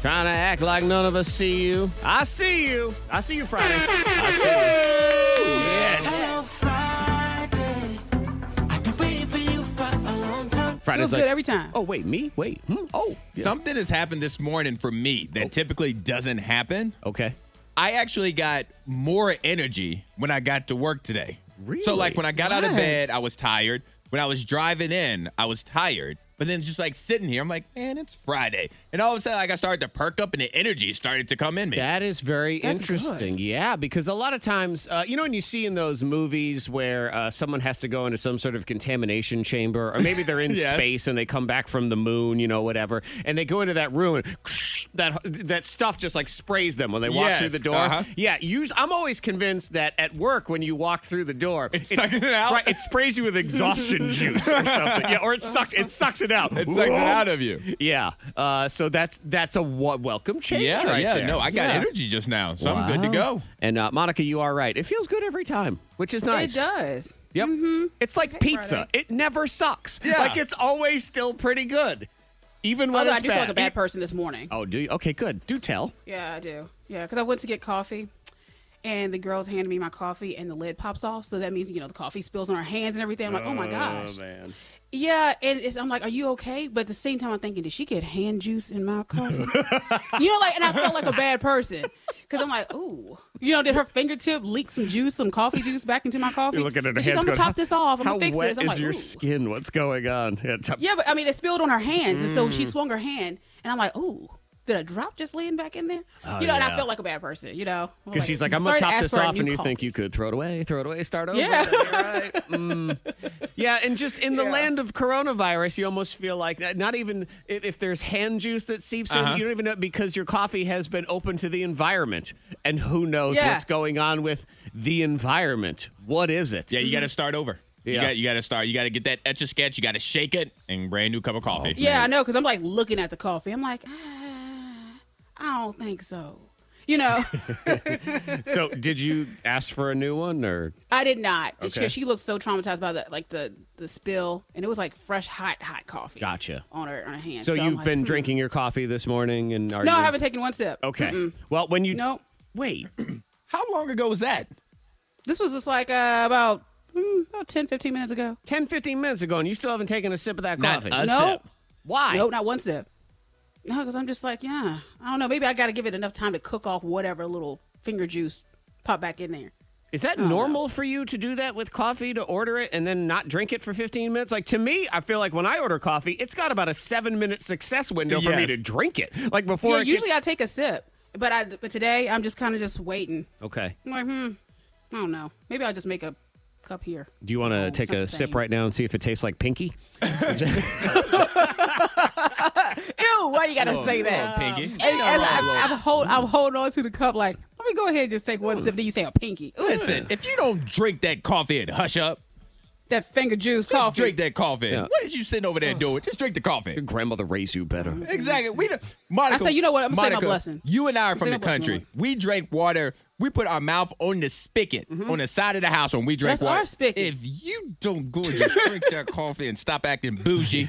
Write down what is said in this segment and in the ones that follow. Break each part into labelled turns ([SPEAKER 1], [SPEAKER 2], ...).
[SPEAKER 1] trying to act like none of us see you. I see you. I see you Friday. I see you. Yes.
[SPEAKER 2] Hello, Friday. I've been waiting for you for a long time.
[SPEAKER 1] Friday's
[SPEAKER 3] Feels
[SPEAKER 1] like,
[SPEAKER 3] good every time.
[SPEAKER 1] Oh, wait, me? Wait. Hmm? Oh,
[SPEAKER 4] Something has happened this morning for me that typically doesn't happen.
[SPEAKER 1] okay.
[SPEAKER 4] I actually got more energy when I got to work today. So,
[SPEAKER 1] Really?
[SPEAKER 4] like, when I got out of
[SPEAKER 3] Nice.
[SPEAKER 4] bed, I was tired. When I was driving in, I was tired. But then just like sitting here, I'm like, man, it's Friday. And all of a sudden, like, I started to perk up and the energy started to come in me.
[SPEAKER 1] That is very
[SPEAKER 3] That's
[SPEAKER 1] interesting. Yeah, because a lot of times, uh, you know, when you see in those movies where uh, someone has to go into some sort of contamination chamber, or maybe they're in
[SPEAKER 4] Yes.
[SPEAKER 1] space and they come back from the moon, you know, whatever, and they go into that room, and that that stuff just like sprays them when they walk through
[SPEAKER 4] Yes,
[SPEAKER 1] the door.
[SPEAKER 4] uh-huh.
[SPEAKER 1] Yeah, you, I'm always convinced that at work when you walk through the door,
[SPEAKER 4] It's sucking it out?
[SPEAKER 1] Right, it sprays you with exhaustion juice or something. Yeah, or it sucks. It sucks it out.
[SPEAKER 4] it sucks it out of you.
[SPEAKER 1] Yeah. Uh, so that's that's a wa- welcome change.
[SPEAKER 4] Yeah,
[SPEAKER 1] right
[SPEAKER 4] yeah.
[SPEAKER 1] there.
[SPEAKER 4] No, I got
[SPEAKER 1] Yeah.
[SPEAKER 4] energy just now. So I'm good to
[SPEAKER 1] Wow.
[SPEAKER 4] go.
[SPEAKER 1] And uh, Monica, you are right. It feels good every time, which is nice. Oh,
[SPEAKER 3] It does. Mm-hmm.
[SPEAKER 1] Yep. It's like pizza. It never sucks.
[SPEAKER 4] Yeah.
[SPEAKER 1] Like it's always still pretty good, even when
[SPEAKER 3] Although
[SPEAKER 1] it's
[SPEAKER 3] I do
[SPEAKER 1] bad.
[SPEAKER 3] feel like a bad person this morning.
[SPEAKER 1] oh, do you? Okay, good. Do tell.
[SPEAKER 3] Yeah, I do. Yeah, because I went to get coffee, and the girls handed me my coffee, and the lid pops off. So that means you know the coffee spills on our hands and everything. I'm like, oh my gosh.
[SPEAKER 1] man.
[SPEAKER 3] Yeah, and it's, I'm like, are you okay? But at the same time, I'm thinking, did she get hand juice in my coffee? you know, like, and I felt like a bad person because I'm like, ooh, you know, did her fingertip leak some juice, some coffee juice back into my coffee?
[SPEAKER 1] You're looking at her
[SPEAKER 3] And
[SPEAKER 1] hands.
[SPEAKER 3] she's, I'm gonna
[SPEAKER 1] going,
[SPEAKER 3] top this off. I'm
[SPEAKER 1] How
[SPEAKER 3] gonna fix
[SPEAKER 1] wet
[SPEAKER 3] this. I'm
[SPEAKER 1] is
[SPEAKER 3] like,
[SPEAKER 1] your
[SPEAKER 3] ooh.
[SPEAKER 1] skin? What's going on? Yeah, top-
[SPEAKER 3] Yeah, but I mean, it spilled on her hands, and so she
[SPEAKER 1] Mm.
[SPEAKER 3] swung her hand, and I'm like, ooh, did a drop just land back in there? you know, and
[SPEAKER 1] Oh, yeah.
[SPEAKER 3] I felt like a bad person, you know, I'm
[SPEAKER 1] Because she's like, I'm gonna
[SPEAKER 3] starting
[SPEAKER 1] top
[SPEAKER 3] to ask
[SPEAKER 1] this
[SPEAKER 3] for a
[SPEAKER 1] off,
[SPEAKER 3] new
[SPEAKER 1] and you
[SPEAKER 3] coffee.
[SPEAKER 1] think you could throw it away, throw it away, start over.
[SPEAKER 3] Yeah.
[SPEAKER 1] Right. Mm. Yeah, and just in the land of coronavirus, you almost feel like not- not even if if there's hand juice that seeps in, you don't even know because your coffee has been open to the environment, and who knows
[SPEAKER 3] Yeah.
[SPEAKER 1] what's going on with the environment? What is it?
[SPEAKER 4] Yeah, you got to start over. You
[SPEAKER 1] Yeah.
[SPEAKER 4] got you got to start. You got to get that etch a sketch. You got to shake it and brand new cup of coffee.
[SPEAKER 1] Oh.
[SPEAKER 3] Yeah, I know, because I'm like looking at the coffee. I'm like, ah, I don't think so. You know,
[SPEAKER 1] So, did you ask for a new one or?
[SPEAKER 3] I did not. It's
[SPEAKER 1] Okay.
[SPEAKER 3] 'cause She, looked so traumatized by the like the the spill, and it was like fresh, hot, hot coffee.
[SPEAKER 1] Gotcha.
[SPEAKER 3] On her on her hand.
[SPEAKER 1] So,
[SPEAKER 3] I'm
[SPEAKER 1] you've
[SPEAKER 3] like,
[SPEAKER 1] been
[SPEAKER 3] hmm.
[SPEAKER 1] drinking your coffee this morning, and are
[SPEAKER 3] No,
[SPEAKER 1] you...
[SPEAKER 3] I haven't taken one sip.
[SPEAKER 1] Okay.
[SPEAKER 3] Mm-mm.
[SPEAKER 1] Well, when you
[SPEAKER 3] Nope.
[SPEAKER 1] wait,
[SPEAKER 4] How long ago was that?
[SPEAKER 3] This was just like uh, about mm, about 10, 15 minutes ago.
[SPEAKER 1] 10, 15 minutes ago, and you still haven't taken a sip of that
[SPEAKER 4] Not
[SPEAKER 1] coffee.
[SPEAKER 4] a
[SPEAKER 3] No.
[SPEAKER 4] sip.
[SPEAKER 1] Why?
[SPEAKER 3] Nope, not one sip. No, because I'm just like, yeah, I don't know. Maybe I got to give it enough time to cook off whatever little finger juice pop back in there.
[SPEAKER 1] Is that normal for you to do that with coffee to order it and then not drink it for 15 minutes? Like to me, I feel like when I order coffee, it's got about a 7 minute success window for me
[SPEAKER 4] Yes.
[SPEAKER 1] to drink it. Like before
[SPEAKER 3] yeah,
[SPEAKER 1] it
[SPEAKER 3] usually
[SPEAKER 1] gets-
[SPEAKER 3] I take a sip, but I but today I'm just kind of just waiting.
[SPEAKER 1] Okay.
[SPEAKER 3] I'm like, hmm, I don't know. Maybe I'll just make a cup here.
[SPEAKER 1] Do you want to
[SPEAKER 3] No, it's
[SPEAKER 1] take
[SPEAKER 3] not
[SPEAKER 1] a
[SPEAKER 3] the
[SPEAKER 1] sip
[SPEAKER 3] same.
[SPEAKER 1] right now and see if it tastes like pinky?
[SPEAKER 3] Ew, why you gotta say that?
[SPEAKER 4] Come on, Pinky.
[SPEAKER 3] And as I, I'm, hold, I'm holding on to the cup like, let me go ahead and just take one sip. Then you say a pinky. Ooh,
[SPEAKER 4] Listen, if you don't drink that coffee and hush up,
[SPEAKER 3] that finger juice
[SPEAKER 4] just
[SPEAKER 3] coffee.
[SPEAKER 4] drink that coffee.
[SPEAKER 1] Yeah.
[SPEAKER 4] What is you sitting over there doing? Just drink the coffee.
[SPEAKER 1] grandmother raised you better.
[SPEAKER 4] Exactly. We don't- Monica.
[SPEAKER 3] I say, you know what? I'm gonna say my
[SPEAKER 4] Monica,
[SPEAKER 3] blessing.
[SPEAKER 4] You and I are
[SPEAKER 3] I'm
[SPEAKER 4] from
[SPEAKER 3] say
[SPEAKER 4] the
[SPEAKER 3] my blessing,
[SPEAKER 4] country.
[SPEAKER 3] Lord.
[SPEAKER 4] We drink water. We put our mouth on the spigot on the side of the house when we drink
[SPEAKER 3] Mm-hmm. That's
[SPEAKER 4] water.
[SPEAKER 3] our spigot.
[SPEAKER 4] If you don't go and just drink that coffee and stop acting bougie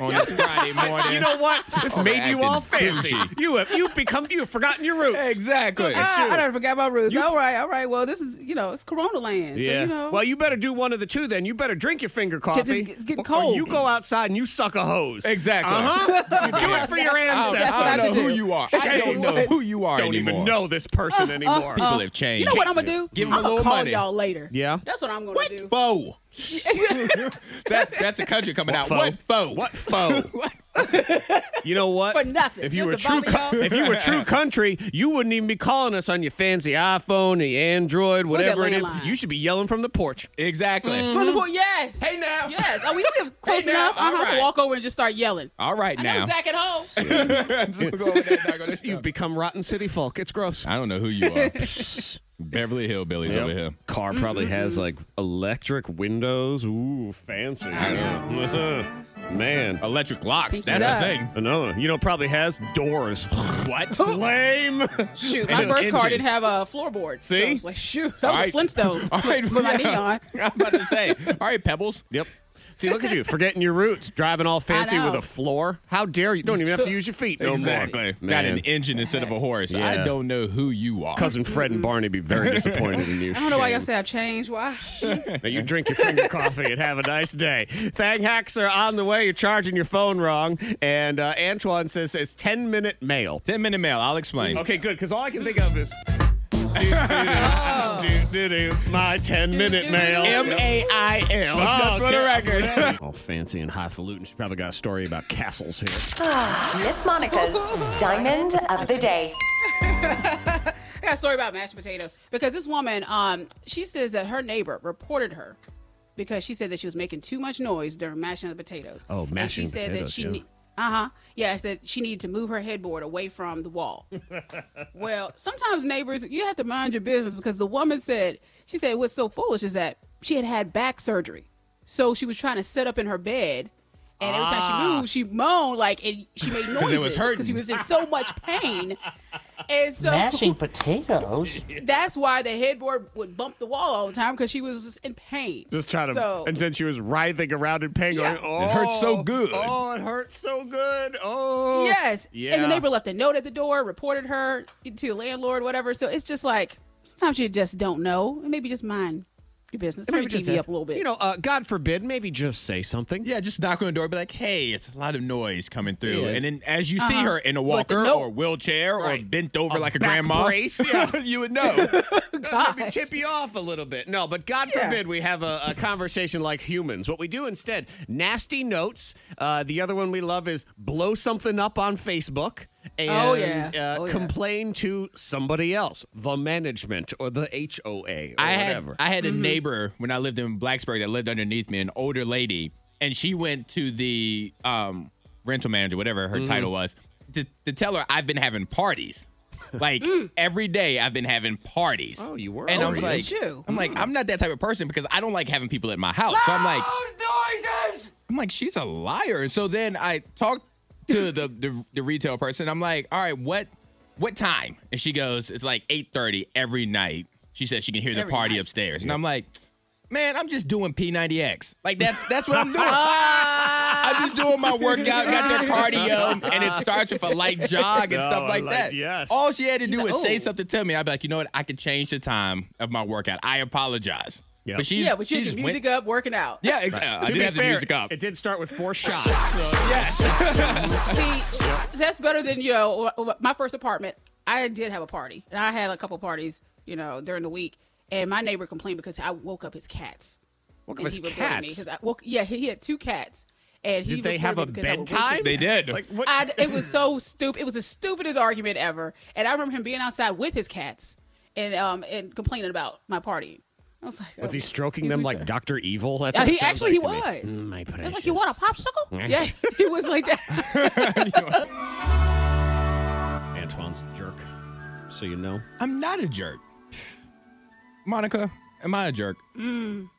[SPEAKER 4] on a Friday morning,
[SPEAKER 1] You know what? This
[SPEAKER 4] Oh,
[SPEAKER 1] made you all
[SPEAKER 4] acting
[SPEAKER 1] fancy.
[SPEAKER 4] bougie.
[SPEAKER 1] you have you've become you've forgotten your roots.
[SPEAKER 4] exactly.
[SPEAKER 3] Ah, I done forgot my roots. all right, all right. Well, this is you know it's Corona land. So, you know.
[SPEAKER 1] Well, you better do one of the two then. You better drink your finger coffee.
[SPEAKER 3] it's- it's getting
[SPEAKER 1] or- or
[SPEAKER 3] cold.
[SPEAKER 1] you go outside and you suck a hose.
[SPEAKER 4] Exactly.
[SPEAKER 1] Uh-huh. you do it for your
[SPEAKER 4] I
[SPEAKER 1] ancestors.
[SPEAKER 4] don't,
[SPEAKER 3] That's what
[SPEAKER 4] I
[SPEAKER 3] I
[SPEAKER 4] don't
[SPEAKER 3] have
[SPEAKER 4] know
[SPEAKER 3] to
[SPEAKER 4] who
[SPEAKER 3] do.
[SPEAKER 4] you are. I don't know who you are
[SPEAKER 1] don't
[SPEAKER 4] anymore.
[SPEAKER 1] even know this person anymore.
[SPEAKER 3] Oh,
[SPEAKER 4] People have changed.
[SPEAKER 3] Uh, You know what I'm gonna do?
[SPEAKER 4] Give 'em a
[SPEAKER 3] I'm gonna
[SPEAKER 4] little
[SPEAKER 3] call
[SPEAKER 4] money.
[SPEAKER 3] y'all later.
[SPEAKER 1] Yeah.
[SPEAKER 3] that's what I'm gonna do.
[SPEAKER 4] What foe? that, that's a country coming out. What foe?
[SPEAKER 1] What foe?
[SPEAKER 4] What
[SPEAKER 1] You know what?
[SPEAKER 3] oh. For nothing.
[SPEAKER 1] If you were
[SPEAKER 3] Just
[SPEAKER 1] true,
[SPEAKER 3] a Bobby
[SPEAKER 1] co-
[SPEAKER 3] Joe.
[SPEAKER 1] if you were true country, you wouldn't even be calling us on your fancy iPhone, the Android, whatever it is.
[SPEAKER 3] landline.
[SPEAKER 1] You should be yelling from the porch.
[SPEAKER 4] Exactly.
[SPEAKER 3] From the board, yes.
[SPEAKER 4] Hey, now.
[SPEAKER 3] Yes. Oh, we live close
[SPEAKER 4] Hey, now.
[SPEAKER 3] enough. I'm
[SPEAKER 4] All
[SPEAKER 3] have
[SPEAKER 4] right.
[SPEAKER 3] to walk over and just start yelling.
[SPEAKER 4] All right
[SPEAKER 3] I
[SPEAKER 4] now.
[SPEAKER 3] know Zach at home.
[SPEAKER 4] Just go over there and knock on the
[SPEAKER 1] Just-
[SPEAKER 4] door.
[SPEAKER 1] You've become rotten city folk. It's gross.
[SPEAKER 4] I don't know who you are. Beverly Hillbillies over here.
[SPEAKER 1] Car probably has like electric windows. Ooh, fancy. Man.
[SPEAKER 4] Electric locks. That's
[SPEAKER 3] Yeah.
[SPEAKER 4] the thing.
[SPEAKER 1] Another, you know, probably has doors.
[SPEAKER 4] What?
[SPEAKER 1] Lame.
[SPEAKER 3] Shoot, my
[SPEAKER 1] an
[SPEAKER 3] first car
[SPEAKER 1] engine.
[SPEAKER 3] didn't have a floorboard. So
[SPEAKER 1] See?
[SPEAKER 3] I was like, shoot, that was
[SPEAKER 4] right.
[SPEAKER 3] a Flintstone.
[SPEAKER 4] All right,
[SPEAKER 3] with my knee
[SPEAKER 4] yeah.
[SPEAKER 3] on.
[SPEAKER 4] I'm about to say. All right, Pebbles.
[SPEAKER 1] Yep. See, look at you, forgetting your roots, driving all fancy
[SPEAKER 3] know.
[SPEAKER 1] with a floor. How dare you? Don't even have to use your feet. No more.
[SPEAKER 4] Got
[SPEAKER 1] Man.
[SPEAKER 4] an engine instead of a horse.
[SPEAKER 1] Yeah.
[SPEAKER 4] I don't know who you are.
[SPEAKER 1] Cousin Fred and Barney be very disappointed in you.
[SPEAKER 3] I don't know why y'all
[SPEAKER 1] Shame.
[SPEAKER 3] say I've changed. Why?
[SPEAKER 1] Now you drink your finger coffee and have a nice day. Thang hacks are on the way. You're charging your phone wrong. And uh, Antoine says it's 10 minute mail.
[SPEAKER 4] 10 minute mail. I'll explain.
[SPEAKER 1] Okay, good, because all I can think of is. do, do, do, do, do, my 10 minute mail.
[SPEAKER 4] M A I L.
[SPEAKER 1] Oh,
[SPEAKER 4] Just for the
[SPEAKER 1] okay.
[SPEAKER 4] record.
[SPEAKER 1] All fancy and highfalutin. She probably got a story about castles here.
[SPEAKER 5] Miss Monica's Diamond of the Day.
[SPEAKER 3] I got a story about mashed potatoes because this woman, um, she says that her neighbor reported her because she said that she was making too much noise during mashing the potatoes.
[SPEAKER 1] Oh, mashing
[SPEAKER 3] And she said
[SPEAKER 1] potatoes,
[SPEAKER 3] that she
[SPEAKER 1] yeah.
[SPEAKER 3] uh huh. Yeah, it said she needed to move her headboard away from the wall. well, sometimes neighbors, you have to mind your business because the woman said she said what's so foolish is that she had had back surgery, so she was trying to sit up in her bed. And every time
[SPEAKER 1] Ah.
[SPEAKER 3] she moved, she moaned like it, she made noises
[SPEAKER 4] it was hurting.
[SPEAKER 3] she was in so much pain. And so
[SPEAKER 6] Mashing potatoes?
[SPEAKER 3] that's why the headboard would bump the wall all the time because she was in pain.
[SPEAKER 1] Just trying to.
[SPEAKER 3] So,
[SPEAKER 1] And then she was writhing around in pain
[SPEAKER 3] Yeah.
[SPEAKER 1] going, oh.
[SPEAKER 4] It hurts so good.
[SPEAKER 1] Oh, it hurts so good. Oh.
[SPEAKER 3] yes. And
[SPEAKER 1] Yeah.
[SPEAKER 3] the neighbor left a note at the door, reported her to the landlord, whatever. So it's just like sometimes you just don't know. And maybe just mind your business. Turn your
[SPEAKER 1] Maybe just
[SPEAKER 3] TV
[SPEAKER 1] ask-
[SPEAKER 3] up a little bit.
[SPEAKER 1] You know, uh, God forbid, maybe just say something.
[SPEAKER 4] Yeah, just knock on the door and be like, hey, it's a lot of noise coming through.
[SPEAKER 1] Yes.
[SPEAKER 4] And then as you see her in a walker
[SPEAKER 3] note-
[SPEAKER 4] or wheelchair or
[SPEAKER 1] Uh-huh. Right.
[SPEAKER 4] bent over like a
[SPEAKER 1] back
[SPEAKER 4] grandma,
[SPEAKER 1] brace, yeah.
[SPEAKER 4] you would know.
[SPEAKER 3] Gosh.
[SPEAKER 1] tip you off a little bit. No, but God
[SPEAKER 3] Yeah.
[SPEAKER 1] forbid we have a, a conversation like humans. What we do instead, nasty notes. Uh, the other one we love is blow something up on Facebook and
[SPEAKER 3] Oh, yeah.
[SPEAKER 1] uh,
[SPEAKER 3] Oh, yeah.
[SPEAKER 1] complain to somebody else, the management or the HOA or
[SPEAKER 4] I had
[SPEAKER 1] whatever. Mm-hmm.
[SPEAKER 4] I had a neighbor when I lived in Blacksburg that lived underneath me, an older lady, and she went to the um, rental manager, whatever her
[SPEAKER 1] Mm.
[SPEAKER 4] title was, to, to tell her I've been having parties. Like
[SPEAKER 3] Mm.
[SPEAKER 4] every day, I've been having parties.
[SPEAKER 1] Oh, you were?
[SPEAKER 4] And
[SPEAKER 1] Oh,
[SPEAKER 4] I'm
[SPEAKER 1] really?
[SPEAKER 4] like,
[SPEAKER 3] You.
[SPEAKER 4] I'm like, I'm not that type of person because I don't like having people at my house. So I'm like, I'm like, she's a liar. So then I talked to the, the the retail person. I'm like, all right, what what time? And she goes, it's like 8:30 every night. She says she can hear the
[SPEAKER 3] Every
[SPEAKER 4] party
[SPEAKER 3] night.
[SPEAKER 4] upstairs, and I'm like, man, I'm just doing P90X. Like that's that's what I'm doing. I'm just doing my workout, got their cardio, and it starts with a light jog and
[SPEAKER 1] No,
[SPEAKER 4] stuff
[SPEAKER 1] I
[SPEAKER 4] like
[SPEAKER 1] like-
[SPEAKER 4] that.
[SPEAKER 1] yes.
[SPEAKER 4] All she had to do was say
[SPEAKER 3] oh.
[SPEAKER 4] something to me. I'd be like, you know what? I could change the time of my workout. I apologize.
[SPEAKER 1] Yep.
[SPEAKER 4] she's,
[SPEAKER 3] yeah, but you
[SPEAKER 4] she
[SPEAKER 3] had your
[SPEAKER 4] just went-
[SPEAKER 3] music up, working out.
[SPEAKER 4] Yeah, exactly. I
[SPEAKER 1] to
[SPEAKER 4] didn't
[SPEAKER 1] be
[SPEAKER 4] have
[SPEAKER 1] fair,
[SPEAKER 4] the music up.
[SPEAKER 1] it did start with four shots.
[SPEAKER 3] See, that's better than you know. wh- wh- My first apartment, I did have a party, and I had a couple parties, you know, during the week. And my neighbor complained because I woke up his cats.
[SPEAKER 1] Woke
[SPEAKER 3] And
[SPEAKER 1] up his
[SPEAKER 3] he reported me
[SPEAKER 1] cats.
[SPEAKER 3] 'cause I woke. Yeah, he, he had two cats, and he
[SPEAKER 1] Did they
[SPEAKER 3] reported
[SPEAKER 1] have
[SPEAKER 3] me
[SPEAKER 1] a
[SPEAKER 3] because I would wake his
[SPEAKER 1] bedtime?
[SPEAKER 4] They did.
[SPEAKER 1] Like what?
[SPEAKER 3] I, it was so stupid. It was the stupidest argument ever. And I remember him being outside with his cats and um and complaining about my party. I was like,
[SPEAKER 1] was
[SPEAKER 3] oh,
[SPEAKER 1] he stroking
[SPEAKER 3] excuse
[SPEAKER 1] them
[SPEAKER 3] me,
[SPEAKER 1] like
[SPEAKER 3] sir.
[SPEAKER 1] Doctor Evil? That's
[SPEAKER 3] Yeah,
[SPEAKER 1] what it
[SPEAKER 3] he
[SPEAKER 1] sounds
[SPEAKER 3] actually
[SPEAKER 1] like
[SPEAKER 3] he
[SPEAKER 1] to me.
[SPEAKER 3] was.
[SPEAKER 1] Mm, My
[SPEAKER 3] I was
[SPEAKER 1] precious.
[SPEAKER 3] like, you want a popsicle? yes, he was like that.
[SPEAKER 1] Antoine's a jerk. So you know.
[SPEAKER 4] I'm not a jerk. Monica, am I a jerk?
[SPEAKER 3] I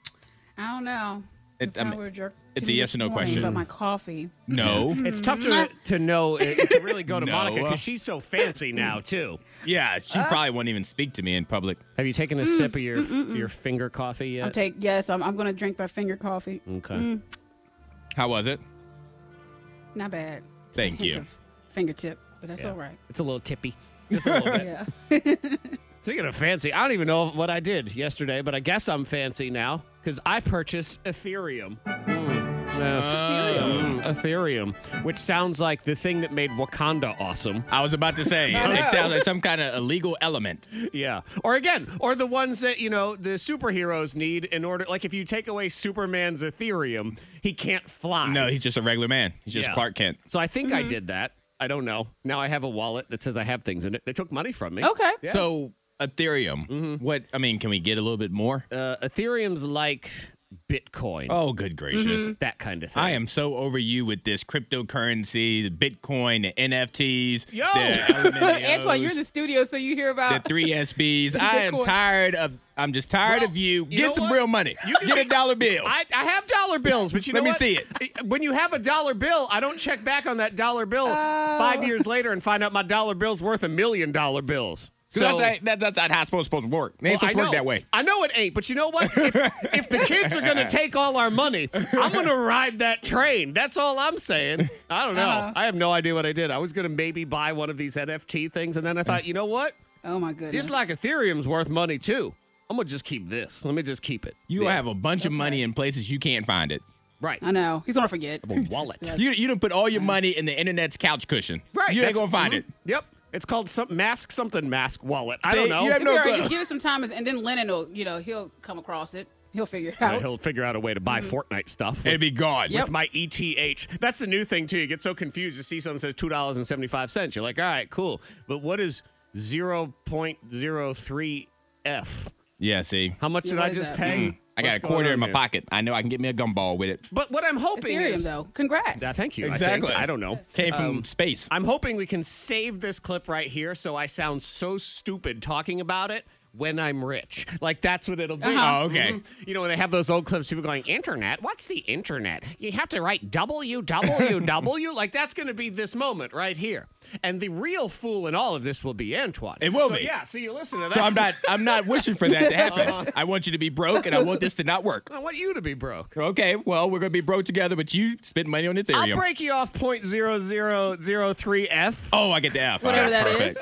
[SPEAKER 3] don't know.
[SPEAKER 4] It-
[SPEAKER 3] If
[SPEAKER 4] I
[SPEAKER 3] I
[SPEAKER 4] mean,
[SPEAKER 3] were a jerk
[SPEAKER 4] it's
[SPEAKER 3] to
[SPEAKER 4] a
[SPEAKER 3] me
[SPEAKER 4] yes
[SPEAKER 3] this
[SPEAKER 4] or no
[SPEAKER 3] morning
[SPEAKER 4] question.
[SPEAKER 3] About my coffee.
[SPEAKER 4] No.
[SPEAKER 1] It's tough
[SPEAKER 3] Mm.
[SPEAKER 1] to, to know uh, to really go to
[SPEAKER 4] No.
[SPEAKER 1] Monica because she's so fancy now too.
[SPEAKER 4] yeah, she
[SPEAKER 3] Uh,
[SPEAKER 4] probably won't even speak to me in public.
[SPEAKER 1] Have you taken a
[SPEAKER 3] Mm.
[SPEAKER 1] sip of your your finger coffee yet?
[SPEAKER 3] I'll
[SPEAKER 4] Uh,
[SPEAKER 3] take yes. I'm, I'm gonna drink my finger coffee.
[SPEAKER 4] Mm.
[SPEAKER 1] okay.
[SPEAKER 3] Mm.
[SPEAKER 4] How was it?
[SPEAKER 3] Not bad. Just a
[SPEAKER 4] Thank
[SPEAKER 3] hint
[SPEAKER 4] you.
[SPEAKER 3] of Fingertip, but that's all right.
[SPEAKER 1] It's a little tippy. Just a little bit.
[SPEAKER 3] Yeah.
[SPEAKER 1] Speaking of fancy, I don't even know what I did yesterday, but I guess I'm fancy now because I purchased Ethereum. Mm. Yes. Mm, Ethereum, which sounds like the thing that made Wakanda awesome.
[SPEAKER 4] I was about to say, it sounds like some kind of illegal element.
[SPEAKER 1] Yeah. Or again, or the ones that, you know, the superheroes need in order, like if you take away Superman's Ethereum, he can't fly.
[SPEAKER 4] No, he's just a regular man. He's just
[SPEAKER 1] Yeah.
[SPEAKER 4] Clark Kent.
[SPEAKER 1] So I think I did that. I don't know. Now I have a wallet that says I have things in it. They took money from me.
[SPEAKER 3] Okay.
[SPEAKER 4] So Ethereum,
[SPEAKER 3] Mm-hmm.
[SPEAKER 4] what? I mean, can we get a little bit more?
[SPEAKER 1] Uh, Ethereum's like Bitcoin,
[SPEAKER 4] oh, good gracious.
[SPEAKER 3] mm-hmm.
[SPEAKER 1] that kind of thing.
[SPEAKER 4] I am so over you with this cryptocurrency, the Bitcoin, the NFTs,
[SPEAKER 1] Yo!
[SPEAKER 4] the LMNOs,
[SPEAKER 3] Antoine, you're in the studio, so you hear
[SPEAKER 4] the
[SPEAKER 3] about.
[SPEAKER 4] three SBs. I am
[SPEAKER 3] Bitcoin.
[SPEAKER 4] tired of. I'm just tired
[SPEAKER 1] Well,
[SPEAKER 4] of you.
[SPEAKER 1] you know
[SPEAKER 4] Get some
[SPEAKER 1] what?
[SPEAKER 4] real money.
[SPEAKER 1] You can
[SPEAKER 4] Get a
[SPEAKER 1] be-
[SPEAKER 4] dollar bill.
[SPEAKER 1] I, I have dollar bills, but you know
[SPEAKER 4] Let me
[SPEAKER 1] what?
[SPEAKER 4] see it.
[SPEAKER 1] When you have a dollar bill, I don't check back on that dollar bill five years later and find out my dollar bill's worth a million dollar bills.
[SPEAKER 4] so that's, like- that- that's not how it's supposed to work. It ain't
[SPEAKER 1] Well, I
[SPEAKER 4] supposed to work
[SPEAKER 1] know.
[SPEAKER 4] that way.
[SPEAKER 1] I know it ain't, but you know what? If, if the kids are gonna take all our money, I'm gonna ride that train. That's all I'm saying. I don't know. I have no idea what I did. I was gonna maybe buy one of these NFT things, and then I thought, you know what?
[SPEAKER 3] Oh my goodness.
[SPEAKER 1] Just like Ethereum's worth money too. I'm gonna just keep this. Let me just keep it.
[SPEAKER 4] You have a bunch of money in places you can't find it.
[SPEAKER 1] Right.
[SPEAKER 3] I know. He's gonna forget.
[SPEAKER 1] Wallet.
[SPEAKER 4] You you done put all your money in the internet's couch cushion.
[SPEAKER 1] Right.
[SPEAKER 4] You
[SPEAKER 1] that's-
[SPEAKER 4] ain't gonna find
[SPEAKER 1] mhm.
[SPEAKER 4] it.
[SPEAKER 1] Yep. It's called some mask something mask wallet. I
[SPEAKER 4] See,
[SPEAKER 1] don't know.
[SPEAKER 4] you have
[SPEAKER 3] It'll
[SPEAKER 4] no
[SPEAKER 3] be all right.
[SPEAKER 4] clue.
[SPEAKER 3] Just give it some time, and then Lennon will, you know, he'll come across it. He'll figure it
[SPEAKER 1] Uh,
[SPEAKER 3] out.
[SPEAKER 1] He'll figure out a way to buy Fortnite stuff.
[SPEAKER 4] It'd be gone.
[SPEAKER 1] with my ETH. That's the new thing too. You get so confused to see something says two dollars and seventy five cents. You're like, all right, cool. But what is zero point zero three F?
[SPEAKER 4] Yeah, see. Mm.
[SPEAKER 1] How much did
[SPEAKER 3] what
[SPEAKER 1] I
[SPEAKER 3] is
[SPEAKER 1] just
[SPEAKER 3] that?
[SPEAKER 1] pay?
[SPEAKER 4] Hmm. I got
[SPEAKER 1] What's
[SPEAKER 4] a
[SPEAKER 1] going
[SPEAKER 4] quarter
[SPEAKER 1] on
[SPEAKER 4] in my
[SPEAKER 1] here?
[SPEAKER 4] pocket. I know I can get me a gumball with it.
[SPEAKER 1] But what I'm hoping
[SPEAKER 3] Ethereum
[SPEAKER 1] is,
[SPEAKER 3] though. Congrats.
[SPEAKER 1] Uh, thank you. I think.
[SPEAKER 4] Exactly.
[SPEAKER 1] I, don't know.
[SPEAKER 4] Came from
[SPEAKER 1] Um,
[SPEAKER 4] space.
[SPEAKER 1] I'm hoping we can save this clip right here, so I sound so stupid talking about it. When I'm rich, like that's what it'll be.
[SPEAKER 4] Uh-huh. Oh, okay.
[SPEAKER 1] Mhm. You know when they have those old clips, people going internet. What's the internet? You have to write www. like that's going to be this moment right here. And the real fool in all of this will be Antoine.
[SPEAKER 4] It will
[SPEAKER 1] So,
[SPEAKER 4] be.
[SPEAKER 1] Yeah. So you listen to that.
[SPEAKER 4] So I'm not I'm not wishing for that to happen. I want you to be broke and I want this to not work.
[SPEAKER 1] I want you to be broke.
[SPEAKER 4] Okay, well, we're gonna be broke together, but you spend money on Ethereum.
[SPEAKER 1] I'll break you off point zero zero zero three f.
[SPEAKER 4] oh, I get the F.
[SPEAKER 3] Whatever
[SPEAKER 4] All right,
[SPEAKER 3] that is.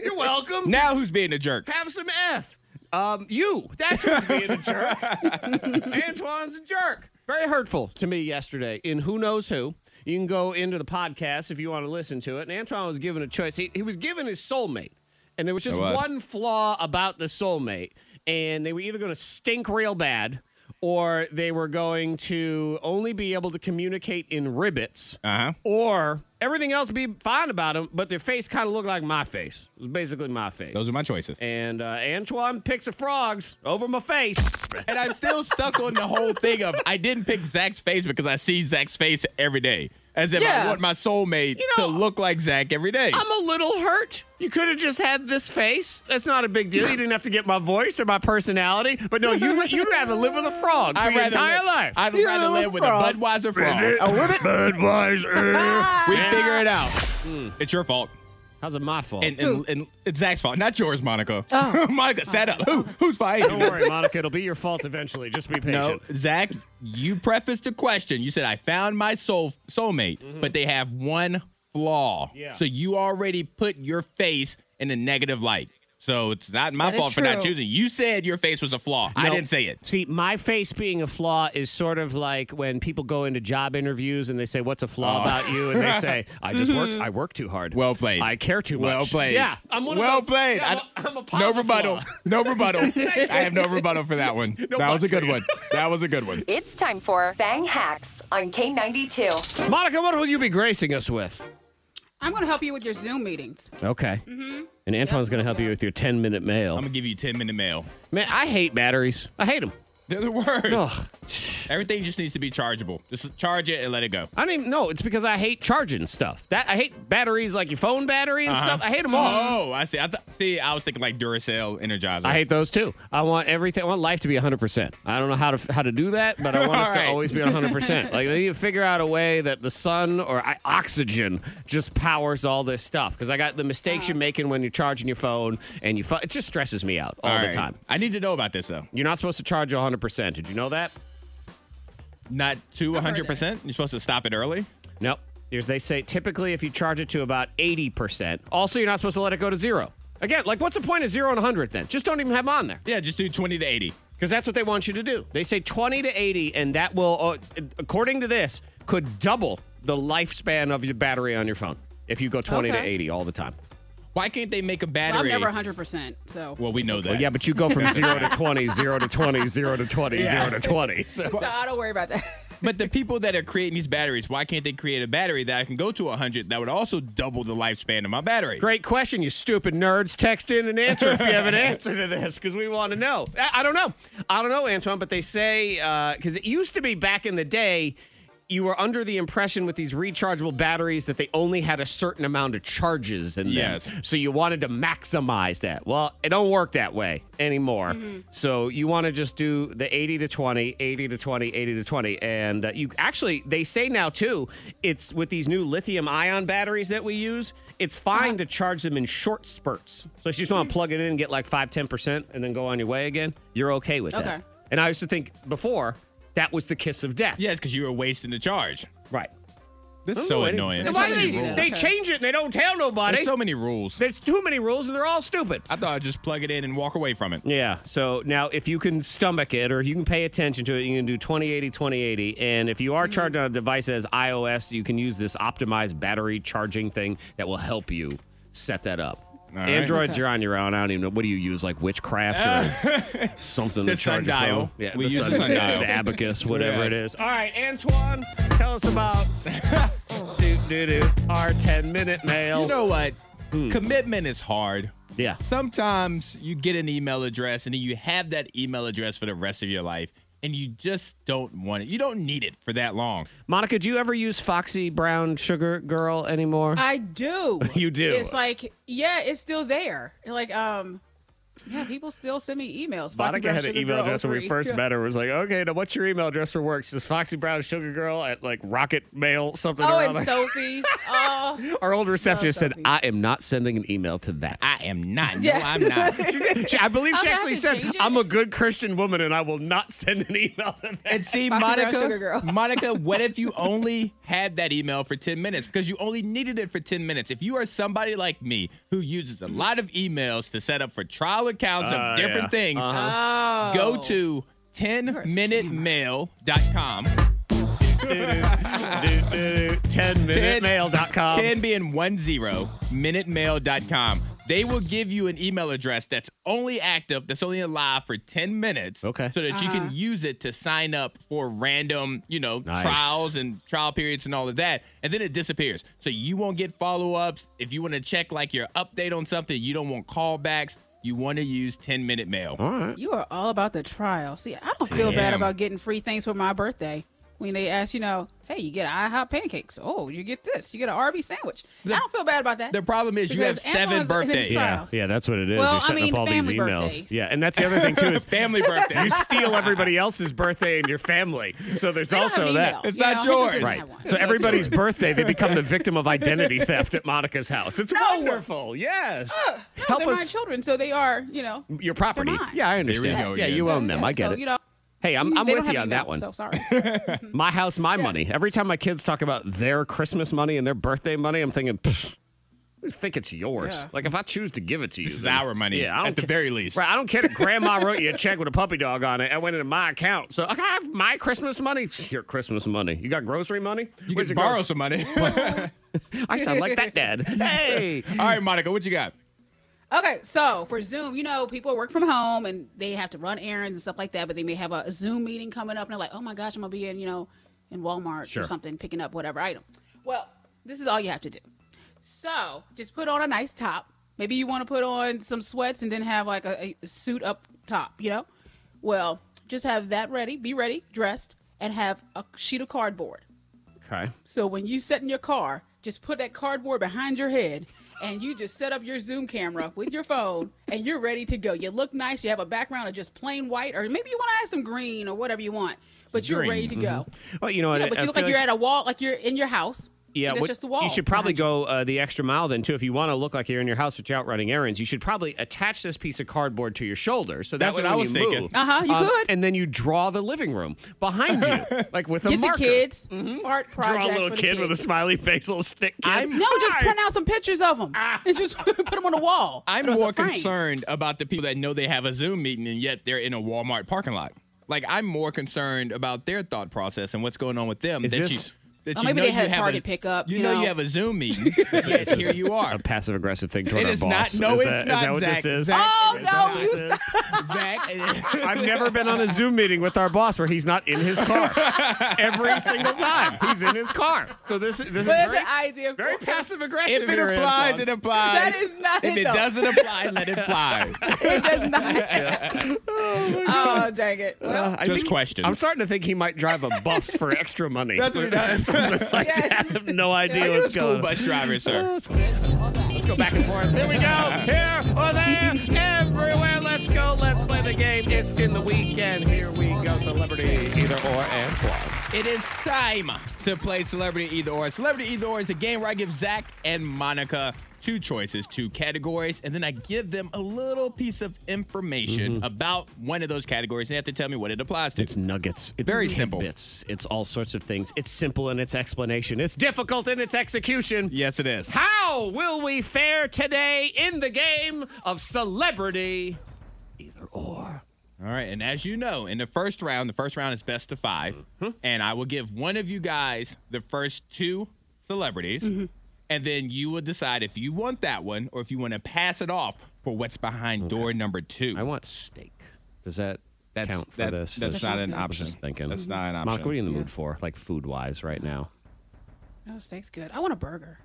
[SPEAKER 1] Yeah. You're welcome.
[SPEAKER 4] Now who's being a jerk?
[SPEAKER 1] Have some F. Um, you. That's who's being a jerk. Antoine's a jerk. Very hurtful to me yesterday in Who Knows Who. You can go into the podcast if you want to listen to it. And Antoine was given a choice. He, he was given his soulmate. And there was just
[SPEAKER 4] There was.
[SPEAKER 1] one flaw about the soulmate. And they were either going to stink real bad or they were going to only be able to communicate in ribbits
[SPEAKER 4] Uh-huh.
[SPEAKER 1] or everything else be fine about them, but their face kind of looked like my face. It was basically my face.
[SPEAKER 4] Those are my choices.
[SPEAKER 1] And uh, Antoine picks the frogs over my face.
[SPEAKER 4] And I'm still stuck on the whole thing of I didn't pick Zach's face because I see Zach's face every day. As if I
[SPEAKER 3] Yeah.
[SPEAKER 4] want my soulmate
[SPEAKER 1] You know-
[SPEAKER 4] to look like Zach every day.
[SPEAKER 1] I'm a little hurt. You could have just had this face. That's not a big deal. You didn't have to get my voice or my personality. But no, you you'd rather live with a frog for your entire
[SPEAKER 4] live,
[SPEAKER 1] life.
[SPEAKER 4] I'd
[SPEAKER 3] You
[SPEAKER 4] rather
[SPEAKER 3] little
[SPEAKER 4] live with a
[SPEAKER 3] frog.
[SPEAKER 4] Budweiser frog.
[SPEAKER 1] Budweiser.
[SPEAKER 4] We figure it out.
[SPEAKER 1] Mm.
[SPEAKER 4] It's your fault.
[SPEAKER 1] How's it my fault?
[SPEAKER 4] And, and, and it's Zach's fault, not yours, Monica.
[SPEAKER 3] Oh.
[SPEAKER 4] Monica, sat up. Who, who's fighting?
[SPEAKER 1] Don't worry, Monica. It'll be your fault eventually. Just be
[SPEAKER 4] No,
[SPEAKER 1] patient.
[SPEAKER 4] Zach, you prefaced the question. You said, I found my soul soulmate, but they have one flaw.
[SPEAKER 1] Mm-hmm. Yeah.
[SPEAKER 4] So you already put your face in a negative light. So it's not my
[SPEAKER 3] That is
[SPEAKER 4] fault for not
[SPEAKER 3] true.
[SPEAKER 4] choosing. You said your face was a flaw. I
[SPEAKER 1] No.
[SPEAKER 4] didn't say it.
[SPEAKER 1] See, my face being a flaw is sort of like when people go into job interviews and they say, "What's a flaw about you?" and they say, "I just worked. I worked too hard.
[SPEAKER 4] Oh. Mm-hmm. Well played.
[SPEAKER 1] I care too much.
[SPEAKER 4] Well played.
[SPEAKER 1] Yeah, I'm one
[SPEAKER 4] well
[SPEAKER 1] of those,
[SPEAKER 4] played.
[SPEAKER 1] Yeah, I'm,
[SPEAKER 4] I-
[SPEAKER 1] a- I'm a
[SPEAKER 4] no
[SPEAKER 1] positive
[SPEAKER 4] rebuttal.
[SPEAKER 1] flaw.
[SPEAKER 4] No rebuttal. I have no rebuttal for that one. that was a good one. That was a good one.
[SPEAKER 5] It's time for Fang Hacks on K92.
[SPEAKER 1] Monica, what will you be gracing us with?
[SPEAKER 3] I'm gonna help you with your Zoom meetings.
[SPEAKER 1] Okay. And Antoine's going to help you with your 10 minute
[SPEAKER 4] I'm
[SPEAKER 1] mail.
[SPEAKER 4] gonna give you 10 minute mail.
[SPEAKER 1] Man, I hate batteries. I hate them.
[SPEAKER 4] They're the worst.
[SPEAKER 1] Ugh.
[SPEAKER 4] Everything just needs to be chargeable. Just charge it and let it go.
[SPEAKER 1] I don't even know. It's because I hate charging stuff. That I hate batteries like your phone battery and stuff. I hate them all.
[SPEAKER 4] Uh-huh. Oh, I see. I th- see. I was thinking like Duracell, Energizer.
[SPEAKER 1] I hate those too. I want everything. I want life to be 100%. I don't know how to how to do that, but I want us
[SPEAKER 4] All right.
[SPEAKER 1] to always be 100%. like they need to figure out a way that the sun or I, oxygen just powers all this stuff because I got the mistakes you're making when you're charging your phone and you fu- it just stresses me out all, the
[SPEAKER 4] right.
[SPEAKER 1] time.
[SPEAKER 4] I need to know about this though.
[SPEAKER 1] You're not supposed to charge 100%. Did you know that?
[SPEAKER 4] Not to
[SPEAKER 3] heard
[SPEAKER 4] 100. percent You're supposed to stop it early.
[SPEAKER 1] Nope. Here's- They say typically if you charge it to about 80%. Also, you're not supposed to let it go to zero. Again, like what's the point of zero and 100 then? Just don't even have them on there.
[SPEAKER 4] Yeah, just do 20 to 80.
[SPEAKER 1] because that's what they want you to do. They say 20 to 80, and that will, uh, according to this, could double the lifespan of your battery on your phone if you go 20 to
[SPEAKER 3] Okay.
[SPEAKER 1] 80 all the time.
[SPEAKER 4] Why can't they make a
[SPEAKER 3] Well, I'm
[SPEAKER 4] battery?
[SPEAKER 3] never 100, percent so
[SPEAKER 4] well, we know that.
[SPEAKER 1] Yeah, but you go from 0 to 20, 0 to 20, 0 to 20, 0 to 20. So-
[SPEAKER 3] so I don't worry about that.
[SPEAKER 4] But the people that are creating these batteries, why can't they create a battery that I can go to 100 that would also double the lifespan of my battery?
[SPEAKER 1] Great question, you stupid nerds. Text in an answer if you have an answer to this, because we want to know. I, I don't know. I don't know, Antoine, but they say, because it used to be back in the day, you were under the impression with these rechargeable batteries that they only had a certain amount of charges in them.
[SPEAKER 4] Yes.
[SPEAKER 1] So you wanted to maximize that. Well, it don't work that way anymore. So you want to just do the 80 to 20, 80 to 20, 80 to 20. And uh, you actually, they say now too, it's with these new lithium ion batteries that we use, it's fine to charge them in short spurts. So if you just want to plug it in and get like 5, 10% and then go on your way again, you're okay with that.
[SPEAKER 3] Okay.
[SPEAKER 1] And I used to think before, that was the kiss of death.
[SPEAKER 4] Yes, because you were wasting the charge.
[SPEAKER 1] Right. Oh,
[SPEAKER 4] This is so annoying.
[SPEAKER 3] That's
[SPEAKER 1] Why do
[SPEAKER 3] how
[SPEAKER 1] they,
[SPEAKER 3] you do that.
[SPEAKER 1] they
[SPEAKER 3] Okay.
[SPEAKER 1] change it and they don't tell nobody.
[SPEAKER 4] There's so many rules.
[SPEAKER 1] There's too many rules and they're all stupid.
[SPEAKER 4] I thought I'd just plug it in and walk away from it.
[SPEAKER 1] Yeah. So now if you can stomach it or you can pay attention to it, you can do 2080, 2080. And if you are
[SPEAKER 4] Mm-hmm.
[SPEAKER 1] charged on a device that has iOS, you can use this optimized battery charging thing that will help you set that up.
[SPEAKER 4] right.
[SPEAKER 1] Androids, you're on your own. I don't even know. What do you use? Like witchcraft or something
[SPEAKER 4] The
[SPEAKER 1] to charge your
[SPEAKER 4] sundial.
[SPEAKER 1] phone? Yeah,
[SPEAKER 4] We
[SPEAKER 1] the
[SPEAKER 4] use the sundial.
[SPEAKER 1] The abacus, whatever it
[SPEAKER 4] Yes.
[SPEAKER 1] is. All right, Antoine, tell us about do, do, do, our 10 minute mail.
[SPEAKER 4] You know what?
[SPEAKER 1] Hmm.
[SPEAKER 4] Commitment is hard.
[SPEAKER 1] yeah.
[SPEAKER 4] Sometimes you get an email address and then you have that email address for the rest of your life and you just don't want it. You don't need it for that long.
[SPEAKER 1] Monica, do you ever use Foxy Brown Sugar Girl anymore?
[SPEAKER 3] I do.
[SPEAKER 1] You do.
[SPEAKER 3] It's like, yeah, it's still there. Like, um, yeah, people still send me emails. Foxy
[SPEAKER 1] Monica
[SPEAKER 3] Brown
[SPEAKER 1] had an
[SPEAKER 3] Sugar
[SPEAKER 1] email
[SPEAKER 3] Girl
[SPEAKER 1] address when we
[SPEAKER 3] 03.
[SPEAKER 1] first met her. It Was like, okay, now what's your email address for work? She says Foxy Brown Sugar Girl at like Rocket Mail something
[SPEAKER 3] Oh,
[SPEAKER 1] or
[SPEAKER 3] and
[SPEAKER 1] other.
[SPEAKER 3] Sophie. Oh,
[SPEAKER 1] Our old receptionist said,
[SPEAKER 3] Sophie.
[SPEAKER 1] I am not sending an email to that.
[SPEAKER 4] I am not.
[SPEAKER 3] Yeah.
[SPEAKER 4] No, I'm not.
[SPEAKER 1] She- I believe she
[SPEAKER 3] Okay, I
[SPEAKER 1] actually
[SPEAKER 3] can
[SPEAKER 1] said,
[SPEAKER 3] change it.
[SPEAKER 1] I'm a good Christian woman and I will not send an email to that.
[SPEAKER 4] And see,
[SPEAKER 3] Foxy Brown Sugar
[SPEAKER 4] Monica,
[SPEAKER 3] Girl.
[SPEAKER 4] Monica, what if you only had that email for 10 minutes? Because you only needed it for 10 minutes. If you are somebody like me who uses a lot of emails to set up for trial accounts
[SPEAKER 1] Uh,
[SPEAKER 4] of different
[SPEAKER 1] yeah.
[SPEAKER 4] things,
[SPEAKER 3] oh.
[SPEAKER 4] go to 10minutemail.com.
[SPEAKER 1] 10minutemail.com.
[SPEAKER 4] 10 being 10, minutemail.com. They will give you an email address that's only active, that's only alive for 10 minutes.
[SPEAKER 1] Okay.
[SPEAKER 4] So that you
[SPEAKER 3] Uh-huh.
[SPEAKER 4] can use it to sign up for random, you know,
[SPEAKER 1] Nice.
[SPEAKER 4] trials and trial periods and all of that. And then it disappears. So you won't get follow ups. If you want to check like your update on something, you don't want callbacks. You want to use 10 minute mail.
[SPEAKER 3] You are all about the trial. See, I don't feel bad about getting free things for my birthday. When they ask, you know, hey, you get IHOP pancakes. Oh, you get this. You get an Arby's sandwich. I don't feel bad about that.
[SPEAKER 4] The problem is you have
[SPEAKER 3] Because
[SPEAKER 4] seven
[SPEAKER 3] Amazon's in
[SPEAKER 4] birthdays.
[SPEAKER 3] the
[SPEAKER 1] Yeah,
[SPEAKER 3] Files.
[SPEAKER 1] yeah, that's what it is.
[SPEAKER 3] Well,
[SPEAKER 1] You're
[SPEAKER 3] I
[SPEAKER 1] setting
[SPEAKER 3] mean,
[SPEAKER 1] up all these
[SPEAKER 3] family
[SPEAKER 1] emails.
[SPEAKER 3] birthdays.
[SPEAKER 1] Yeah, and that's the other thing too is
[SPEAKER 4] Family birthday.
[SPEAKER 1] you steal everybody else's birthday and your family. So there's
[SPEAKER 3] They don't have
[SPEAKER 1] also
[SPEAKER 3] an
[SPEAKER 1] that.
[SPEAKER 3] email,
[SPEAKER 4] It's
[SPEAKER 3] you
[SPEAKER 4] not
[SPEAKER 3] know?
[SPEAKER 4] yours.
[SPEAKER 3] They just
[SPEAKER 1] Right.
[SPEAKER 3] have one.
[SPEAKER 1] So everybody's birthday, they become the victim of identity theft at Monica's house. It's wonderful. Yes.
[SPEAKER 3] No,
[SPEAKER 1] Help
[SPEAKER 3] they're
[SPEAKER 1] us.
[SPEAKER 3] my children, so they are, you know.
[SPEAKER 1] Your property.
[SPEAKER 3] mine.
[SPEAKER 1] Yeah, I
[SPEAKER 4] There
[SPEAKER 1] understand.
[SPEAKER 4] we go
[SPEAKER 1] yeah,
[SPEAKER 4] again.
[SPEAKER 1] you own them.
[SPEAKER 3] yeah,
[SPEAKER 1] I get
[SPEAKER 3] so,
[SPEAKER 1] it.
[SPEAKER 3] You know,
[SPEAKER 1] hey, I'm, I'm
[SPEAKER 3] they
[SPEAKER 1] with
[SPEAKER 3] don't
[SPEAKER 1] you
[SPEAKER 3] have
[SPEAKER 1] on
[SPEAKER 3] email,
[SPEAKER 1] that one.
[SPEAKER 3] So sorry.
[SPEAKER 1] My house, my money. Every time my kids talk about their Christmas money and their birthday money, I'm thinking, Pfft, I think it's yours.
[SPEAKER 3] Yeah.
[SPEAKER 1] Like if I choose to give it to you,
[SPEAKER 4] This is
[SPEAKER 1] then-
[SPEAKER 4] our money,
[SPEAKER 1] Yeah, I don't
[SPEAKER 4] at the
[SPEAKER 1] ca-
[SPEAKER 4] very least.
[SPEAKER 1] Right, I don't care that Grandma wrote you a check with a puppy dog on it. I went into my account, so I have my Christmas money. Your Christmas money. You got grocery money?
[SPEAKER 4] You
[SPEAKER 1] Where's
[SPEAKER 4] can
[SPEAKER 1] your
[SPEAKER 4] borrow
[SPEAKER 1] grocery-
[SPEAKER 4] some money.
[SPEAKER 1] I sound like that dad. Hey.
[SPEAKER 4] All right, Monica, what you got?
[SPEAKER 3] Okay, so for Zoom, you know, people work from home and they have to run errands and stuff like that, but they may have a Zoom meeting coming up and they're like, oh my gosh, I'm gonna be in, you know, in Walmart
[SPEAKER 1] Sure.
[SPEAKER 3] or something, picking up whatever item. Well, this is all you have to do. So just put on a nice top. Maybe you wanna put on some sweats and then have like a, a suit up top, you know? Well, just have that ready, be ready, dressed, and have a sheet of cardboard.
[SPEAKER 1] Okay.
[SPEAKER 3] So when you sit in your car, just put that cardboard behind your head and you just set up your Zoom camera with your phone and you're ready to go. You look nice, you have a background of just plain white, or maybe you want to add some green or whatever you want, but you're
[SPEAKER 4] Green,
[SPEAKER 3] ready to go.
[SPEAKER 1] Well, you know,
[SPEAKER 3] You know,
[SPEAKER 1] I-
[SPEAKER 3] but
[SPEAKER 1] Mm-hmm. I
[SPEAKER 3] you look
[SPEAKER 1] feel
[SPEAKER 3] like you're at a wall, like you're in your house
[SPEAKER 1] Yeah,
[SPEAKER 3] That's
[SPEAKER 1] what-
[SPEAKER 3] just the wall
[SPEAKER 1] You should probably
[SPEAKER 3] behind
[SPEAKER 1] go uh, the extra mile then too. If you want to look like you're in your house, but you're out running errands, you should probably attach this piece of cardboard to your shoulder. So that
[SPEAKER 4] That's
[SPEAKER 1] way
[SPEAKER 4] what I
[SPEAKER 1] when
[SPEAKER 4] was
[SPEAKER 1] you
[SPEAKER 4] thinking.
[SPEAKER 1] move- um,
[SPEAKER 3] Uh-huh, you could.
[SPEAKER 1] And then you draw the living room behind you, like with a
[SPEAKER 3] Get the
[SPEAKER 1] marker. Mm-hmm.
[SPEAKER 3] kids art project.
[SPEAKER 1] Draw a little
[SPEAKER 3] for the
[SPEAKER 1] kid with a
[SPEAKER 3] kids.
[SPEAKER 1] smiley face, little stick kid.
[SPEAKER 4] I'm-
[SPEAKER 3] No, just print out some pictures of them
[SPEAKER 1] Ah.
[SPEAKER 3] and just put them on the wall.
[SPEAKER 4] I'm
[SPEAKER 3] As a
[SPEAKER 4] more
[SPEAKER 3] frame.
[SPEAKER 4] concerned about the people that know they have a Zoom meeting and yet they're in a Walmart parking lot. Like I'm more concerned about their thought process and what's going on with them.
[SPEAKER 1] Is
[SPEAKER 4] that
[SPEAKER 1] this-
[SPEAKER 4] you, that
[SPEAKER 3] Oh,
[SPEAKER 4] you
[SPEAKER 3] maybe
[SPEAKER 4] know
[SPEAKER 3] they
[SPEAKER 4] you
[SPEAKER 3] had a
[SPEAKER 4] have
[SPEAKER 3] Target pickup,
[SPEAKER 4] You,
[SPEAKER 3] you
[SPEAKER 4] know,
[SPEAKER 3] know.
[SPEAKER 4] you have a Zoom meeting. yet here you are.
[SPEAKER 1] A passive aggressive thing toward
[SPEAKER 4] It
[SPEAKER 1] our
[SPEAKER 4] is
[SPEAKER 1] boss.
[SPEAKER 4] not. No,
[SPEAKER 1] Is
[SPEAKER 4] it's
[SPEAKER 1] that- is
[SPEAKER 4] not.
[SPEAKER 1] that what
[SPEAKER 4] Zach.
[SPEAKER 1] this is?
[SPEAKER 4] Zach,
[SPEAKER 3] Oh
[SPEAKER 4] it is not.
[SPEAKER 3] no, you
[SPEAKER 1] This is-
[SPEAKER 3] stop.
[SPEAKER 4] Zach.
[SPEAKER 1] I've never been on a Zoom meeting with our boss where he's not in his car. Every single time, he's in his car. So this this is
[SPEAKER 3] That's
[SPEAKER 1] very,
[SPEAKER 3] an idea.
[SPEAKER 1] very
[SPEAKER 3] for-
[SPEAKER 1] passive aggressive.
[SPEAKER 4] If it applies, it
[SPEAKER 3] That
[SPEAKER 4] applies.
[SPEAKER 3] is not
[SPEAKER 4] If
[SPEAKER 3] it,
[SPEAKER 4] it
[SPEAKER 3] though.
[SPEAKER 4] doesn't apply, let it fly.
[SPEAKER 3] It does not. oh, dang it. Well,
[SPEAKER 1] Uh, I
[SPEAKER 4] Just
[SPEAKER 1] think-
[SPEAKER 4] question.
[SPEAKER 1] I'm starting to think he might drive a bus for extra money.
[SPEAKER 4] That's what it does.
[SPEAKER 1] like that. I
[SPEAKER 3] Yes.
[SPEAKER 1] have no idea
[SPEAKER 3] Are you
[SPEAKER 1] what's
[SPEAKER 3] a
[SPEAKER 1] going
[SPEAKER 4] School
[SPEAKER 1] on.
[SPEAKER 4] bus driver, sir.
[SPEAKER 1] Let's go back and forth. Here we go. Here or there. Everywhere. Let's go. Let's play the game. It's in the weekend. Here we go. Celebrity either or and quad.
[SPEAKER 4] It is time to play Celebrity Either Or. Celebrity Either Or is a game where I give Zach and Monica two choices, two categories, and then I give them a little piece of information about one of those categories. And they have to tell me what it applies to.
[SPEAKER 1] Mm-hmm. It's nuggets. It's
[SPEAKER 4] Very simple.
[SPEAKER 1] tidbits. It's all sorts of things. It's simple in its explanation. It's difficult in its execution.
[SPEAKER 4] yes, it is.
[SPEAKER 1] How will we fare today in the game of celebrity either or?
[SPEAKER 4] All right. And as you know, in the first round, the first round is best of 5 And I will give one of you guys the first two celebrities.
[SPEAKER 1] Mm-hmm.
[SPEAKER 4] And then you will decide if you want that one or if you want to pass it off for what's behind door number two.
[SPEAKER 1] I want steak. Does that
[SPEAKER 4] That's-
[SPEAKER 1] count for
[SPEAKER 4] that-
[SPEAKER 1] this?
[SPEAKER 4] That's
[SPEAKER 1] Is-
[SPEAKER 4] not an
[SPEAKER 1] I was
[SPEAKER 4] option.
[SPEAKER 1] just thinking.
[SPEAKER 4] That's not an option.
[SPEAKER 1] Monica, what are you in the mood for, like food wise, right now?
[SPEAKER 3] no, steak's good. I want a burger.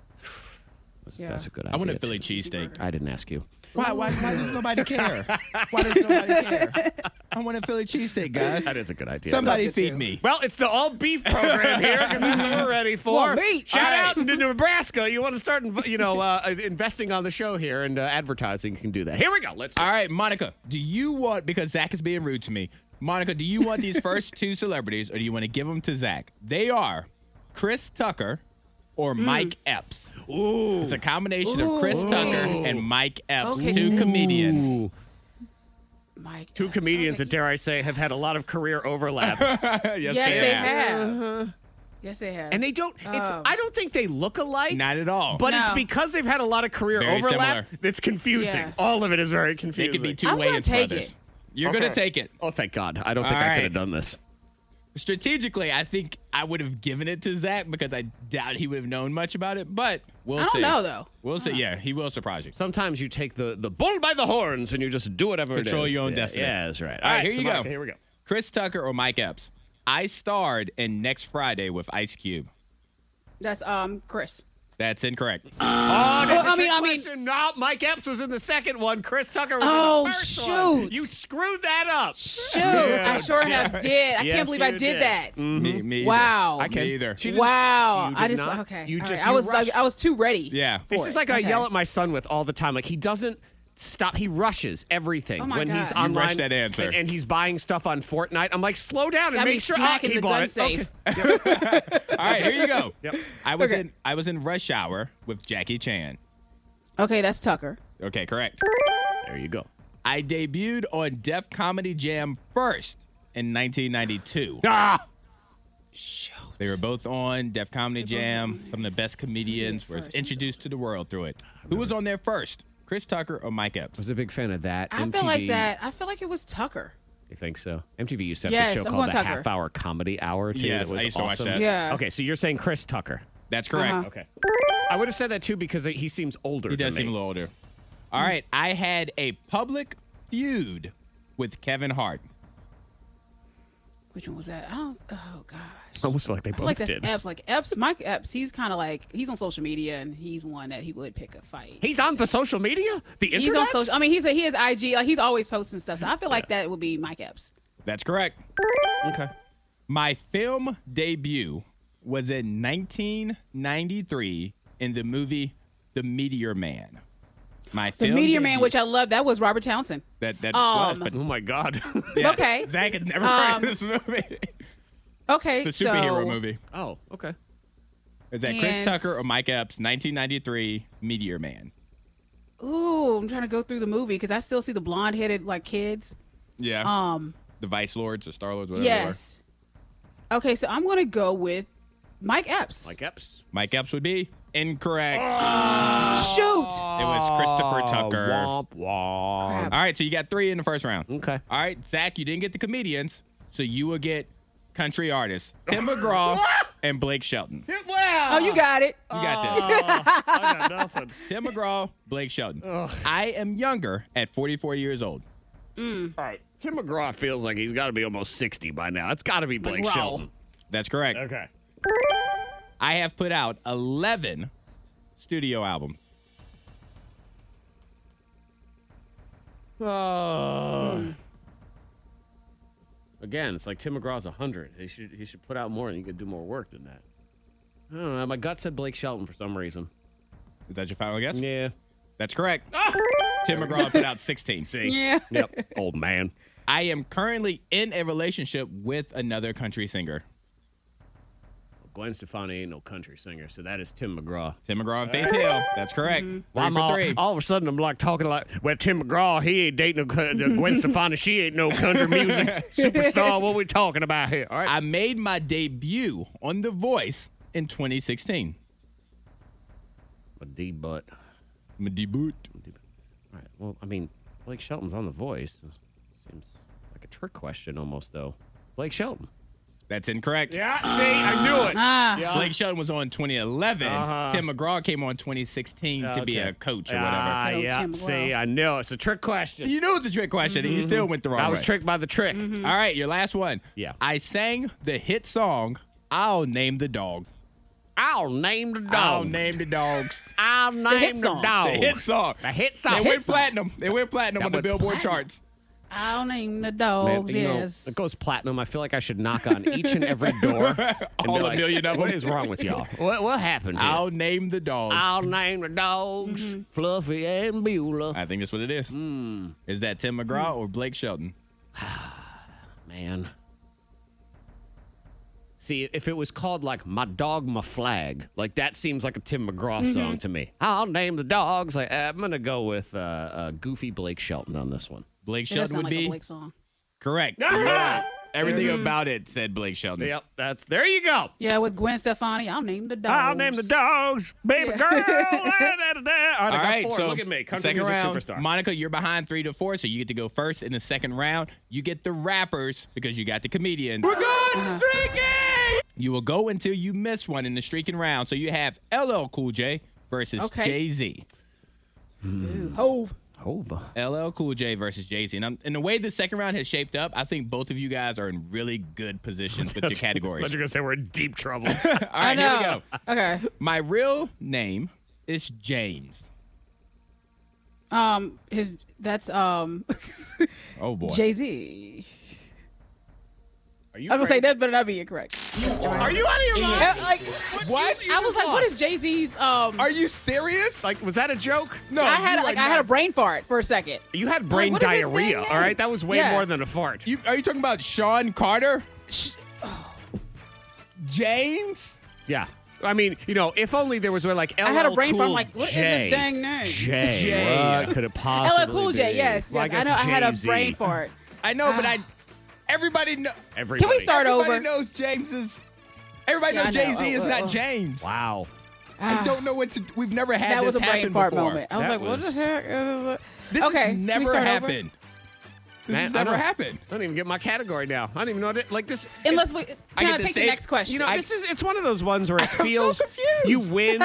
[SPEAKER 1] That's,
[SPEAKER 3] Yeah.
[SPEAKER 1] that's a good idea.
[SPEAKER 4] I want a Philly
[SPEAKER 1] village.
[SPEAKER 4] cheesesteak.
[SPEAKER 1] I didn't ask you.
[SPEAKER 4] Why, why, why does nobody care? Why does nobody care? I want a Philly cheesesteak, guys.
[SPEAKER 1] That is a good idea.
[SPEAKER 4] Somebody
[SPEAKER 3] good
[SPEAKER 4] feed
[SPEAKER 3] too.
[SPEAKER 4] me.
[SPEAKER 1] Well, it's the all beef program here because that's what we're ready for.
[SPEAKER 3] Well, meat.
[SPEAKER 1] Shout
[SPEAKER 4] All right.
[SPEAKER 1] out to Nebraska. You want to start, inv- you know, uh, investing on the show here and uh, advertising can do that. Here we go. Let's.
[SPEAKER 4] All right, Monica, do you want, because Zach is being rude to me, Monica, do you want these first two celebrities or do you want to give them to Zach? They are Chris Tucker or Mike Epps. Hmm. Ooh. It's a combination of Chris Tucker and Mike Epps,
[SPEAKER 3] Okay.
[SPEAKER 4] two comedians.
[SPEAKER 1] Ooh.
[SPEAKER 3] Mike.
[SPEAKER 1] Two comedians that, dare I say, have had a lot of career overlap.
[SPEAKER 3] Yes, they have. Yes, they have.
[SPEAKER 1] and they don't
[SPEAKER 4] Uh,
[SPEAKER 1] it's
[SPEAKER 3] Um,
[SPEAKER 1] i don't think they look alike
[SPEAKER 4] Not at all.
[SPEAKER 1] but it's
[SPEAKER 3] No.
[SPEAKER 1] because they've had a lot of career
[SPEAKER 4] Very
[SPEAKER 1] overlap
[SPEAKER 4] similar.
[SPEAKER 1] that's confusing
[SPEAKER 3] Yeah.
[SPEAKER 1] all of it is very
[SPEAKER 4] they
[SPEAKER 1] confusing
[SPEAKER 4] could be two
[SPEAKER 3] I'm gonna
[SPEAKER 4] Wayans
[SPEAKER 3] take
[SPEAKER 4] brothers.
[SPEAKER 3] it.
[SPEAKER 4] You're going to take it.
[SPEAKER 1] oh thank god i don't think
[SPEAKER 4] All
[SPEAKER 1] i could
[SPEAKER 4] right.
[SPEAKER 1] have done this
[SPEAKER 4] strategically, I think I would have given it to Zach because I doubt he would have known much about it. But we'll
[SPEAKER 3] I don't
[SPEAKER 4] see.
[SPEAKER 3] know, though.
[SPEAKER 4] We'll see. Yeah, he will surprise you.
[SPEAKER 1] sometimes you take the the bull by the horns and you just do whatever it
[SPEAKER 4] Control
[SPEAKER 1] is.
[SPEAKER 4] your own
[SPEAKER 1] yeah,
[SPEAKER 4] destiny.
[SPEAKER 1] yeah that's right
[SPEAKER 4] All right, here
[SPEAKER 1] so
[SPEAKER 4] you
[SPEAKER 1] Monica,
[SPEAKER 4] go.
[SPEAKER 1] here we go
[SPEAKER 4] Chris Tucker or Mike Epps? I starred in Next Friday with Ice Cube.
[SPEAKER 3] That's um Chris.
[SPEAKER 4] That's incorrect.
[SPEAKER 1] Mm-hmm.
[SPEAKER 3] Well, Oh, I mean, I mean,
[SPEAKER 1] Question, no, Mike Epps was in the second one. Chris Tucker was
[SPEAKER 3] Oh,
[SPEAKER 1] in the first one.
[SPEAKER 3] shoot.
[SPEAKER 1] You screwed that up.
[SPEAKER 3] shoot, I sure enough did. I
[SPEAKER 1] Yes,
[SPEAKER 3] can't believe I
[SPEAKER 1] you
[SPEAKER 3] did,
[SPEAKER 1] did. Mm.
[SPEAKER 3] that.
[SPEAKER 4] Me, me either.
[SPEAKER 3] Wow.
[SPEAKER 4] I can't either.
[SPEAKER 1] She didn't-
[SPEAKER 3] Wow.
[SPEAKER 1] you did
[SPEAKER 3] I just
[SPEAKER 1] not-
[SPEAKER 3] okay.
[SPEAKER 1] You
[SPEAKER 3] All
[SPEAKER 1] just
[SPEAKER 3] right.
[SPEAKER 1] you
[SPEAKER 3] I was
[SPEAKER 1] rushed.
[SPEAKER 3] like, I was too ready.
[SPEAKER 4] Yeah.
[SPEAKER 1] This
[SPEAKER 3] for
[SPEAKER 1] is
[SPEAKER 3] it.
[SPEAKER 1] like I
[SPEAKER 3] Okay.
[SPEAKER 1] yell at my son with all the time. Like he doesn't stop. He rushes everything
[SPEAKER 3] Oh my
[SPEAKER 1] when he's
[SPEAKER 3] God.
[SPEAKER 4] You
[SPEAKER 1] online.
[SPEAKER 4] rushed that answer.
[SPEAKER 1] And, and he's buying stuff on Fortnite. I'm like, slow down and
[SPEAKER 3] Got me
[SPEAKER 1] make sure ah,
[SPEAKER 3] smacking
[SPEAKER 1] he
[SPEAKER 3] the
[SPEAKER 1] bought
[SPEAKER 3] gun
[SPEAKER 1] it.
[SPEAKER 3] safe.
[SPEAKER 1] Okay.
[SPEAKER 4] All right, here you go.
[SPEAKER 1] Yep.
[SPEAKER 4] I was
[SPEAKER 3] Okay.
[SPEAKER 4] in I was in Rush Hour with Jackie Chan.
[SPEAKER 3] Okay, that's Tucker.
[SPEAKER 4] Okay, correct.
[SPEAKER 1] There you go.
[SPEAKER 4] I debuted on Def Comedy Jam first in 1992.
[SPEAKER 1] Ah,
[SPEAKER 4] They were both on Def Comedy Jam. Some of the best comedians were
[SPEAKER 3] first.
[SPEAKER 4] introduced to the world through it. Who was on there first? Chris Tucker or Mike Epps?
[SPEAKER 1] was a big fan of that.
[SPEAKER 3] I feel like that. I feel like it was Tucker.
[SPEAKER 1] You think so? MTV used to have
[SPEAKER 3] Yes,
[SPEAKER 1] this show
[SPEAKER 3] I'm
[SPEAKER 1] called
[SPEAKER 3] going
[SPEAKER 1] the
[SPEAKER 3] Tucker.
[SPEAKER 1] Half Hour Comedy Hour. Too,
[SPEAKER 4] Yes,
[SPEAKER 1] that was
[SPEAKER 4] I used to watch
[SPEAKER 1] awesome.
[SPEAKER 4] that.
[SPEAKER 3] Yeah.
[SPEAKER 1] Okay, so you're saying Chris Tucker?
[SPEAKER 4] That's correct.
[SPEAKER 3] Uh-huh.
[SPEAKER 1] Okay. I would have said that too because he seems older.
[SPEAKER 4] He does
[SPEAKER 1] than
[SPEAKER 4] seem a
[SPEAKER 1] me.
[SPEAKER 4] little older. All right. I had a public feud with Kevin Hart.
[SPEAKER 3] Which one was that? I don't. Oh gosh.
[SPEAKER 1] I almost feel like they
[SPEAKER 3] I
[SPEAKER 1] both
[SPEAKER 3] feel like that's
[SPEAKER 1] did.
[SPEAKER 3] Epps. Like Epps, Mike Epps. He's kind of like he's on social media, and he's one that he would pick a fight.
[SPEAKER 1] He's on the social media. The internet.
[SPEAKER 3] he's on social. I mean, he's a, he has IG. Like he's always posting stuff. So I feel like that would be Mike Epps.
[SPEAKER 4] That's correct.
[SPEAKER 1] okay.
[SPEAKER 4] My film debut was in 1993 in the movie The Meteor Man. My
[SPEAKER 3] The
[SPEAKER 4] film
[SPEAKER 3] Meteor Man,
[SPEAKER 4] debut-
[SPEAKER 3] which I love. That was Robert Townsend.
[SPEAKER 4] that that
[SPEAKER 3] Um,
[SPEAKER 4] was,
[SPEAKER 1] Oh my God.
[SPEAKER 4] but yes,
[SPEAKER 3] okay.
[SPEAKER 4] Zach had never heard
[SPEAKER 3] Um,
[SPEAKER 4] of this movie.
[SPEAKER 3] Okay,
[SPEAKER 4] It's a superhero
[SPEAKER 3] so
[SPEAKER 4] movie.
[SPEAKER 1] oh, okay.
[SPEAKER 4] It's Is that Chris
[SPEAKER 3] And-
[SPEAKER 4] Tucker or Mike Epps, 1993 Meteor Man?
[SPEAKER 3] Ooh, I'm trying to go through the movie because I still see the blonde headed like kids.
[SPEAKER 4] Yeah.
[SPEAKER 3] Um,
[SPEAKER 4] the Vice Lords or Star Lords, whatever. they were.
[SPEAKER 3] yes. Okay, so I'm gonna go with Mike Epps.
[SPEAKER 1] Mike Epps.
[SPEAKER 4] Mike Epps would be incorrect.
[SPEAKER 3] Shoot.
[SPEAKER 4] It
[SPEAKER 1] Oh,
[SPEAKER 4] was Christopher Tucker.
[SPEAKER 1] Womp womp.
[SPEAKER 4] All right, so you got three in the first round.
[SPEAKER 1] Okay.
[SPEAKER 4] All right, Zach, you didn't get the comedians, so you will get country artists Tim McGraw and Blake Shelton. You
[SPEAKER 3] Oh, you got it.
[SPEAKER 4] got this.
[SPEAKER 1] Oh, I got nothing.
[SPEAKER 4] Tim McGraw, Blake Shelton. I am younger at 44 years old.
[SPEAKER 1] All right. Tim McGraw feels like he's got to be almost 60 by now. It's got to be Blake
[SPEAKER 3] McGraw.
[SPEAKER 1] Shelton.
[SPEAKER 4] That's correct.
[SPEAKER 1] Okay.
[SPEAKER 4] I have put out 11 studio albums.
[SPEAKER 1] Uh. Again, it's like Tim McGraw's 100. He should he should put out more and he could do more work than that. I don't know. My gut said Blake Shelton for some reason.
[SPEAKER 4] Is that your final guess?
[SPEAKER 1] Yeah.
[SPEAKER 4] That's correct.
[SPEAKER 1] Ah!
[SPEAKER 4] Tim McGraw put out 16.
[SPEAKER 1] See?
[SPEAKER 3] Yeah.
[SPEAKER 1] Yep. Old man.
[SPEAKER 4] I am currently in a relationship with another country singer.
[SPEAKER 1] Gwen Stefani ain't no country singer, so that is Tim McGraw.
[SPEAKER 4] Tim McGraw and
[SPEAKER 1] Ah!
[SPEAKER 4] Faith Hill. That's correct. Three
[SPEAKER 1] I'm
[SPEAKER 4] for
[SPEAKER 1] all,
[SPEAKER 4] three.
[SPEAKER 1] all of a sudden, I'm like talking like, well, Tim McGraw, he ain't dating no, co- Gwen Stefani. She ain't no country music superstar. What we talking about here? All right.
[SPEAKER 4] I made my debut on The Voice in 2016.
[SPEAKER 1] A D butt.
[SPEAKER 4] My debut.
[SPEAKER 1] All right. Well, I mean, Blake Shelton's on The Voice. Seems like a trick question almost, though. Blake Shelton.
[SPEAKER 4] That's incorrect.
[SPEAKER 1] Yeah, see, I knew it.
[SPEAKER 3] Ah,
[SPEAKER 4] Blake Shelton was on 2011.
[SPEAKER 1] Uh-huh.
[SPEAKER 4] Tim McGraw came on 2016 to be
[SPEAKER 1] Okay.
[SPEAKER 4] a coach or whatever.
[SPEAKER 1] Ah,
[SPEAKER 3] Hello,
[SPEAKER 1] yeah.
[SPEAKER 3] Tim
[SPEAKER 1] See,
[SPEAKER 3] McGraw.
[SPEAKER 1] I knew it. it's a trick question.
[SPEAKER 4] you knew it's a trick question, and you still went the wrong
[SPEAKER 1] I Mm-hmm. was
[SPEAKER 4] way.
[SPEAKER 1] tricked by the trick.
[SPEAKER 4] All right, your last one.
[SPEAKER 1] Yeah.
[SPEAKER 4] I sang the hit song "I'll Name the Dogs."
[SPEAKER 1] I'll name the dog.
[SPEAKER 4] I'll name the dogs.
[SPEAKER 1] I'll name the,
[SPEAKER 3] song.
[SPEAKER 1] dog.
[SPEAKER 4] The hit song.
[SPEAKER 1] Oh, The hit song.
[SPEAKER 4] They
[SPEAKER 1] Hit
[SPEAKER 4] went
[SPEAKER 1] song.
[SPEAKER 4] platinum. They went platinum on the
[SPEAKER 1] went
[SPEAKER 4] Billboard charts.
[SPEAKER 3] I'll name the dogs.
[SPEAKER 1] you know,
[SPEAKER 3] yes.
[SPEAKER 1] it goes platinum. I feel like I should knock on each and every door. and be
[SPEAKER 4] All a
[SPEAKER 1] like,
[SPEAKER 4] million of
[SPEAKER 1] What
[SPEAKER 4] them."
[SPEAKER 1] is wrong with y'all? What, what happened here?
[SPEAKER 4] I'll name the dogs.
[SPEAKER 1] I'll name the dogs, Fluffy and Beulah.
[SPEAKER 4] I think that's what it is.
[SPEAKER 1] Hmm.
[SPEAKER 4] Is that Tim McGraw or Blake Shelton?
[SPEAKER 1] Man. See, if it was called like My Dog, My Flag, like that seems like a Tim McGraw
[SPEAKER 4] Mm-hmm.
[SPEAKER 1] song to me. I'll name the dogs. Like, I'm going to go with uh, uh, Goofy Blake Shelton on this one.
[SPEAKER 4] Blake
[SPEAKER 3] That does
[SPEAKER 4] Shelton
[SPEAKER 3] sound
[SPEAKER 4] would
[SPEAKER 3] like
[SPEAKER 4] be
[SPEAKER 3] a Blake song.
[SPEAKER 4] correct.
[SPEAKER 1] Ah!
[SPEAKER 4] You're right. Everything about it said Blake Shelton.
[SPEAKER 1] Yep, that's there you go.
[SPEAKER 3] Yeah, with Gwen Stefani, I'll name the dogs.
[SPEAKER 1] I'll name the dogs, baby girl. All
[SPEAKER 4] All right, so
[SPEAKER 1] look at me, country
[SPEAKER 4] second
[SPEAKER 1] music
[SPEAKER 4] round,
[SPEAKER 1] superstar.
[SPEAKER 4] Monica, you're behind three to four, so you get to go first in the second round. You get the rappers because you got the comedians. We're good streaking. You will go until you miss one in the streaking round. So you have LL Cool J versus
[SPEAKER 3] Okay.
[SPEAKER 4] Jay Z.
[SPEAKER 3] Hove.
[SPEAKER 1] Hova.
[SPEAKER 4] LL Cool J versus Jay Z. And, I'm- and the way the second round has shaped up, I think both of you guys are in really good positions with your categories.
[SPEAKER 1] gonna say we're in deep trouble.
[SPEAKER 4] All right, here we go.
[SPEAKER 3] Okay.
[SPEAKER 4] My real name is James.
[SPEAKER 3] Um, his that's um
[SPEAKER 4] Oh boy.
[SPEAKER 3] Jay Z.
[SPEAKER 1] Are you
[SPEAKER 3] I was gonna say
[SPEAKER 1] crazy?
[SPEAKER 3] that better not be incorrect.
[SPEAKER 4] Are you out of your mind?
[SPEAKER 3] Uh, like
[SPEAKER 4] What?
[SPEAKER 3] I was like, what is Jay Z's? Um,
[SPEAKER 4] Are you serious?
[SPEAKER 1] Like, was that a joke?
[SPEAKER 4] no.
[SPEAKER 3] I had
[SPEAKER 4] you
[SPEAKER 3] like
[SPEAKER 4] are
[SPEAKER 3] I had a
[SPEAKER 4] not-
[SPEAKER 3] brain fart for a second.
[SPEAKER 1] You had brain
[SPEAKER 3] what is his
[SPEAKER 1] diarrhea.
[SPEAKER 3] dang
[SPEAKER 1] All right, that was way
[SPEAKER 3] Yeah.
[SPEAKER 1] more than a fart.
[SPEAKER 4] You, are you talking about Sean Carter?
[SPEAKER 3] oh.
[SPEAKER 4] James?
[SPEAKER 1] yeah. I mean, you know, if only there was a, like LL
[SPEAKER 3] I had a brain
[SPEAKER 1] cool
[SPEAKER 3] fart. I'm like, what is
[SPEAKER 1] J.
[SPEAKER 3] his dang name?
[SPEAKER 1] Jay.
[SPEAKER 4] Jay.
[SPEAKER 1] What could it
[SPEAKER 3] LL
[SPEAKER 1] possibly
[SPEAKER 3] Cool J.
[SPEAKER 1] be?
[SPEAKER 3] Yes,
[SPEAKER 1] Well,
[SPEAKER 3] yes. I, know. I had a
[SPEAKER 1] Jay-Z.
[SPEAKER 3] brain fart.
[SPEAKER 4] I know, but I. Everybody, know,
[SPEAKER 1] Everybody.
[SPEAKER 3] Can we Ah. start
[SPEAKER 4] everybody
[SPEAKER 3] over?
[SPEAKER 4] knows James is. Everybody
[SPEAKER 3] Yeah,
[SPEAKER 4] knows
[SPEAKER 3] I know.
[SPEAKER 4] Jay Z
[SPEAKER 3] Oh,
[SPEAKER 4] is
[SPEAKER 3] oh,
[SPEAKER 4] not
[SPEAKER 3] oh.
[SPEAKER 4] James.
[SPEAKER 1] Wow.
[SPEAKER 4] I don't know what to. We've never had
[SPEAKER 3] That was
[SPEAKER 4] this
[SPEAKER 3] a brain
[SPEAKER 4] happen
[SPEAKER 3] fart
[SPEAKER 4] before.
[SPEAKER 3] moment. I was
[SPEAKER 1] That
[SPEAKER 3] like, what
[SPEAKER 1] was-
[SPEAKER 3] the heck? Is it?
[SPEAKER 4] This
[SPEAKER 3] okay,
[SPEAKER 4] has
[SPEAKER 3] can we
[SPEAKER 4] never
[SPEAKER 3] start over?
[SPEAKER 4] happened. This
[SPEAKER 1] Man,
[SPEAKER 4] has
[SPEAKER 1] I
[SPEAKER 4] never
[SPEAKER 1] don't-
[SPEAKER 4] happened.
[SPEAKER 1] I don't even get my category now. I don't even know what it, like this.
[SPEAKER 3] Unless we can
[SPEAKER 4] I
[SPEAKER 3] I,
[SPEAKER 4] get to
[SPEAKER 3] take
[SPEAKER 4] say-
[SPEAKER 3] the next question.
[SPEAKER 1] You know,
[SPEAKER 4] I-
[SPEAKER 1] this is it's one of those ones where it feels
[SPEAKER 4] confused.
[SPEAKER 1] you win.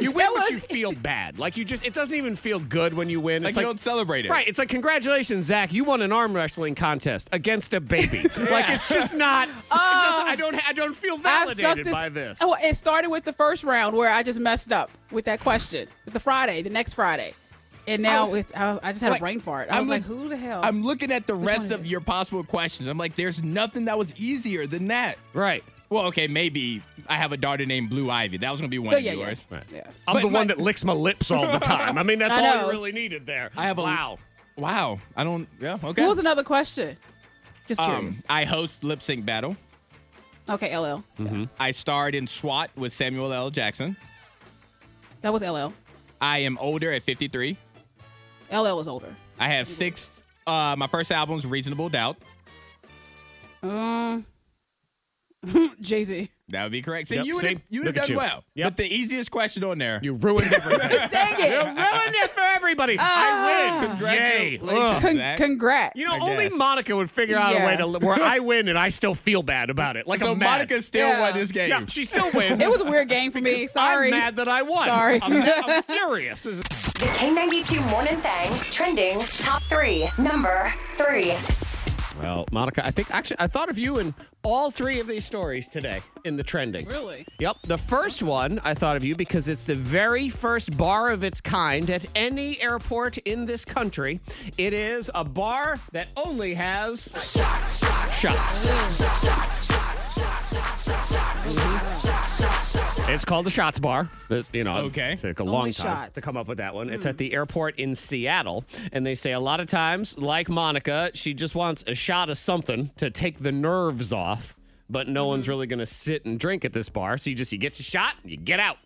[SPEAKER 1] you win,
[SPEAKER 3] That
[SPEAKER 1] but
[SPEAKER 3] was-
[SPEAKER 1] you feel bad. Like you just it doesn't even feel good when you win.
[SPEAKER 4] Like,
[SPEAKER 1] It's
[SPEAKER 4] you don't celebrate it.
[SPEAKER 1] Right. It's like congratulations, Zach. You won an arm wrestling contest against a baby. Like it's just not. it doesn't, I don't. I don't feel
[SPEAKER 3] I've sucked
[SPEAKER 1] validated by this.
[SPEAKER 3] Oh, it started with the first round where I just messed up with that question. With the Friday, the next Friday. And now
[SPEAKER 4] Oh.
[SPEAKER 3] with, I, was- I just had
[SPEAKER 4] Like,
[SPEAKER 3] a brain fart. I
[SPEAKER 4] I'm
[SPEAKER 3] was like,
[SPEAKER 4] look-
[SPEAKER 3] who the hell?
[SPEAKER 4] I'm looking at the rest
[SPEAKER 3] one is
[SPEAKER 4] of
[SPEAKER 3] it?
[SPEAKER 4] your possible questions. I'm like, there's nothing that was easier than that.
[SPEAKER 1] right.
[SPEAKER 4] Well, okay, maybe I have a daughter named Blue Ivy. That was gonna be one
[SPEAKER 3] Oh,
[SPEAKER 4] of
[SPEAKER 3] yeah, yeah.
[SPEAKER 4] yours.
[SPEAKER 3] yeah.
[SPEAKER 1] I'm
[SPEAKER 4] But
[SPEAKER 1] the
[SPEAKER 4] my-
[SPEAKER 1] one that licks my lips all the time. I mean, that's
[SPEAKER 3] I
[SPEAKER 1] all you
[SPEAKER 3] know.
[SPEAKER 1] really needed there.
[SPEAKER 4] I have a
[SPEAKER 1] wow.
[SPEAKER 4] Wow. I don't. Yeah. Okay.
[SPEAKER 3] What was another question? Just
[SPEAKER 4] um,
[SPEAKER 3] curious.
[SPEAKER 4] I host lip sync battle.
[SPEAKER 3] Okay, LL.
[SPEAKER 4] I starred in SWAT with Samuel L. Jackson.
[SPEAKER 3] That was LL.
[SPEAKER 4] I am older at 53.
[SPEAKER 3] LL was older.
[SPEAKER 4] I have six. Uh, my first album's Reasonable Doubt.
[SPEAKER 3] Um, Jay Z.
[SPEAKER 4] That would be correct. See,
[SPEAKER 1] Yep,
[SPEAKER 4] you would
[SPEAKER 1] see?
[SPEAKER 4] have you'd
[SPEAKER 1] Look
[SPEAKER 4] have
[SPEAKER 1] at
[SPEAKER 4] done
[SPEAKER 1] you.
[SPEAKER 4] well.
[SPEAKER 1] Yep.
[SPEAKER 4] But the easiest question on there.
[SPEAKER 1] You ruined everything.
[SPEAKER 3] Dang it!
[SPEAKER 1] ruined it for everybody. I win. Yay.
[SPEAKER 4] Congratulations.
[SPEAKER 1] Ugh.
[SPEAKER 3] Con-
[SPEAKER 4] Zach.
[SPEAKER 3] congrats.
[SPEAKER 1] You know,
[SPEAKER 4] I
[SPEAKER 1] only
[SPEAKER 4] guess.
[SPEAKER 1] Monica would figure out a way to
[SPEAKER 3] Yeah.
[SPEAKER 1] where I win and I still feel bad about it. Like
[SPEAKER 4] so
[SPEAKER 1] I'm mad.
[SPEAKER 4] Monica still
[SPEAKER 3] Yeah.
[SPEAKER 4] won this game.
[SPEAKER 1] yeah, she still wins.
[SPEAKER 3] it was a weird game for me. Sorry.
[SPEAKER 1] I'm mad that I won.
[SPEAKER 3] Sorry.
[SPEAKER 1] I'm, mad- I'm furious. This is-
[SPEAKER 5] The K92 Morning Thang trending top three. Number three.
[SPEAKER 1] Well, Monica, I think actually I thought of you in all three of these stories today in the trending.
[SPEAKER 3] Really?
[SPEAKER 1] Yep. The first one I thought of you because it's the very first bar of its kind at any airport in this country. It is a bar that only has shots. It's called the Shots Bar. It- You know,
[SPEAKER 4] Okay.
[SPEAKER 1] it took a
[SPEAKER 3] Only
[SPEAKER 1] long time
[SPEAKER 3] shots. Hmm.
[SPEAKER 1] to come up with that one. It's at the airport in Seattle, and they say a lot of times, like Monica, she just wants a shot of something to take the nerves off. But no one's
[SPEAKER 3] Mm-hmm.
[SPEAKER 1] really going to sit and drink at this bar, so you just you get your shot, and you get out.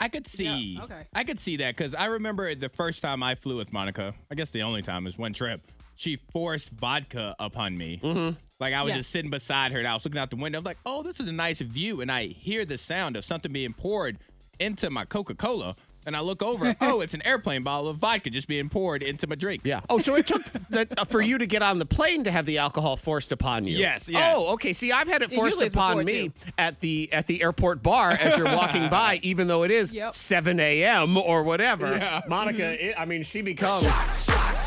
[SPEAKER 4] I could see.
[SPEAKER 3] Yeah, okay.
[SPEAKER 4] I could see that because I remember the first time I flew with Monica. I guess the only time is one trip. She forced vodka upon me. Mm-hmm. Like I was
[SPEAKER 3] Yeah.
[SPEAKER 4] just sitting beside her and I was looking out the window. I'm like, oh, this is a nice view. And I hear the sound of something being poured into my Coca Cola. And I look over. oh, it's an airplane bottle of vodka just being poured into my drink.
[SPEAKER 1] Yeah. Oh, so it took that, uh, for you to get on the plane to have the alcohol forced upon you.
[SPEAKER 4] Yes, yes.
[SPEAKER 1] Oh, okay. See, I've had it
[SPEAKER 3] It
[SPEAKER 1] forced
[SPEAKER 3] usually is
[SPEAKER 1] upon
[SPEAKER 3] before,
[SPEAKER 1] me
[SPEAKER 3] too.
[SPEAKER 1] at the at the airport bar as you're walking by, even though it is
[SPEAKER 3] Yep. Mm-hmm.
[SPEAKER 1] 7 a.m. or whatever. Monica, it, I mean, she becomes.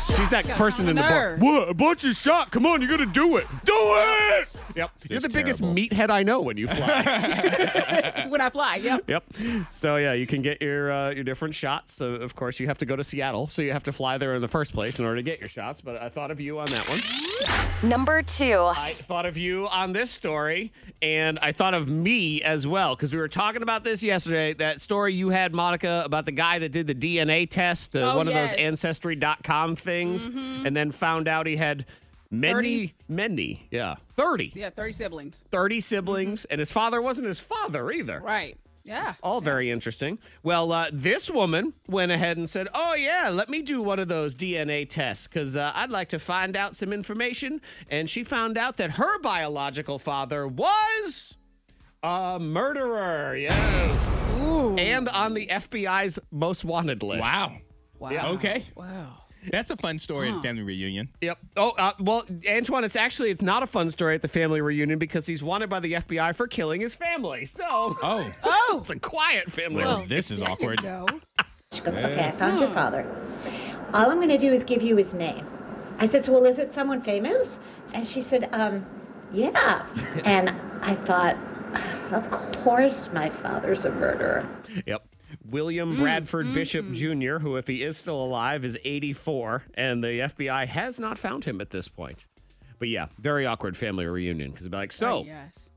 [SPEAKER 1] She's that person in the bar.
[SPEAKER 3] Nerve.
[SPEAKER 1] What? About your shot? Come on, you gotta do it. Do it. Yep. You're the biggest
[SPEAKER 4] terrible.
[SPEAKER 1] meathead I know when you fly.
[SPEAKER 3] when I fly. Yep.
[SPEAKER 1] yep. So yeah, you can get your uh, your different shots. So of course you have to go to Seattle, so you have to fly there in the first place in order to get your shots. But I thought of you on that one.
[SPEAKER 5] Number two.
[SPEAKER 1] I thought of you on this story, and I thought of me as well because we were talking about this yesterday. That story you had, Monica, about the guy that did the DNA test, the,
[SPEAKER 3] Oh,
[SPEAKER 1] one of those
[SPEAKER 3] yes. Mm-hmm.
[SPEAKER 1] Ancestry.com things, and then found out he had many,
[SPEAKER 3] 30.
[SPEAKER 1] many, yeah, 30,
[SPEAKER 3] Yeah, thirty siblings.
[SPEAKER 1] 30 siblings,
[SPEAKER 3] Mm-hmm.
[SPEAKER 1] and his father wasn't his father either.
[SPEAKER 3] Right. Yeah.
[SPEAKER 1] All very interesting. Well, uh, this woman went ahead and said, Oh, yeah, let me do one of those DNA tests because uh, I'd like to find out some information. And she found out that her biological father was a murderer. Yes.
[SPEAKER 3] Ooh.
[SPEAKER 1] And on the FBI's most wanted list.
[SPEAKER 4] Wow.
[SPEAKER 3] Wow.
[SPEAKER 4] Okay.
[SPEAKER 3] Wow.
[SPEAKER 4] That's a fun story at a family reunion.
[SPEAKER 1] Yep. Oh, uh, well, Antoine, it's actually it's not a fun story at the family reunion because he's wanted by the FBI for killing his family. So
[SPEAKER 4] Oh.
[SPEAKER 3] Oh.
[SPEAKER 1] it's a quiet family.
[SPEAKER 4] Well, this is awkward.
[SPEAKER 3] Go.
[SPEAKER 7] She goes, Okay, I found your father. All I'm going to do is give you his name. I said, So, well, is it someone famous? And she said, um, Yeah. and I thought, Of course, my father's a murderer.
[SPEAKER 1] Yep. William Bradford Bishop Jr., who, if he is still alive, is 84, and the FBI has not found him at this point. But yeah, very awkward family reunion because be like, so
[SPEAKER 3] Yes.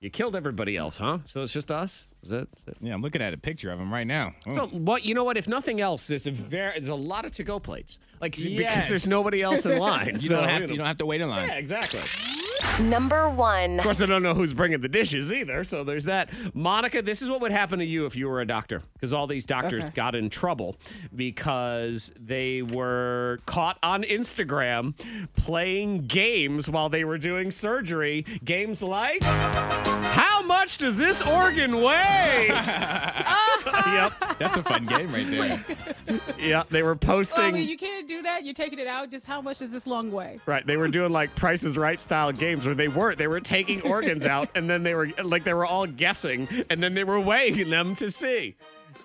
[SPEAKER 1] you killed everybody else, huh? So it's just us? Is that, is that-
[SPEAKER 4] Yeah, I'm looking at a picture of him right now. Oh.
[SPEAKER 1] So what? You know what? If nothing else, there's a very there's a lot of to go plates, like because
[SPEAKER 4] Yes.
[SPEAKER 1] there's nobody else in line.
[SPEAKER 4] you
[SPEAKER 1] so,
[SPEAKER 4] don't
[SPEAKER 1] you
[SPEAKER 4] have to,
[SPEAKER 1] know.
[SPEAKER 4] you don't have to wait in line.
[SPEAKER 1] Yeah, exactly. Of
[SPEAKER 5] Number one.
[SPEAKER 1] course, I don't know who's bringing the dishes either. So there's that. Monica, this is what would happen to you if you were a doctor, because all these doctors
[SPEAKER 3] Okay.
[SPEAKER 1] got in trouble because they were caught on Instagram playing games while they were doing surgery. Games like, how much does this organ weigh? yep,
[SPEAKER 4] That's a fun game right there.
[SPEAKER 1] yeah. They were
[SPEAKER 3] Well, I
[SPEAKER 1] posting.
[SPEAKER 3] mean, you can't do that. You're taking it out. Just how much is this long way?
[SPEAKER 1] Right, they were doing like Prices Right style games where they weren't. They were taking organs out, and then they were like they were all guessing, and then they were weighing them to see,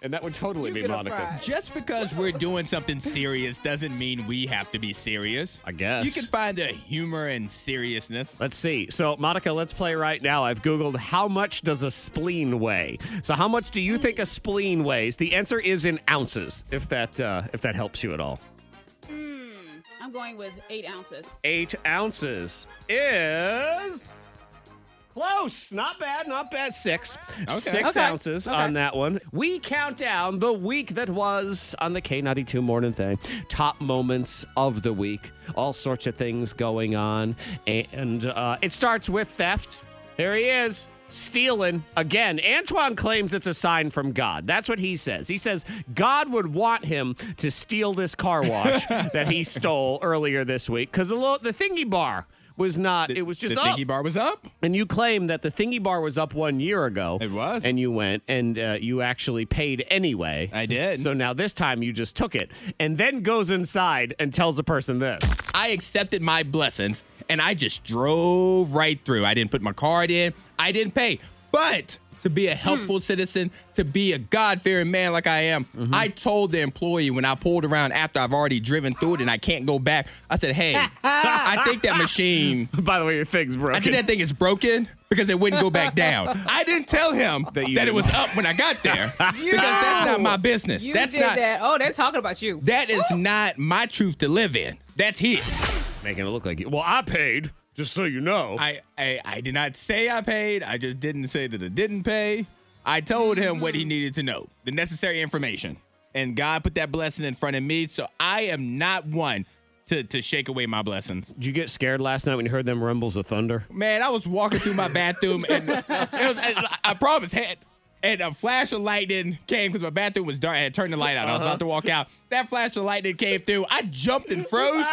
[SPEAKER 1] and that would totally
[SPEAKER 3] You
[SPEAKER 1] be
[SPEAKER 3] get a
[SPEAKER 1] Monica.
[SPEAKER 3] prize.
[SPEAKER 4] Just because we're doing something serious doesn't mean we have to be serious.
[SPEAKER 1] I guess.
[SPEAKER 4] You can find the humor and seriousness.
[SPEAKER 1] Let's see. So, Monica, let's play right now. I've Googled how much does a spleen weigh. So, how much do you think a spleen weighs? The answer is in ounces. If that uh, if that helps you at all.
[SPEAKER 3] I'm going with eight ounces.
[SPEAKER 1] eight ounces is close. Not bad, not bad. Six. Six
[SPEAKER 3] Okay.
[SPEAKER 1] ounces
[SPEAKER 3] Okay.
[SPEAKER 1] on that one. We count down the week that was on the K92 morning thing. Top moments of the week. All sorts of things going on. And uh, it starts with theft. There he is. stealing again. Antoine claims it's a sign from God. That's what he says. He says God would want him to steal this car wash that he stole earlier this week because the lo- the thingy bar was not. it was just oh,
[SPEAKER 4] the
[SPEAKER 1] up.
[SPEAKER 4] thingy bar was up.
[SPEAKER 1] And you claim that the thingy bar was up one year ago.
[SPEAKER 4] It was.
[SPEAKER 1] And you went and uh, you actually paid anyway.
[SPEAKER 4] I did.
[SPEAKER 1] So now this time you just took it and then goes inside and tells the person this.
[SPEAKER 4] I accepted my blessings and I just drove right through. I didn't put my card in. I didn't pay. But to be a
[SPEAKER 3] Hmm.
[SPEAKER 4] helpful citizen, to be a God-fearing man like I am, I told the employee when I pulled around after I've already driven through it and I can't go back. I said, "Hey, I think that machine,
[SPEAKER 1] By the way, your thing's broken.
[SPEAKER 4] I think that thing is broken because it wouldn't go back down." I didn't tell him that,
[SPEAKER 1] That you
[SPEAKER 4] it was up when I got there because that's not my business.
[SPEAKER 3] You
[SPEAKER 4] that's
[SPEAKER 3] did
[SPEAKER 4] not
[SPEAKER 3] that. Oh, they're talking about you.
[SPEAKER 4] that is not my truth to live in. That's his.
[SPEAKER 1] Making it look like you. Well, I paid, just so you know.
[SPEAKER 4] I, I I did not say I paid. I just didn't say that I didn't pay. I told him what he needed to know, the necessary information. And God put that blessing in front of me, so I am not one to to shake away my blessings.
[SPEAKER 1] Did you get scared last night when you heard them rumbles of thunder?
[SPEAKER 4] Man, I was walking through my bathroom, and it was, I, I promise, had, and a flash of lightning came because my bathroom was dark. I had turned the light out. I was about to walk out. That flash of lightning came through. I jumped and froze.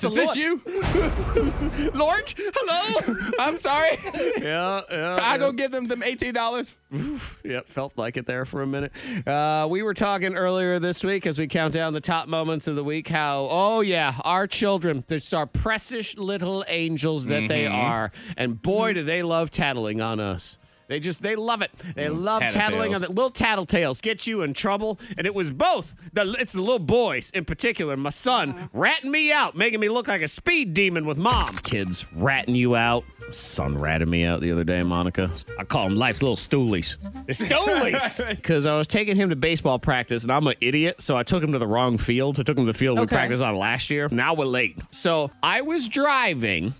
[SPEAKER 3] was the
[SPEAKER 4] is this
[SPEAKER 3] Lord.
[SPEAKER 4] you? Lord, hello. I'm sorry.
[SPEAKER 1] Yeah, yeah.
[SPEAKER 4] I go give them them eighteen dollars.
[SPEAKER 1] Yep, felt like it there for a minute. Uh, we were talking earlier this week as we count down the top moments of the week how, oh, yeah, our children, they're just our precious little angels that they are. And boy, do they love tattling on us. They just, they love it. They love tattling on
[SPEAKER 4] tattletales.
[SPEAKER 1] the little tattletales, get you in trouble. And it was both. The, it's the little boys in particular, my son, ratting me out, making me look like a speed demon with mom. Kids ratting you out. Son ratted me out the other day, Monica. I call them life's little stoolies. The stoolies! Because I was taking him to baseball practice, and I'm an idiot, so I took him to the wrong field. I took him to the field we
[SPEAKER 3] Okay.
[SPEAKER 1] practiced on last year. Now we're late. So I was driving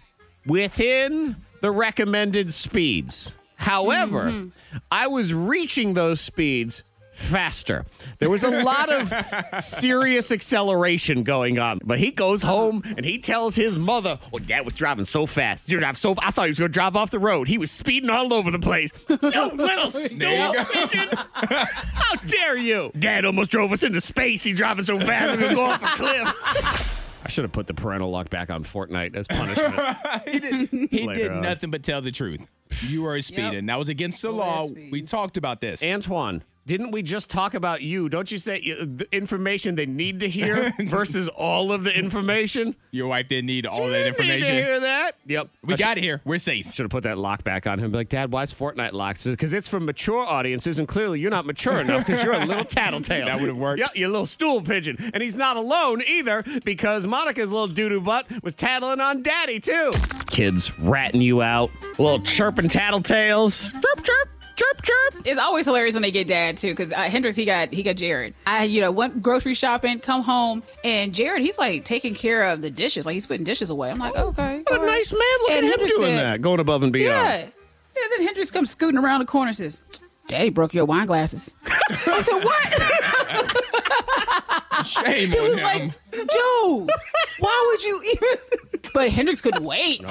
[SPEAKER 1] within the recommended speeds. However, I was reaching those speeds faster. There was a lot of serious acceleration going on. But he goes home and he tells his mother, "Well, Dad was driving so fast. Dude, I'm so I thought he was going to drive off the road. He was speeding all over the place." no little
[SPEAKER 4] you
[SPEAKER 1] snoop pigeon. How dare you? Dad almost drove us into space. He's driving so fast we go off a cliff. I should have put the parental lock back on Fortnite as punishment.
[SPEAKER 4] He did, he
[SPEAKER 1] Later
[SPEAKER 4] did
[SPEAKER 1] on.
[SPEAKER 4] nothing but tell the truth. You were speeding. That was against
[SPEAKER 3] Oh,
[SPEAKER 4] the law. We talked about this.
[SPEAKER 1] Antoine, didn't we just talk about you? Don't you say uh, the information they need to hear versus all of the information?
[SPEAKER 4] Your wife didn't need all that
[SPEAKER 1] Didn't need to
[SPEAKER 4] information.
[SPEAKER 1] hear that? Yep.
[SPEAKER 4] We
[SPEAKER 1] I
[SPEAKER 4] got it here. We're safe.
[SPEAKER 1] Should have put that lock back on him. Be like, Dad, why is Fortnite locked? Because it's for mature audiences, and clearly you're not mature enough because you're a little tattletale.
[SPEAKER 4] That would've worked.
[SPEAKER 1] Yeah, you little stool pigeon. And he's not alone either because Monica's little doo doo butt was tattling on Daddy too. Kids ratting you out, little chirping tattletales. Chirp, chirp, chirp, chirp.
[SPEAKER 3] It's always hilarious when they get dad too, because uh, Hendrix he got he got Jared. I you know went grocery shopping, come home, and Jared he's like taking care of the dishes, like he's putting dishes away. I'm like, okay,
[SPEAKER 1] Oh, What a
[SPEAKER 3] all right.
[SPEAKER 1] nice man. Look
[SPEAKER 3] And
[SPEAKER 1] at him
[SPEAKER 3] Hendrix
[SPEAKER 1] doing
[SPEAKER 3] said-
[SPEAKER 1] that, going above and beyond.
[SPEAKER 3] Yeah, yeah. Then Hendrix comes scooting around the corner and says, "Daddy broke your wine glasses." I said, "What?"
[SPEAKER 4] Shame
[SPEAKER 3] He
[SPEAKER 4] on
[SPEAKER 3] was
[SPEAKER 4] him.
[SPEAKER 3] like, "Dude, why would you even?" But Hendrix couldn't wait.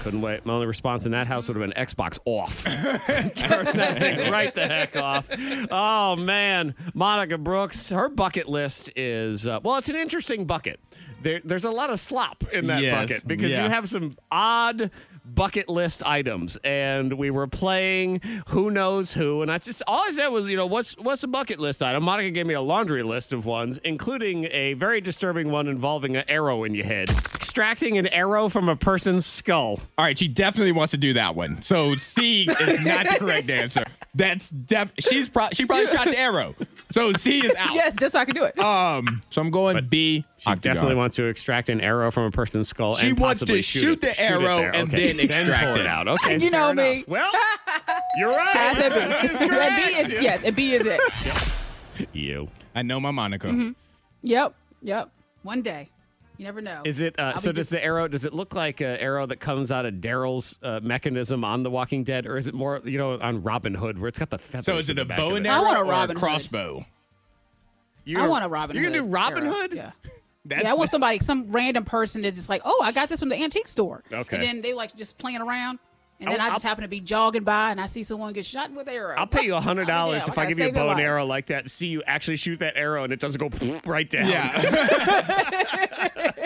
[SPEAKER 1] Couldn't wait. My only response in that house would have been Xbox off. Turn that thing right the heck off. Oh, man. Monica Brooks, her bucket list is, uh, well, it's an interesting bucket. There, there's a lot of slop in that
[SPEAKER 4] Yes,
[SPEAKER 1] bucket because
[SPEAKER 4] yeah.
[SPEAKER 1] you have some odd bucket list items and we were playing who knows who and I just all I said was you know what's what's a bucket list item Monica gave me a laundry list of ones including a very disturbing one involving an arrow in your head extracting an arrow from a person's skull
[SPEAKER 4] All right, she definitely wants to do that one. So C is not the correct answer. That's def. She's pro- she probably shot the arrow. So C is out.
[SPEAKER 3] Yes, just so I could do it.
[SPEAKER 4] Um. So I'm going B.
[SPEAKER 1] She
[SPEAKER 4] octagon.
[SPEAKER 1] definitely wants to extract an arrow from a person's skull.
[SPEAKER 4] She
[SPEAKER 1] and
[SPEAKER 4] wants
[SPEAKER 1] possibly
[SPEAKER 4] to
[SPEAKER 1] shoot,
[SPEAKER 4] shoot
[SPEAKER 1] it-
[SPEAKER 4] the
[SPEAKER 1] it
[SPEAKER 4] arrow
[SPEAKER 1] there.
[SPEAKER 4] and
[SPEAKER 1] Okay.
[SPEAKER 4] then extract
[SPEAKER 1] pull
[SPEAKER 4] it.
[SPEAKER 1] out. Okay,
[SPEAKER 3] you know
[SPEAKER 1] fair
[SPEAKER 3] me.
[SPEAKER 1] enough. Well, you're
[SPEAKER 3] I said
[SPEAKER 1] right.
[SPEAKER 3] B. That B is yes, and B is it.
[SPEAKER 1] you
[SPEAKER 4] I know my Monica.
[SPEAKER 3] Mm-hmm. Yep, yep. One day, you never know.
[SPEAKER 1] is it? Uh,
[SPEAKER 3] I'll
[SPEAKER 1] so
[SPEAKER 3] be
[SPEAKER 1] does the
[SPEAKER 3] just-
[SPEAKER 1] arrow? Does it look like an arrow that comes out of Daryl's uh, mechanism on The Walking Dead, or is it more you know on Robin Hood where it's got the feathers?
[SPEAKER 4] So is
[SPEAKER 1] in
[SPEAKER 4] it
[SPEAKER 1] the
[SPEAKER 4] a
[SPEAKER 1] back
[SPEAKER 4] bow
[SPEAKER 1] of
[SPEAKER 4] and
[SPEAKER 1] it?
[SPEAKER 3] I
[SPEAKER 4] arrow
[SPEAKER 3] want a
[SPEAKER 4] or
[SPEAKER 3] Robin
[SPEAKER 4] a
[SPEAKER 3] Hood.
[SPEAKER 4] crossbow?
[SPEAKER 1] You're-
[SPEAKER 3] I want a Robin.
[SPEAKER 1] You're gonna
[SPEAKER 3] Hood
[SPEAKER 1] do Robin
[SPEAKER 3] era.
[SPEAKER 1] Hood?
[SPEAKER 3] Yeah.
[SPEAKER 4] That's
[SPEAKER 3] yeah, I want somebody, some random person that's just like, oh, I got this from the antique store.
[SPEAKER 1] Okay.
[SPEAKER 3] And then they like just playing around. And then
[SPEAKER 1] I'll-
[SPEAKER 3] I just
[SPEAKER 1] I'll-
[SPEAKER 3] happen to be jogging by and I see someone get shot with an arrow.
[SPEAKER 1] I'll pay you a hundred dollars
[SPEAKER 3] Yeah,
[SPEAKER 1] if
[SPEAKER 3] I
[SPEAKER 1] I
[SPEAKER 3] gotta
[SPEAKER 1] give you a
[SPEAKER 3] save your
[SPEAKER 1] bow and
[SPEAKER 3] life.
[SPEAKER 1] arrow like that and see you actually shoot that arrow and it doesn't go right down.
[SPEAKER 4] Yeah.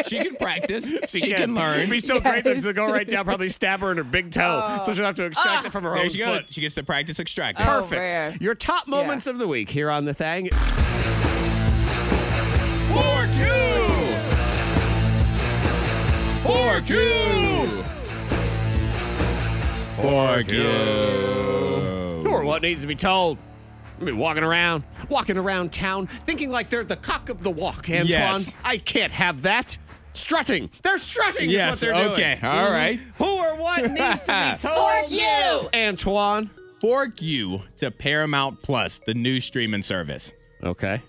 [SPEAKER 4] she can practice. She, can.
[SPEAKER 1] It'd
[SPEAKER 4] learn.
[SPEAKER 1] be so great that
[SPEAKER 3] Yes.
[SPEAKER 1] to go right down, probably stab her in her big toe, so she'll have to extract it from her
[SPEAKER 4] There
[SPEAKER 1] own
[SPEAKER 4] she goes.
[SPEAKER 1] foot.
[SPEAKER 4] She gets to practice extracting.
[SPEAKER 3] Oh,
[SPEAKER 1] Perfect.
[SPEAKER 3] man.
[SPEAKER 1] Your top moments of the week here on the thing.
[SPEAKER 4] Four Q. Four Q. Four Q.
[SPEAKER 1] Or what needs to be told. I mean, walking around, walking around town, thinking like they're the cock of the walk, Antoine.
[SPEAKER 4] Yes.
[SPEAKER 1] I can't have that. Strutting. They're strutting
[SPEAKER 4] Yes,
[SPEAKER 1] is what they're doing. Mm-hmm.
[SPEAKER 4] okay, all right.
[SPEAKER 1] Who or what needs to be told?
[SPEAKER 3] Fork you!
[SPEAKER 1] Antoine.
[SPEAKER 4] Fork you to Paramount Plus, the new streaming service.
[SPEAKER 1] Okay.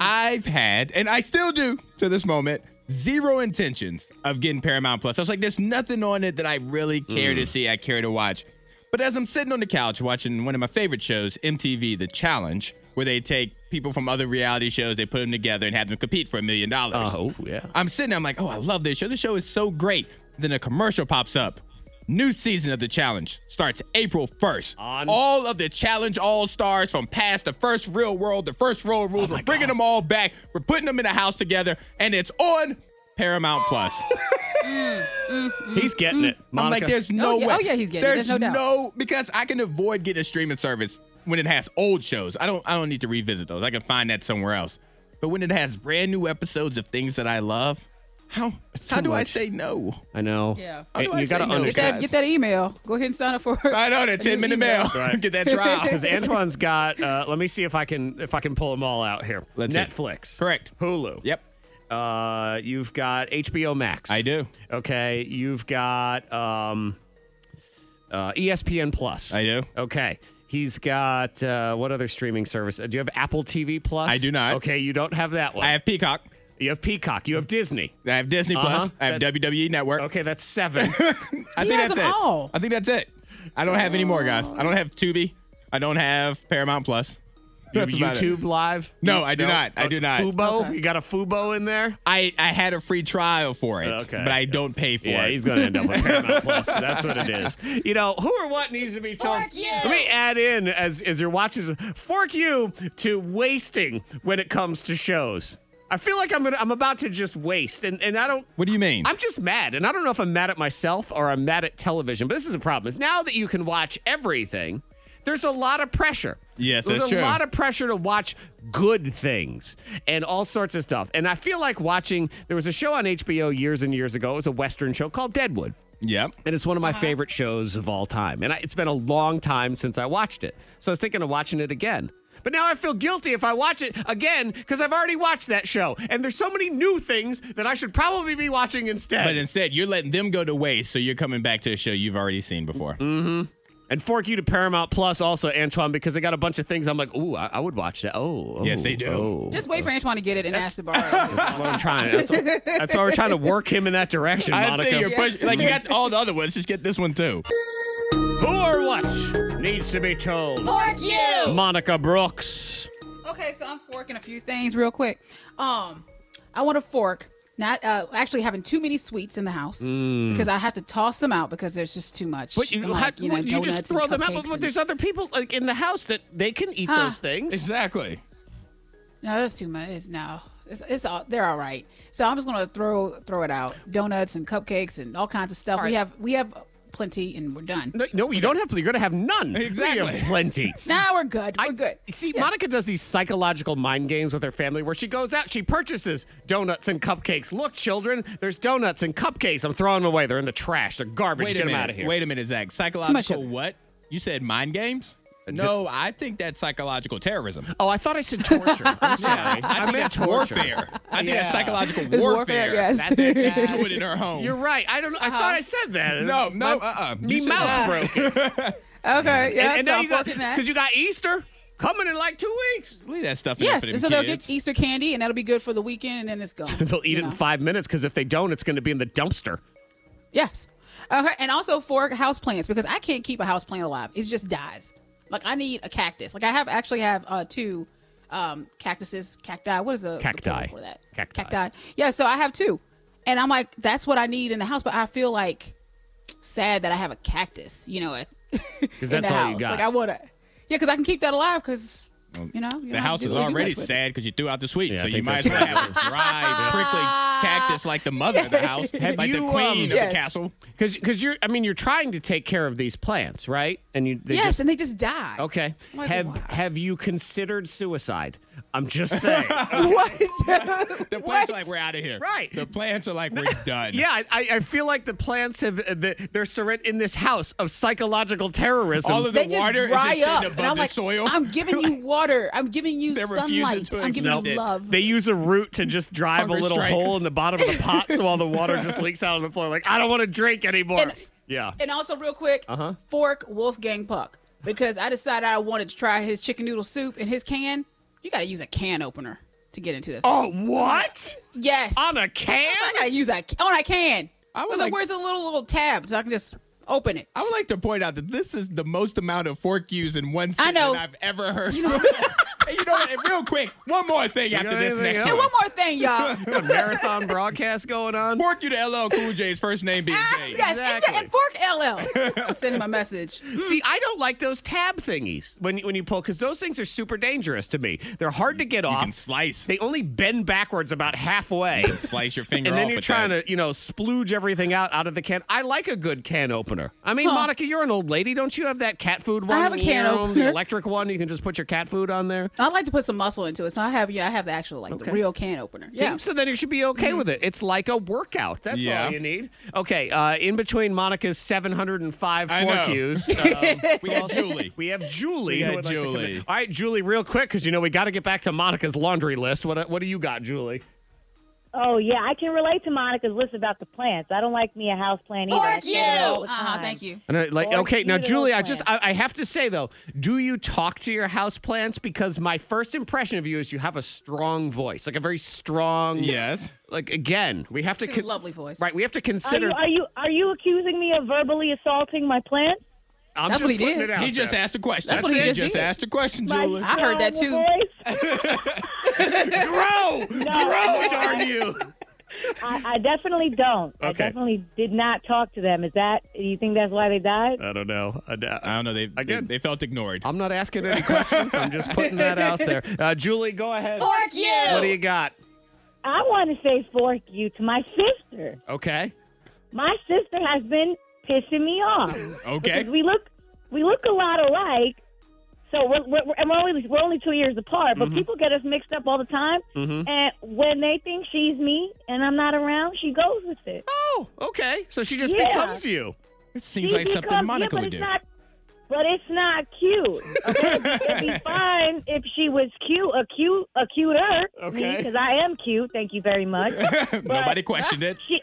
[SPEAKER 4] I've had, and I still do to this moment, zero intentions of getting Paramount Plus. I was like, there's nothing on it that I really care to see, I care to watch. But as I'm sitting on the couch watching one of my favorite shows, MTV The Challenge, where they take people from other reality shows, they put them together and have them compete for a million dollars.
[SPEAKER 1] Oh, yeah.
[SPEAKER 4] I'm sitting there, I'm like, oh, I love this show. This show is so great. Then a commercial pops up. New season of the challenge starts April 1st.
[SPEAKER 1] On-
[SPEAKER 4] All of the challenge all stars from past the first real world, the first royal rules. We're bringing them all back. We're putting them in a house together, and it's on Paramount Plus.
[SPEAKER 1] He's getting it.
[SPEAKER 4] I'm
[SPEAKER 1] Monica.
[SPEAKER 4] like, there's no
[SPEAKER 3] Oh, yeah.
[SPEAKER 4] way.
[SPEAKER 3] Oh, yeah, he's getting it.
[SPEAKER 4] There's
[SPEAKER 3] There's no doubt.
[SPEAKER 4] because I can avoid getting a streaming service when it has old shows. I don't I don't need to revisit those. I can find that somewhere else. But when it has brand new episodes of things that I love, how how
[SPEAKER 1] too
[SPEAKER 4] do I
[SPEAKER 1] much.
[SPEAKER 4] say no?
[SPEAKER 1] I know.
[SPEAKER 3] Yeah.
[SPEAKER 4] How do
[SPEAKER 1] And
[SPEAKER 4] I
[SPEAKER 1] you
[SPEAKER 4] say
[SPEAKER 1] got to
[SPEAKER 4] no?
[SPEAKER 3] Get that,
[SPEAKER 1] understand.
[SPEAKER 3] get that email. Go ahead and sign up for it.
[SPEAKER 4] I know that
[SPEAKER 3] A new
[SPEAKER 4] 10 minute
[SPEAKER 3] email.
[SPEAKER 4] mail. Get that trial.
[SPEAKER 1] Because Antoine's got. Uh, let me see if I can if I can pull them all out here.
[SPEAKER 4] Let's see.
[SPEAKER 1] Netflix,
[SPEAKER 4] Correct.
[SPEAKER 1] Hulu.
[SPEAKER 4] Yep.
[SPEAKER 1] Uh, you've got HBO Max.
[SPEAKER 4] I do.
[SPEAKER 1] Okay. You've got um, uh, ESPN Plus.
[SPEAKER 4] I do.
[SPEAKER 1] Okay. He's got uh, what other streaming service? Uh, Do you have Apple TV Plus?
[SPEAKER 4] I do not.
[SPEAKER 1] Okay, you don't have that one.
[SPEAKER 4] I have Peacock.
[SPEAKER 1] you have Peacock. You have Disney.
[SPEAKER 4] I have Disney
[SPEAKER 1] Uh-huh.
[SPEAKER 4] Plus. I have
[SPEAKER 1] That's-
[SPEAKER 4] WWE Network.
[SPEAKER 1] Okay, that's seven.
[SPEAKER 3] He
[SPEAKER 4] I think
[SPEAKER 3] has
[SPEAKER 4] that's
[SPEAKER 3] them
[SPEAKER 4] it.
[SPEAKER 3] all.
[SPEAKER 4] I think that's it. I don't have any more, guys. I don't have Tubi. I don't have Paramount Plus.
[SPEAKER 1] you have
[SPEAKER 4] That's about it.
[SPEAKER 1] YouTube Live.
[SPEAKER 4] No,
[SPEAKER 1] You
[SPEAKER 4] I do
[SPEAKER 1] don't?
[SPEAKER 4] not. I
[SPEAKER 1] Uh,
[SPEAKER 4] do not.
[SPEAKER 1] Fubo. You got a Fubo in there?
[SPEAKER 4] I, I had a free trial for it,
[SPEAKER 1] Okay.
[SPEAKER 4] but I don't pay for
[SPEAKER 1] Yeah,
[SPEAKER 4] it.
[SPEAKER 1] he's going to end up with Paramount Plus. That's what it is. You know, who or what needs to be told?
[SPEAKER 8] Fork you!
[SPEAKER 1] Let me add in as as you're watching. this, Fork you to wasting when it comes to shows. I feel like I'm gonna, I'm about to just waste, and and I don't.
[SPEAKER 4] what do you mean?
[SPEAKER 1] I'm just mad, and I don't know if I'm mad at myself or I'm mad at television. But this is a problem. Is now that you can watch everything, there's a lot of pressure.
[SPEAKER 4] Yes,
[SPEAKER 1] there's
[SPEAKER 4] that's
[SPEAKER 1] a
[SPEAKER 4] true.
[SPEAKER 1] lot of pressure to watch good things and all sorts of stuff. And I feel like watching. There was a show on HBO years and years ago. It was a western show called Deadwood
[SPEAKER 4] yep.
[SPEAKER 1] and it's one of my favorite shows of all time. And I, it's been a long time since I watched it, so I was thinking of watching it again. But now I feel guilty if I watch it again because I've already watched that show, and there's so many new things that I should probably be watching instead.
[SPEAKER 4] But instead, you're letting them go to waste, so you're coming back to a show you've already seen before.
[SPEAKER 1] Mm, and fork you to Paramount Plus also, Antoine, because they got a bunch of things. I'm like, ooh, I, I would watch that. Oh, oh,
[SPEAKER 4] Yes, they do.
[SPEAKER 1] Oh.
[SPEAKER 3] Just wait for Antoine to get it and ask to borrow.
[SPEAKER 1] That's what I'm trying. That's, what- that's why we're trying to work him in that direction,
[SPEAKER 4] I'd
[SPEAKER 1] Monica.
[SPEAKER 4] say you're pushing. Like you got all the other ones, just get this one too.
[SPEAKER 1] Who or what needs to be told?
[SPEAKER 8] Fork
[SPEAKER 3] Oh.
[SPEAKER 8] you!
[SPEAKER 1] Monica Brooks.
[SPEAKER 3] okay, so I'm forking a few things real quick. Um, I want to fork not uh, actually having too many sweets in the house because I have to toss them out because there's just too much.
[SPEAKER 1] Mm. But you,
[SPEAKER 3] I'm like,
[SPEAKER 1] how,
[SPEAKER 3] know,
[SPEAKER 1] what- you just
[SPEAKER 3] donuts and
[SPEAKER 1] throw them out.
[SPEAKER 3] cupcakes
[SPEAKER 1] But,
[SPEAKER 3] and-
[SPEAKER 1] there's other people like, in the house that they can eat
[SPEAKER 3] Huh.
[SPEAKER 1] those things.
[SPEAKER 4] Exactly.
[SPEAKER 3] No, that's too much. It's no. It's, it's all they're all right. So I'm just gonna throw throw it out. Donuts and cupcakes and all kinds of stuff. We have we have plenty and we're done.
[SPEAKER 1] No, no, you don't have to. You're gonna have none.
[SPEAKER 4] Exactly.
[SPEAKER 1] You have plenty.
[SPEAKER 3] Now we're good. We're good.
[SPEAKER 1] See, Monica does these psychological mind games with her family where she goes out, she purchases donuts and cupcakes. Look, children, there's donuts and cupcakes. I'm throwing them away. They're in the trash. They're garbage.
[SPEAKER 4] Wait
[SPEAKER 1] Get
[SPEAKER 4] a
[SPEAKER 1] them
[SPEAKER 4] minute.
[SPEAKER 1] out of here.
[SPEAKER 4] Wait a minute, Zach.
[SPEAKER 3] much
[SPEAKER 4] Psychological
[SPEAKER 3] sugar.
[SPEAKER 4] what? You said mind games?
[SPEAKER 1] Uh,
[SPEAKER 4] No, I think that's psychological terrorism.
[SPEAKER 1] Oh, I thought I said torture. I'm sorry.
[SPEAKER 4] I think that's
[SPEAKER 1] torture.
[SPEAKER 4] warfare. I think
[SPEAKER 1] Yeah.
[SPEAKER 4] that's psychological
[SPEAKER 3] It's
[SPEAKER 4] warfare.
[SPEAKER 3] warfare, yes.
[SPEAKER 4] That, that she's doing in her home.
[SPEAKER 1] You're right. I don't. know. I thought I said that.
[SPEAKER 4] Uh-huh. No, no,
[SPEAKER 1] My-
[SPEAKER 4] uh-uh. You
[SPEAKER 1] Me
[SPEAKER 4] said
[SPEAKER 1] mouth
[SPEAKER 4] that.
[SPEAKER 1] broke.
[SPEAKER 3] Okay. Yeah.
[SPEAKER 1] And, and
[SPEAKER 3] so
[SPEAKER 1] now
[SPEAKER 3] I'm
[SPEAKER 1] you got
[SPEAKER 3] forking that.
[SPEAKER 1] because you got Easter coming in like two weeks.
[SPEAKER 4] Leave that stuff in there
[SPEAKER 3] Yes.
[SPEAKER 4] for
[SPEAKER 3] And
[SPEAKER 4] them
[SPEAKER 3] so they'll
[SPEAKER 4] kids.
[SPEAKER 3] get Easter candy and that'll be good for the weekend and then it's gone.
[SPEAKER 1] They'll eat
[SPEAKER 3] you
[SPEAKER 1] it in
[SPEAKER 3] know?
[SPEAKER 1] five minutes because if they don't, it's going to be in the dumpster.
[SPEAKER 3] Yes. Okay. And also for houseplants because I can't keep a houseplant alive. It just dies. Like I need a cactus. Like I have actually have uh, two um, cactuses, cacti. What is the the
[SPEAKER 1] Cacti.
[SPEAKER 3] plural for that?
[SPEAKER 1] Cacti.
[SPEAKER 3] Yeah. So I have two, and I'm like, that's what I need in the house. But I feel like sad that I have a cactus, you know, at because
[SPEAKER 1] that's
[SPEAKER 3] the
[SPEAKER 1] all you
[SPEAKER 3] house.
[SPEAKER 1] got.
[SPEAKER 3] Like I wanna, yeah, because I can keep that alive because you know you don't
[SPEAKER 4] The
[SPEAKER 3] have
[SPEAKER 4] house
[SPEAKER 3] to do-
[SPEAKER 4] is
[SPEAKER 3] do much
[SPEAKER 4] already
[SPEAKER 3] with it.
[SPEAKER 4] sad because you threw out the sweet,
[SPEAKER 1] Yeah, I
[SPEAKER 4] so you
[SPEAKER 1] think
[SPEAKER 4] might as
[SPEAKER 1] that's
[SPEAKER 4] well
[SPEAKER 1] what it
[SPEAKER 4] have a dry, prickly cactus like the mother of the house,
[SPEAKER 1] Have
[SPEAKER 4] like
[SPEAKER 1] you,
[SPEAKER 4] the
[SPEAKER 1] um,
[SPEAKER 4] queen of
[SPEAKER 3] Yes.
[SPEAKER 4] the castle.
[SPEAKER 1] Because because you're I mean you're trying to take care of these plants, right? And you they
[SPEAKER 3] Yes,
[SPEAKER 1] just
[SPEAKER 3] and they just die.
[SPEAKER 1] okay.
[SPEAKER 3] Like,
[SPEAKER 1] have
[SPEAKER 3] wow.
[SPEAKER 1] have you considered suicide? I'm just saying.
[SPEAKER 3] What?
[SPEAKER 4] The plants are like, we're out of here.
[SPEAKER 1] Right.
[SPEAKER 4] The plants are like, we're done.
[SPEAKER 1] yeah, I- I, I feel like the plants have uh, the, they're surrendering in this house of psychological terrorism.
[SPEAKER 4] All of
[SPEAKER 3] they
[SPEAKER 4] the
[SPEAKER 3] just
[SPEAKER 4] water is just
[SPEAKER 3] dry
[SPEAKER 4] sitting
[SPEAKER 3] up,
[SPEAKER 4] above
[SPEAKER 3] and I'm
[SPEAKER 4] the
[SPEAKER 3] like,
[SPEAKER 4] soil.
[SPEAKER 3] I'm giving you water. I'm giving you
[SPEAKER 4] They're refusing
[SPEAKER 3] sunlight.
[SPEAKER 4] to
[SPEAKER 3] I'm giving
[SPEAKER 4] accept
[SPEAKER 3] you
[SPEAKER 4] it.
[SPEAKER 3] love.
[SPEAKER 1] They use a root to just drive
[SPEAKER 4] Hunger
[SPEAKER 1] a little
[SPEAKER 4] strike.
[SPEAKER 1] hole in the bottom of the pot so all the water just leaks out on the floor. Like, I don't want to drink anymore.
[SPEAKER 3] And-
[SPEAKER 1] yeah.
[SPEAKER 3] And also, real quick, uh-huh. fork Wolfgang Puck because I decided I wanted to try his chicken noodle soup in his can. You got to use a can opener to get into this.
[SPEAKER 1] oh, what?
[SPEAKER 3] yes,
[SPEAKER 1] On a can?
[SPEAKER 3] I gotta use that on a can.
[SPEAKER 4] I
[SPEAKER 3] I
[SPEAKER 4] was
[SPEAKER 3] was like,
[SPEAKER 4] like-
[SPEAKER 3] "Where's the little little tab so I can just open it?"
[SPEAKER 4] I would like to point out that this is the most amount of fork use in one sentence
[SPEAKER 3] know.
[SPEAKER 4] I've ever heard. You know, and you know what? Real quick, one more thing after
[SPEAKER 1] got
[SPEAKER 4] this
[SPEAKER 1] anything
[SPEAKER 4] next
[SPEAKER 1] else?
[SPEAKER 3] and
[SPEAKER 4] one.
[SPEAKER 3] one more thing, y'all.
[SPEAKER 1] a marathon broadcast going on?
[SPEAKER 4] Fork you to LL Cool J's first name being
[SPEAKER 3] Ah,
[SPEAKER 4] Jay.
[SPEAKER 3] yes,
[SPEAKER 1] Exactly.
[SPEAKER 3] and, and fork LL. I'll send him a message.
[SPEAKER 1] See, I don't like those tab thingies when you, when you pull because those things are super dangerous to me. They're hard to get
[SPEAKER 4] You
[SPEAKER 1] off.
[SPEAKER 4] can slice.
[SPEAKER 1] they only bend backwards about halfway.
[SPEAKER 4] Slice your finger
[SPEAKER 1] And
[SPEAKER 4] off
[SPEAKER 1] then you're
[SPEAKER 4] with
[SPEAKER 1] trying
[SPEAKER 4] that.
[SPEAKER 1] to, you know, splooge everything out out of the can. I like a good can opener. I mean, Monica, you're an old lady. Don't you have that cat food one?
[SPEAKER 3] have a can
[SPEAKER 1] You know,
[SPEAKER 3] opener.
[SPEAKER 1] The electric one. You can just put your cat food on there.
[SPEAKER 3] I like to put some muscle into it, so I have yeah, I have the actual like
[SPEAKER 1] Okay.
[SPEAKER 3] the real can opener.
[SPEAKER 1] See?
[SPEAKER 3] Yeah, Mm-hmm.
[SPEAKER 1] So then you should be okay with it. It's like a workout. That's
[SPEAKER 4] Yeah.
[SPEAKER 1] all you need. Okay. Uh, in between Monica's 705
[SPEAKER 4] I know.
[SPEAKER 1] fork use, um,
[SPEAKER 4] We got Julie.
[SPEAKER 1] we have Julie.
[SPEAKER 4] We
[SPEAKER 1] who
[SPEAKER 4] got
[SPEAKER 1] would like to come in.
[SPEAKER 4] Julie.
[SPEAKER 1] all right, Julie, real quick, because you know we got to get back to Monica's laundry list. What What do you got, Julie?
[SPEAKER 9] Oh yeah, I can relate to Monica's list about the plants. I don't like me a house plant either. I
[SPEAKER 5] Fork
[SPEAKER 9] say that
[SPEAKER 5] you.
[SPEAKER 9] all the
[SPEAKER 3] uh-huh,
[SPEAKER 9] time.
[SPEAKER 3] thank you.
[SPEAKER 1] And I, like,
[SPEAKER 9] Or
[SPEAKER 1] okay, now
[SPEAKER 9] even
[SPEAKER 1] Julie, I
[SPEAKER 9] those
[SPEAKER 1] just I,
[SPEAKER 9] plants.
[SPEAKER 1] I have to say though, do you talk to your houseplants? Because my first impression of you is you have a strong voice, like a very strong.
[SPEAKER 4] Yes.
[SPEAKER 1] Like again, we have to
[SPEAKER 3] She has a
[SPEAKER 1] con-
[SPEAKER 3] lovely voice.
[SPEAKER 1] right. We have to
[SPEAKER 9] Are you,
[SPEAKER 1] consider.
[SPEAKER 9] are you are you accusing me of verbally assaulting my plants?
[SPEAKER 1] I'm
[SPEAKER 3] That's
[SPEAKER 1] just
[SPEAKER 3] what he
[SPEAKER 1] putting
[SPEAKER 3] did.
[SPEAKER 1] it out
[SPEAKER 4] He just
[SPEAKER 1] there.
[SPEAKER 4] asked a question.
[SPEAKER 3] That's what
[SPEAKER 4] it.
[SPEAKER 3] he just did.
[SPEAKER 4] asked a question,
[SPEAKER 9] My
[SPEAKER 4] Julie.
[SPEAKER 3] I heard that
[SPEAKER 9] terrible voice?
[SPEAKER 1] grow, grow, darn you.
[SPEAKER 9] I, I definitely don't. I
[SPEAKER 1] Okay.
[SPEAKER 9] definitely did not talk to them. Is that? Do you think that's why they died?
[SPEAKER 1] I don't know. I,
[SPEAKER 4] I don't know. They, they
[SPEAKER 1] Uh, Again.
[SPEAKER 4] they felt ignored.
[SPEAKER 1] am not asking any questions. I'm just putting that out there. Uh, Julie, go ahead.
[SPEAKER 5] Fork you.
[SPEAKER 1] What do you got?
[SPEAKER 9] I want to say fork you to my sister.
[SPEAKER 1] Okay.
[SPEAKER 9] My sister has been pissing me off.
[SPEAKER 4] Okay.
[SPEAKER 9] Because we look, we look a lot alike. So we're, we're, we're- and we're only we're only two years apart, but people get us mixed up all the time. And when they think she's me and I'm not around, she goes with it.
[SPEAKER 1] Oh, okay. So she just
[SPEAKER 9] Yeah.
[SPEAKER 1] becomes you.
[SPEAKER 4] It seems
[SPEAKER 9] She
[SPEAKER 4] like something
[SPEAKER 9] becomes-
[SPEAKER 4] Monica
[SPEAKER 9] yeah, but
[SPEAKER 4] would
[SPEAKER 9] it's
[SPEAKER 4] do.
[SPEAKER 9] Not, but it's not cute. Okay? It'd be fine if she was cute, a cute, a cuter.
[SPEAKER 1] Okay.
[SPEAKER 9] Because I am cute. Thank you very much.
[SPEAKER 4] Nobody questioned it.
[SPEAKER 9] she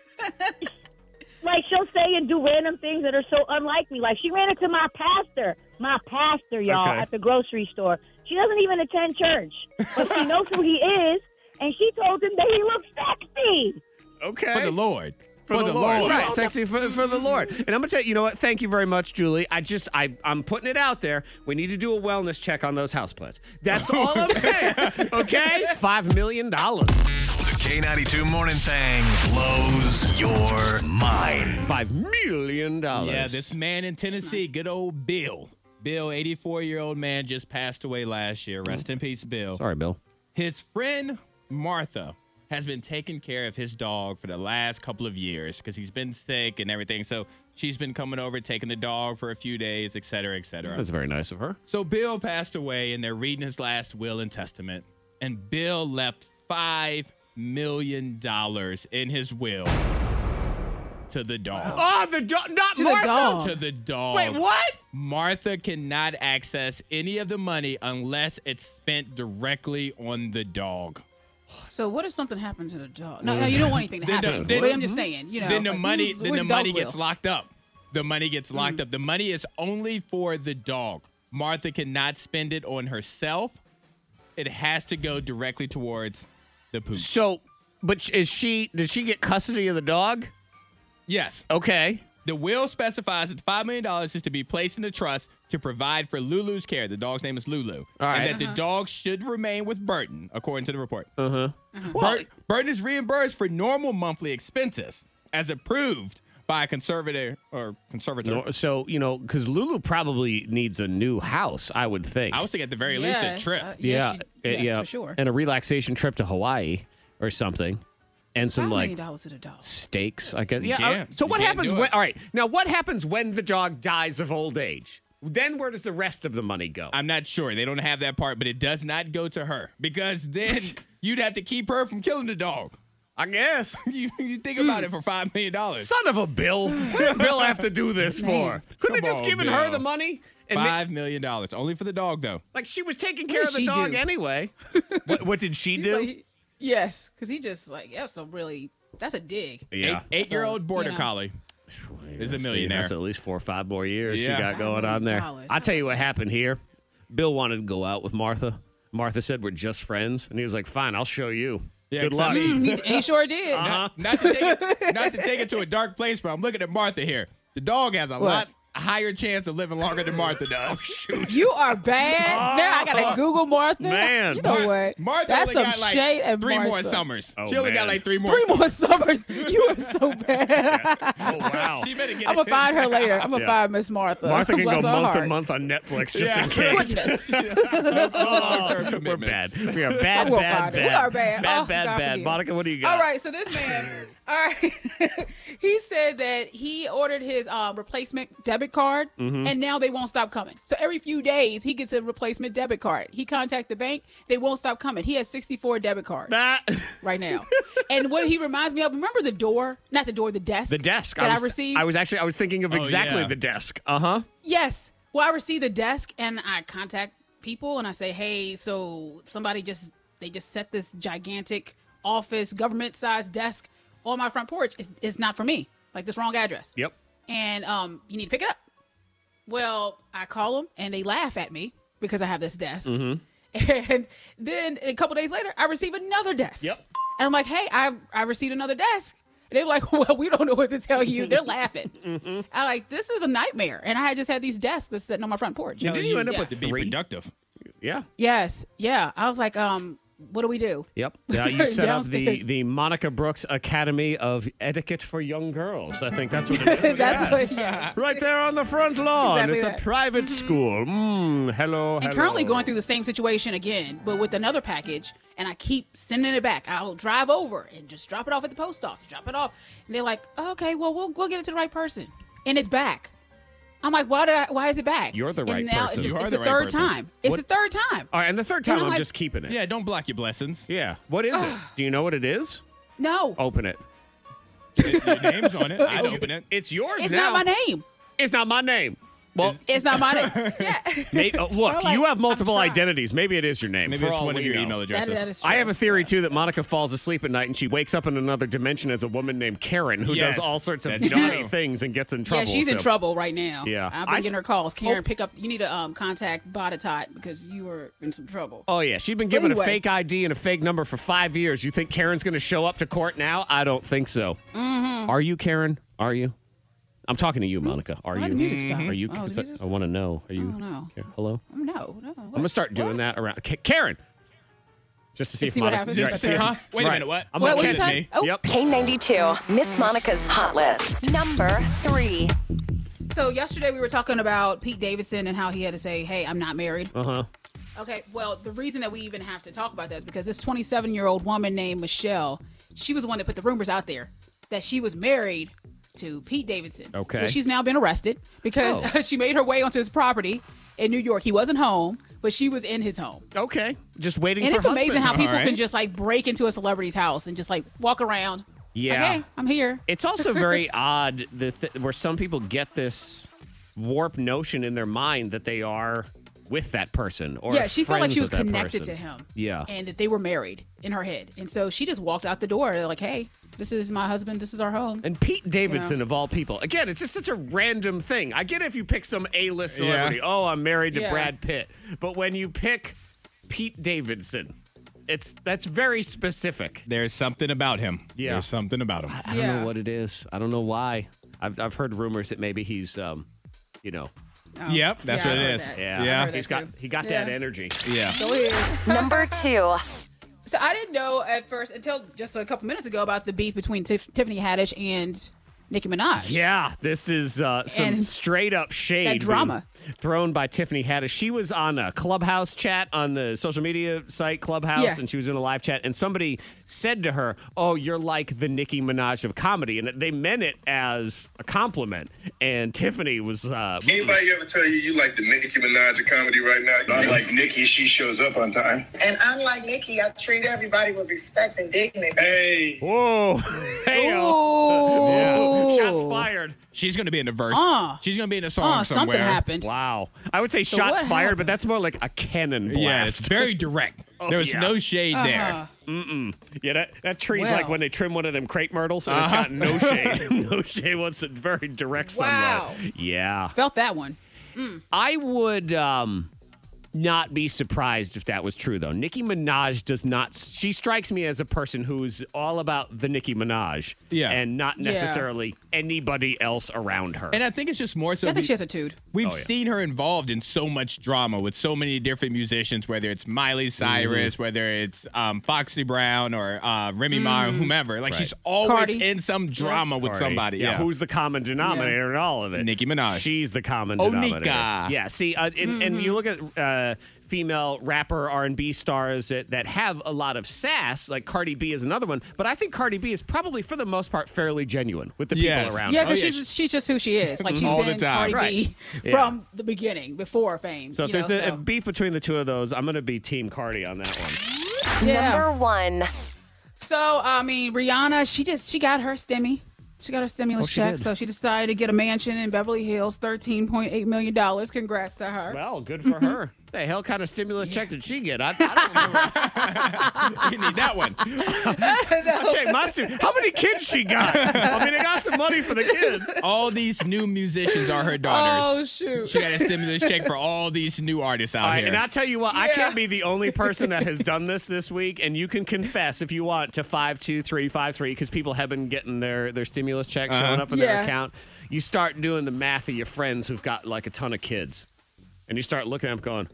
[SPEAKER 9] like she'll say and do random things that are so unlike me. Like she ran into my pastor, my pastor, y'all,
[SPEAKER 1] Okay.
[SPEAKER 9] at the grocery store. She doesn't even attend church, but she knows who he is, and she told him that he looks sexy.
[SPEAKER 1] Okay.
[SPEAKER 4] For the Lord.
[SPEAKER 1] for, the, Lord. Right,
[SPEAKER 4] Right.
[SPEAKER 1] sexy for, for the Lord. And I'm gonna tell you, you know what? Thank you very much, Julie. I just I I'm putting it out there. We need to do a wellness check on those houseplants. That's all I'm saying. Okay, five million dollars.
[SPEAKER 10] The K92 Morning Thang blows your mind.
[SPEAKER 1] Five million dollars.
[SPEAKER 4] Yeah, this man in Tennessee, good old Bill. Bill, 84 year old man, just passed away last year. Rest in peace, Bill.
[SPEAKER 1] Sorry, Bill.
[SPEAKER 4] His friend Martha has been taking care of his dog for the last couple of years because he's been sick and everything. So she's been coming over, taking the dog for a few days, et cetera, et cetera.
[SPEAKER 1] That's very nice of her.
[SPEAKER 4] So Bill passed away, and they're reading his last will and testament. And Bill left five million dollars in his will to the dog.
[SPEAKER 1] Oh, the dog, not
[SPEAKER 3] To the
[SPEAKER 1] Martha.
[SPEAKER 3] dog.
[SPEAKER 4] To the dog.
[SPEAKER 1] Wait, what?
[SPEAKER 4] Martha cannot access any of the money unless it's spent directly on the dog.
[SPEAKER 3] So what if something happened to the dog? No, no,
[SPEAKER 1] Mm.
[SPEAKER 3] you don't want anything to
[SPEAKER 4] Then the-
[SPEAKER 3] happen.
[SPEAKER 4] then-
[SPEAKER 3] but I'm just saying, you know.
[SPEAKER 4] then the
[SPEAKER 3] like,
[SPEAKER 4] money,
[SPEAKER 3] who's-
[SPEAKER 4] then
[SPEAKER 3] where's
[SPEAKER 4] the money
[SPEAKER 3] dog's
[SPEAKER 4] gets
[SPEAKER 3] will? Hmm.
[SPEAKER 4] locked up. The money gets locked up. The money is only for the dog. Martha cannot spend it on herself. It has to go directly towards the poop.
[SPEAKER 1] So, but is she? Did she get custody of the dog?
[SPEAKER 4] Yes.
[SPEAKER 1] Okay.
[SPEAKER 4] The will specifies that $5 million is to be placed in the trust to provide for Lulu's care. The dog's name is Lulu.
[SPEAKER 1] All right. Uh,
[SPEAKER 4] And
[SPEAKER 3] Uh-huh.
[SPEAKER 4] that the dog should remain with Burton, according to the report. Uh-huh. Burton is reimbursed for normal monthly expenses as approved by a conservator or conservator.
[SPEAKER 1] No, so you know, because Lulu probably needs a new house, I would think.
[SPEAKER 4] I was thinking at the very least a
[SPEAKER 3] Yes,
[SPEAKER 4] trip.
[SPEAKER 3] uh,
[SPEAKER 1] yeah,
[SPEAKER 3] she-
[SPEAKER 1] uh,
[SPEAKER 3] yes,
[SPEAKER 1] yeah,
[SPEAKER 3] for sure.
[SPEAKER 1] and a relaxation trip to Hawaii or something, and some
[SPEAKER 3] Five
[SPEAKER 1] like
[SPEAKER 3] million dollars to the dog.
[SPEAKER 1] steaks, I guess. Yeah.
[SPEAKER 4] can't.
[SPEAKER 1] all right. So
[SPEAKER 4] You
[SPEAKER 1] what
[SPEAKER 4] can't
[SPEAKER 1] happens
[SPEAKER 4] do it.
[SPEAKER 1] when? All right. Now what happens when the dog dies of old age? Then where does the rest of the money go?
[SPEAKER 4] I'm not sure. They don't have that part, but it does not go to her because then you'd have to keep her from killing the dog.
[SPEAKER 1] I guess.
[SPEAKER 4] You, you think about it for five million dollars.
[SPEAKER 1] Son of a Bill. What did Bill have to do this for? Couldn't have
[SPEAKER 4] Come
[SPEAKER 1] just
[SPEAKER 4] on,
[SPEAKER 1] given her
[SPEAKER 4] Bill.
[SPEAKER 1] the money? And ma-
[SPEAKER 4] Five million dollars only for the dog though.
[SPEAKER 1] like she was taking care
[SPEAKER 3] did
[SPEAKER 1] of the
[SPEAKER 3] she
[SPEAKER 1] dog
[SPEAKER 3] do?
[SPEAKER 1] anyway. what, what did she do?
[SPEAKER 3] Like, yes, because he just like that's a really that's a dig.
[SPEAKER 1] yeah.
[SPEAKER 4] Eight, eight year
[SPEAKER 3] So,
[SPEAKER 4] old
[SPEAKER 3] you
[SPEAKER 4] border
[SPEAKER 3] know.
[SPEAKER 4] collie. is a
[SPEAKER 1] See,
[SPEAKER 4] millionaire.
[SPEAKER 1] that's at least four or five more years
[SPEAKER 4] Yeah.
[SPEAKER 1] she got
[SPEAKER 4] Five
[SPEAKER 1] going on there.
[SPEAKER 3] million dollars.
[SPEAKER 1] I'll tell you what happened here. Bill wanted to go out with Martha. Martha said we're just friends, and he was like, "Fine, I'll show you.
[SPEAKER 4] Yeah,
[SPEAKER 1] Good luck."
[SPEAKER 4] except
[SPEAKER 3] Mm, he, he sure did.
[SPEAKER 4] Not, not to take it, not to take it to a dark place, but I'm looking at Martha here. The dog has a lot higher chance of living longer than Martha
[SPEAKER 1] Oh,
[SPEAKER 4] does.
[SPEAKER 3] You are bad. now I gotta Google Martha.
[SPEAKER 1] Man.
[SPEAKER 3] you know
[SPEAKER 4] Oh, Mar-
[SPEAKER 3] what?
[SPEAKER 4] Martha
[SPEAKER 3] that's
[SPEAKER 4] only
[SPEAKER 3] some
[SPEAKER 4] got like
[SPEAKER 3] shade at
[SPEAKER 4] three more
[SPEAKER 3] Martha.
[SPEAKER 4] summers.
[SPEAKER 1] Oh,
[SPEAKER 4] she only
[SPEAKER 1] man.
[SPEAKER 4] got like three more.
[SPEAKER 3] Three
[SPEAKER 4] summers.
[SPEAKER 3] more summers. You are so bad.
[SPEAKER 1] oh wow!
[SPEAKER 4] She better get
[SPEAKER 3] I'm
[SPEAKER 4] it.
[SPEAKER 3] gonna find her later. I'm gonna
[SPEAKER 1] Yeah.
[SPEAKER 3] find Miss Martha.
[SPEAKER 1] Martha can go
[SPEAKER 3] Bless her
[SPEAKER 1] month to
[SPEAKER 3] heart.
[SPEAKER 1] month on Netflix just
[SPEAKER 4] Yeah.
[SPEAKER 1] in case.
[SPEAKER 3] Goodness.
[SPEAKER 4] long-term
[SPEAKER 1] We're
[SPEAKER 4] commitments.
[SPEAKER 1] bad. We are bad,
[SPEAKER 3] I will
[SPEAKER 1] bad,
[SPEAKER 3] find it.
[SPEAKER 1] bad.
[SPEAKER 3] We are bad.
[SPEAKER 1] Bad,
[SPEAKER 3] Oh,
[SPEAKER 1] bad,
[SPEAKER 3] God
[SPEAKER 1] bad.
[SPEAKER 3] forgive.
[SPEAKER 1] Monica, what do you got?
[SPEAKER 3] All right, so this man, all right, he said that he ordered his um, replacement debit card,
[SPEAKER 1] Mm-hmm.
[SPEAKER 3] and now they won't stop coming. So every few days, he gets a replacement debit card. He contacted the bank; they won't stop coming. He has sixty-four debit cards
[SPEAKER 1] That-
[SPEAKER 3] right now. and what he reminds me of, remember the door? Not the door, the desk.
[SPEAKER 1] the desk.
[SPEAKER 3] that
[SPEAKER 1] I
[SPEAKER 3] I,
[SPEAKER 1] was,
[SPEAKER 3] received.
[SPEAKER 1] I was actually. I was thinking of
[SPEAKER 4] Oh,
[SPEAKER 1] exactly
[SPEAKER 4] yeah.
[SPEAKER 1] the desk. Uh huh.
[SPEAKER 3] Yes. Well, I receive the desk and I contact people and I say, hey, so somebody just, they just set this gigantic office, government sized desk on my front porch. It's, it's not for me. Like this wrong address.
[SPEAKER 1] Yep.
[SPEAKER 3] And um, you need to pick it up. Well, I call them and they laugh at me because I have this desk.
[SPEAKER 1] Mm-hmm.
[SPEAKER 3] And then a couple days later, I receive another desk.
[SPEAKER 1] Yep.
[SPEAKER 3] And I'm like, hey, I, I received another desk. And they're like, well, we don't know what to tell you. They're laughing.
[SPEAKER 1] Mm-hmm.
[SPEAKER 3] I'm like, this is a nightmare. And I had just had these desks that's sitting on my front porch.
[SPEAKER 1] Didn't you end up
[SPEAKER 3] yeah.
[SPEAKER 1] with
[SPEAKER 4] to be
[SPEAKER 1] three?
[SPEAKER 4] productive.
[SPEAKER 1] Yeah.
[SPEAKER 3] Yes. Yeah. I was like, um, what do we do?
[SPEAKER 1] Yep. Yeah, you set up the,
[SPEAKER 3] Downstairs.
[SPEAKER 1] the Monica Brooks Academy of Etiquette for Young Girls. I think that's what it is.
[SPEAKER 3] That's what-
[SPEAKER 1] Yes. Right there on the front lawn.
[SPEAKER 3] Exactly
[SPEAKER 1] it's
[SPEAKER 3] that.
[SPEAKER 1] a private school. Mm, hello,
[SPEAKER 3] And
[SPEAKER 1] hello.
[SPEAKER 3] currently going through the same situation again, but with another package, and I keep sending it back. I'll drive over and just drop it off at the post office, drop it off. And they're like, okay, well, we'll, we'll get it to the right person. And it's back. I'm like, why, did I, why is it back?
[SPEAKER 1] You're the
[SPEAKER 3] And
[SPEAKER 1] right
[SPEAKER 3] now
[SPEAKER 1] person.
[SPEAKER 3] It's,
[SPEAKER 4] You are
[SPEAKER 3] it's
[SPEAKER 4] the
[SPEAKER 3] the,
[SPEAKER 4] right
[SPEAKER 3] third
[SPEAKER 4] person.
[SPEAKER 3] time. It's
[SPEAKER 1] What-
[SPEAKER 3] the third time.
[SPEAKER 1] All right, and the third time
[SPEAKER 3] And I'm
[SPEAKER 1] I'm
[SPEAKER 3] like-
[SPEAKER 1] just keeping it.
[SPEAKER 4] Yeah, don't block your blessings.
[SPEAKER 1] Yeah. What is it? Do you know what it is?
[SPEAKER 3] No,
[SPEAKER 1] Open it.
[SPEAKER 4] Your name's on it. I open it.
[SPEAKER 1] It's yours
[SPEAKER 3] it's
[SPEAKER 1] now.
[SPEAKER 3] not my name.
[SPEAKER 1] It's not my name. Well,
[SPEAKER 3] It's not my name. Yeah.
[SPEAKER 1] may- oh, look,
[SPEAKER 3] Well, like,
[SPEAKER 1] you have multiple
[SPEAKER 3] I'm trying.
[SPEAKER 1] identities. Maybe it is your name.
[SPEAKER 4] Maybe
[SPEAKER 1] for
[SPEAKER 4] it's
[SPEAKER 1] all
[SPEAKER 4] one
[SPEAKER 1] we
[SPEAKER 4] of your
[SPEAKER 1] know.
[SPEAKER 4] email
[SPEAKER 3] That,
[SPEAKER 4] addresses.
[SPEAKER 3] that is true.
[SPEAKER 1] I have a theory too that Monica falls asleep at night and she wakes up in another dimension as a woman named Karen who
[SPEAKER 4] Yes,
[SPEAKER 1] does all sorts of
[SPEAKER 4] that's
[SPEAKER 1] naughty
[SPEAKER 4] true.
[SPEAKER 1] things and gets in
[SPEAKER 3] Yeah,
[SPEAKER 1] trouble.
[SPEAKER 3] she's in
[SPEAKER 1] so-
[SPEAKER 3] trouble right now.
[SPEAKER 1] Yeah.
[SPEAKER 3] I've
[SPEAKER 1] I Oh.
[SPEAKER 3] been
[SPEAKER 1] s-
[SPEAKER 3] getting her calls. Karen, pick up. You need to um, contact Bodatot because you are in some trouble.
[SPEAKER 1] Oh yeah, she'd been given
[SPEAKER 3] Anyway.
[SPEAKER 1] a fake ID and a fake number for five years. You think Karen's going to show up to court now? I don't think so.
[SPEAKER 3] Mm-hmm.
[SPEAKER 1] Are you Karen? Are you? I'm talking to you, Monica. Are
[SPEAKER 3] Why'd
[SPEAKER 1] you?
[SPEAKER 3] Oh, the music stop?
[SPEAKER 1] Are you?
[SPEAKER 3] Oh, the
[SPEAKER 1] 'cause
[SPEAKER 3] music
[SPEAKER 1] I, want to know. Are you?
[SPEAKER 3] don't know.
[SPEAKER 1] Ka- Hello. I'm
[SPEAKER 3] No, no. I'm
[SPEAKER 1] gonna start doing that around Ka- Karen. Just to see
[SPEAKER 3] To
[SPEAKER 1] if
[SPEAKER 3] see what
[SPEAKER 1] Monica.
[SPEAKER 3] happens.
[SPEAKER 1] Right,
[SPEAKER 3] Just
[SPEAKER 4] to see,
[SPEAKER 1] if-
[SPEAKER 4] huh? Wait a
[SPEAKER 1] right.
[SPEAKER 4] minute, what?
[SPEAKER 1] I'm
[SPEAKER 3] What
[SPEAKER 1] gonna catch
[SPEAKER 3] was
[SPEAKER 4] that?
[SPEAKER 1] me.
[SPEAKER 3] Oh.
[SPEAKER 1] Yep.
[SPEAKER 5] K92, Miss Monica's Hot List. Number three.
[SPEAKER 3] So yesterday we were talking about Pete Davidson and how he had to say, "Hey, I'm not married." Uh
[SPEAKER 1] uh-huh.
[SPEAKER 3] huh. Okay. Well, the reason that we even have to talk about that is because this 27 year old woman named Michelle, she was the one that put the rumors out there that she was married to Pete Davidson.
[SPEAKER 1] Okay.
[SPEAKER 3] Well, she's now been arrested because she made her way onto his property in New York. He wasn't home, but she was in his home.
[SPEAKER 1] Okay. Just waiting
[SPEAKER 3] And
[SPEAKER 1] for
[SPEAKER 3] it's amazing
[SPEAKER 1] husband. Uh-huh.
[SPEAKER 3] how people
[SPEAKER 4] All right.
[SPEAKER 3] can just like break into a celebrity's house and just like walk around.
[SPEAKER 1] Yeah.
[SPEAKER 3] Okay, I'm here.
[SPEAKER 1] It's also very odd the th- where some people get this warped notion in their mind that they are with that person or
[SPEAKER 3] yeah, she felt like
[SPEAKER 1] friends
[SPEAKER 3] she was
[SPEAKER 1] with that
[SPEAKER 3] connected
[SPEAKER 1] person.
[SPEAKER 3] to him.
[SPEAKER 1] Yeah.
[SPEAKER 3] And that they were married in her head. And so she just walked out the door like, hey, this is my husband. This is our home.
[SPEAKER 1] And Pete Davidson, of all people. Again, it's just such a random thing. I get if you pick some A list
[SPEAKER 4] Yeah.
[SPEAKER 1] celebrity. Oh, I'm married to
[SPEAKER 3] Yeah.
[SPEAKER 1] Brad Pitt. But when you pick Pete Davidson, it's that's very specific.
[SPEAKER 4] There's something about him.
[SPEAKER 1] Yeah.
[SPEAKER 4] There's something about him.
[SPEAKER 1] I don't know what it is. I don't know why. I've, I've heard rumors that maybe he's, um, you know,
[SPEAKER 4] Yep, that's
[SPEAKER 3] Yeah,
[SPEAKER 4] what
[SPEAKER 3] I
[SPEAKER 4] it
[SPEAKER 3] heard
[SPEAKER 4] is.
[SPEAKER 3] that.
[SPEAKER 1] Oh. yeah,
[SPEAKER 4] Yeah.
[SPEAKER 3] that
[SPEAKER 1] he's got
[SPEAKER 3] too.
[SPEAKER 1] he got that
[SPEAKER 3] Yeah.
[SPEAKER 1] energy.
[SPEAKER 4] Yeah.
[SPEAKER 5] Number two.
[SPEAKER 3] So I didn't know at first until just a couple minutes ago about the beef between Tif- Tiffany Haddish and Nicki Minaj.
[SPEAKER 1] Yeah, this is uh, some
[SPEAKER 3] And
[SPEAKER 1] straight up shade being
[SPEAKER 3] drama.
[SPEAKER 1] thrown by Tiffany Haddish. She was on a Clubhouse chat on the social media site Clubhouse,
[SPEAKER 3] Yeah.
[SPEAKER 1] and she was in a live chat, and somebody said to her, "Oh, you're like the Nicki Minaj of comedy," and they meant it as a compliment. And Tiffany was uh,
[SPEAKER 11] Anybody ever tell you you like the Nicki Minaj of comedy right now? I like Nicki. She shows up on time.
[SPEAKER 12] And unlike Nikki, I treat everybody with respect and dignity.
[SPEAKER 11] Hey.
[SPEAKER 1] Whoa. Hey. uh,
[SPEAKER 4] Yeah.
[SPEAKER 1] Shots fired.
[SPEAKER 4] She's going to be in a verse.
[SPEAKER 1] Uh.
[SPEAKER 4] She's going to be in a song
[SPEAKER 1] Uh, something
[SPEAKER 4] somewhere.
[SPEAKER 1] happened. Wow. I would say
[SPEAKER 4] So
[SPEAKER 1] shots
[SPEAKER 4] what
[SPEAKER 1] fired, but that's more like a cannon blast.
[SPEAKER 4] Yeah, it's very direct.
[SPEAKER 1] Oh,
[SPEAKER 4] There was
[SPEAKER 1] yeah.
[SPEAKER 4] no shade
[SPEAKER 1] Uh-huh.
[SPEAKER 4] there.
[SPEAKER 1] Mm-mm. Yeah, that, that tree's
[SPEAKER 4] Well.
[SPEAKER 1] like when they trim one of them crepe myrtles, and it's
[SPEAKER 4] Uh-huh.
[SPEAKER 1] got no shade. no shade wants a very direct
[SPEAKER 3] Wow.
[SPEAKER 1] sunlight. Yeah.
[SPEAKER 3] Felt that one. Mm.
[SPEAKER 1] I would um, not be surprised if that was true, though. Nicki Minaj does not. She strikes me as a person who's all about the Nicki Minaj,
[SPEAKER 4] Yeah.
[SPEAKER 1] and not
[SPEAKER 4] Yeah.
[SPEAKER 1] necessarily anybody else around her.
[SPEAKER 4] And I think it's just more so.
[SPEAKER 1] I think she has
[SPEAKER 3] a dude.
[SPEAKER 4] We've
[SPEAKER 1] Oh, yeah.
[SPEAKER 4] seen her involved in so much drama with so many different musicians, whether it's Miley
[SPEAKER 1] Mm-hmm.
[SPEAKER 4] Cyrus, whether it's um, Foxy Brown or uh, Remy Ma or
[SPEAKER 1] Mhm.
[SPEAKER 4] whomer. Like
[SPEAKER 1] Right.
[SPEAKER 4] she's always
[SPEAKER 1] Cardi.
[SPEAKER 4] in some drama with
[SPEAKER 1] Cardi.
[SPEAKER 4] somebody. Yeah. Oh,
[SPEAKER 1] who's the common denominator in all of it? Nicki Minaj. She's the common
[SPEAKER 4] Onika.
[SPEAKER 1] denominator. Yeah. See, uh, and, and
[SPEAKER 3] Mm-hmm.
[SPEAKER 4] Mhm.
[SPEAKER 1] you look at uh, female rapper R and B stars that, that have a lot of sass. Like Cardi B is another one, but I think Cardi B is probably for the most part fairly genuine with the
[SPEAKER 4] Yes.
[SPEAKER 1] people around.
[SPEAKER 3] Yeah,
[SPEAKER 1] her.
[SPEAKER 3] because she's, she's just who she is. Like she's
[SPEAKER 1] Oh, All the
[SPEAKER 3] been
[SPEAKER 1] time.
[SPEAKER 3] Cardi
[SPEAKER 1] Right.
[SPEAKER 3] B from the beginning, before fame.
[SPEAKER 1] So if
[SPEAKER 3] you
[SPEAKER 1] there's
[SPEAKER 3] know,
[SPEAKER 1] a,
[SPEAKER 3] so.
[SPEAKER 1] a beef between the two of those, I'm going to be Team Cardi on that one.
[SPEAKER 5] Number one.
[SPEAKER 3] So I mean, Rihanna, she just she got her stimmy. She got her stimulus
[SPEAKER 5] Oh, she
[SPEAKER 3] check,
[SPEAKER 5] did.
[SPEAKER 3] so she decided to get a mansion in Beverly Hills, thirteen point eight million dollars. Congrats to her.
[SPEAKER 1] Well, good for her. The hell kind of stimulus check did she get? I, I don't
[SPEAKER 4] you need that one.
[SPEAKER 1] I'll check my stu- How many kids she got? I mean, they got some money for the kids.
[SPEAKER 4] All these new musicians are her daughters.
[SPEAKER 3] Oh, shoot.
[SPEAKER 4] She got a stimulus check for all these new artists out
[SPEAKER 1] All right,
[SPEAKER 4] here.
[SPEAKER 1] and I'll tell you what, I can't be the only person that has done this this week, and you can confess if you want to 52353 because people have been getting their, their stimulus check showing
[SPEAKER 4] Uh-huh.
[SPEAKER 1] up in
[SPEAKER 4] Yeah.
[SPEAKER 1] their account. You start doing the math of your friends who've got like a ton of kids, and you start looking at them going,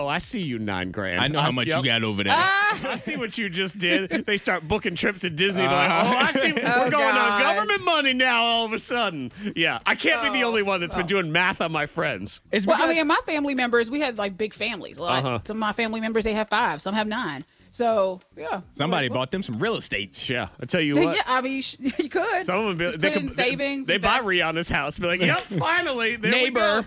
[SPEAKER 1] Oh, I see you nine grand.
[SPEAKER 4] I know how
[SPEAKER 1] I've-
[SPEAKER 4] much
[SPEAKER 1] yep.
[SPEAKER 4] you got over there.
[SPEAKER 1] I see what you just did. They start booking trips to Disney. They're like,
[SPEAKER 4] Uh-huh.
[SPEAKER 1] oh, I see. We're
[SPEAKER 4] Oh,
[SPEAKER 1] going on
[SPEAKER 4] gosh.
[SPEAKER 1] government money now. All of a sudden, yeah. I can't be the
[SPEAKER 4] Oh,
[SPEAKER 1] only one that's been doing math on my friends.
[SPEAKER 4] It's
[SPEAKER 3] well, I mean, my family members, we had like big families. Like,
[SPEAKER 1] Uh-huh.
[SPEAKER 3] Some of my family members, they have five, some have nine. So yeah,
[SPEAKER 4] Somebody bought them some real estate.
[SPEAKER 1] Yeah, I tell you
[SPEAKER 3] yeah.
[SPEAKER 1] what.
[SPEAKER 3] I mean, you, sh- you could.
[SPEAKER 1] Some of them,
[SPEAKER 3] Just
[SPEAKER 1] be- they,
[SPEAKER 3] put
[SPEAKER 1] could-
[SPEAKER 3] in
[SPEAKER 1] they-
[SPEAKER 3] savings.
[SPEAKER 1] They, buy
[SPEAKER 3] invest.
[SPEAKER 1] Rihanna's house. Be like, yep, finally, there neighbor.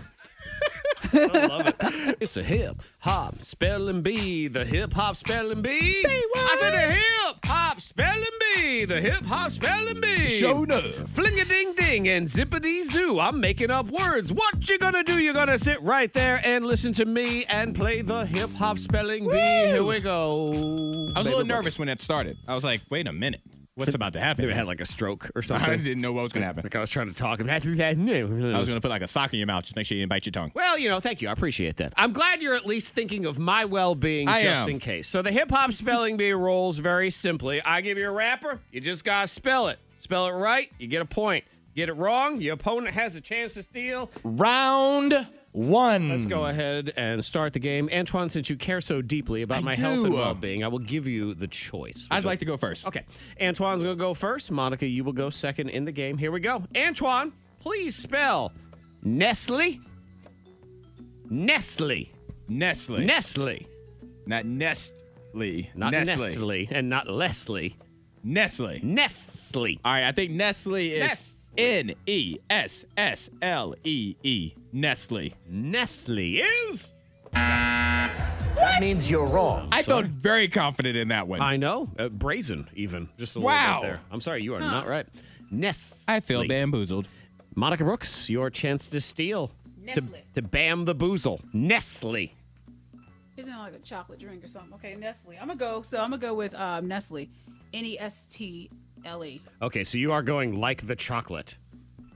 [SPEAKER 1] I love it. It's a hip hop spelling bee, the hip hop spelling bee. Say what? I said the hip hop spelling bee, the hip hop spelling bee.
[SPEAKER 4] Show enough.
[SPEAKER 1] Fling a ding ding and zippity zoo. I'm making up words. What you gonna do? You're gonna sit right there and listen to me and play the hip hop spelling bee. Here we go.
[SPEAKER 4] I was a little nervous when that started. I was like, wait a minute. What's about to happen?
[SPEAKER 1] Maybe I had like a stroke or
[SPEAKER 4] I
[SPEAKER 1] something.
[SPEAKER 4] didn't know what was going to happen.
[SPEAKER 1] Like I was trying to talk. I was going
[SPEAKER 4] to put like a sock in your mouth. Just make sure you didn't bite your tongue.
[SPEAKER 1] Well, you know, thank you. I appreciate that. I'm glad you're at least thinking of my well being
[SPEAKER 4] I
[SPEAKER 1] just
[SPEAKER 4] am.
[SPEAKER 1] in case. So, the hip hop spelling bee rules very simply. I give you a rapper, you just got to spell it. Spell it right, you get a point. Get it wrong, your opponent has a chance to steal.
[SPEAKER 4] Round one.
[SPEAKER 1] Let's go ahead and start the game. Antoine, since you care so deeply about
[SPEAKER 4] I
[SPEAKER 1] my health and
[SPEAKER 4] do.
[SPEAKER 1] well being, I will give you the choice.
[SPEAKER 4] I'd like to go first.
[SPEAKER 1] Okay. Antoine's going to go first. Monica, you will go second in the game. Here we go. Antoine, please spell Nestle. Nestle.
[SPEAKER 4] Nestle.
[SPEAKER 1] Nestle.
[SPEAKER 4] Not Nestle.
[SPEAKER 1] Not Nestle and not Leslie.
[SPEAKER 4] Nestle.
[SPEAKER 1] Nestle.
[SPEAKER 4] All right, I think Nestle is N E S S L E E. Nestle.
[SPEAKER 1] Nestle is.
[SPEAKER 4] That means you're wrong. I felt very confident in that one.
[SPEAKER 1] I know. Uh, brazen, even. Just a little
[SPEAKER 4] Wow.
[SPEAKER 1] bit there. I'm sorry, you are
[SPEAKER 4] Huh.
[SPEAKER 1] not right. Nestle.
[SPEAKER 4] I feel bamboozled.
[SPEAKER 1] Monica Brooks, your chance to steal. To,
[SPEAKER 3] Nestle.
[SPEAKER 1] to bam the boozle. Nestle.
[SPEAKER 3] Isn't it like a chocolate drink or something? Okay, Nestle. I'm gonna go. So I'm gonna go with um, Nestle, N E S T L E.
[SPEAKER 1] Okay, so you are going like the chocolate.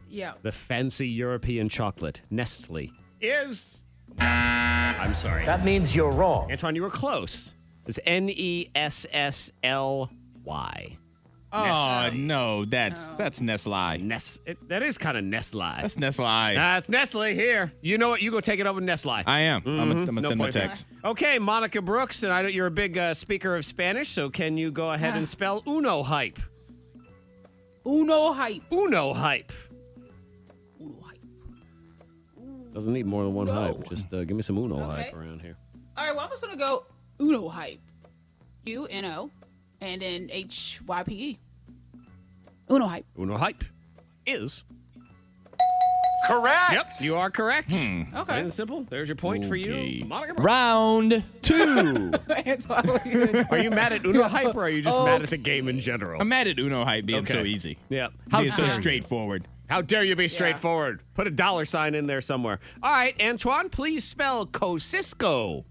[SPEAKER 3] Yeah.
[SPEAKER 1] The fancy European chocolate. Nestle. Is. I'm sorry.
[SPEAKER 13] That means you're wrong.
[SPEAKER 1] Antoine, you were close. It's N E S S L Y.
[SPEAKER 4] Oh no, that's that's Nestle.
[SPEAKER 1] Nest. It, that is kind of Nestle. That's
[SPEAKER 4] Nestle.
[SPEAKER 1] Nah, it's Nestle here. You know what? You go take it up with Nestle.
[SPEAKER 4] I am. I'm
[SPEAKER 1] Mhm.
[SPEAKER 4] gonna I'm
[SPEAKER 1] No
[SPEAKER 4] send my
[SPEAKER 1] point there.
[SPEAKER 4] text.
[SPEAKER 1] Okay, Monica Brooks, and I know you're a big uh, speaker of Spanish, so can you go ahead and spell uno hype?
[SPEAKER 3] Uno hype.
[SPEAKER 1] Uno hype. Doesn't need more than one hype. Just uh, give me some Uno
[SPEAKER 3] Okay.
[SPEAKER 1] hype around here.
[SPEAKER 3] All right, well, I'm just gonna go Uno hype. U N O, and then H Y P E. Uno hype.
[SPEAKER 1] Uno hype is
[SPEAKER 3] Correct.
[SPEAKER 1] Yep, you are correct.
[SPEAKER 3] Okay.
[SPEAKER 1] Plain and simple. There's your point for you, Monica.
[SPEAKER 4] Round two.
[SPEAKER 1] Are you mad at Uno hype or are you just
[SPEAKER 4] Oh.
[SPEAKER 1] mad at the game in general?
[SPEAKER 4] I'm mad at Uno hype being so easy.
[SPEAKER 1] Yeah.
[SPEAKER 4] Being so
[SPEAKER 1] straightforward. How dare you be straightforward? Put a dollar sign in there somewhere. All right, Antoine, please spell Kosisco.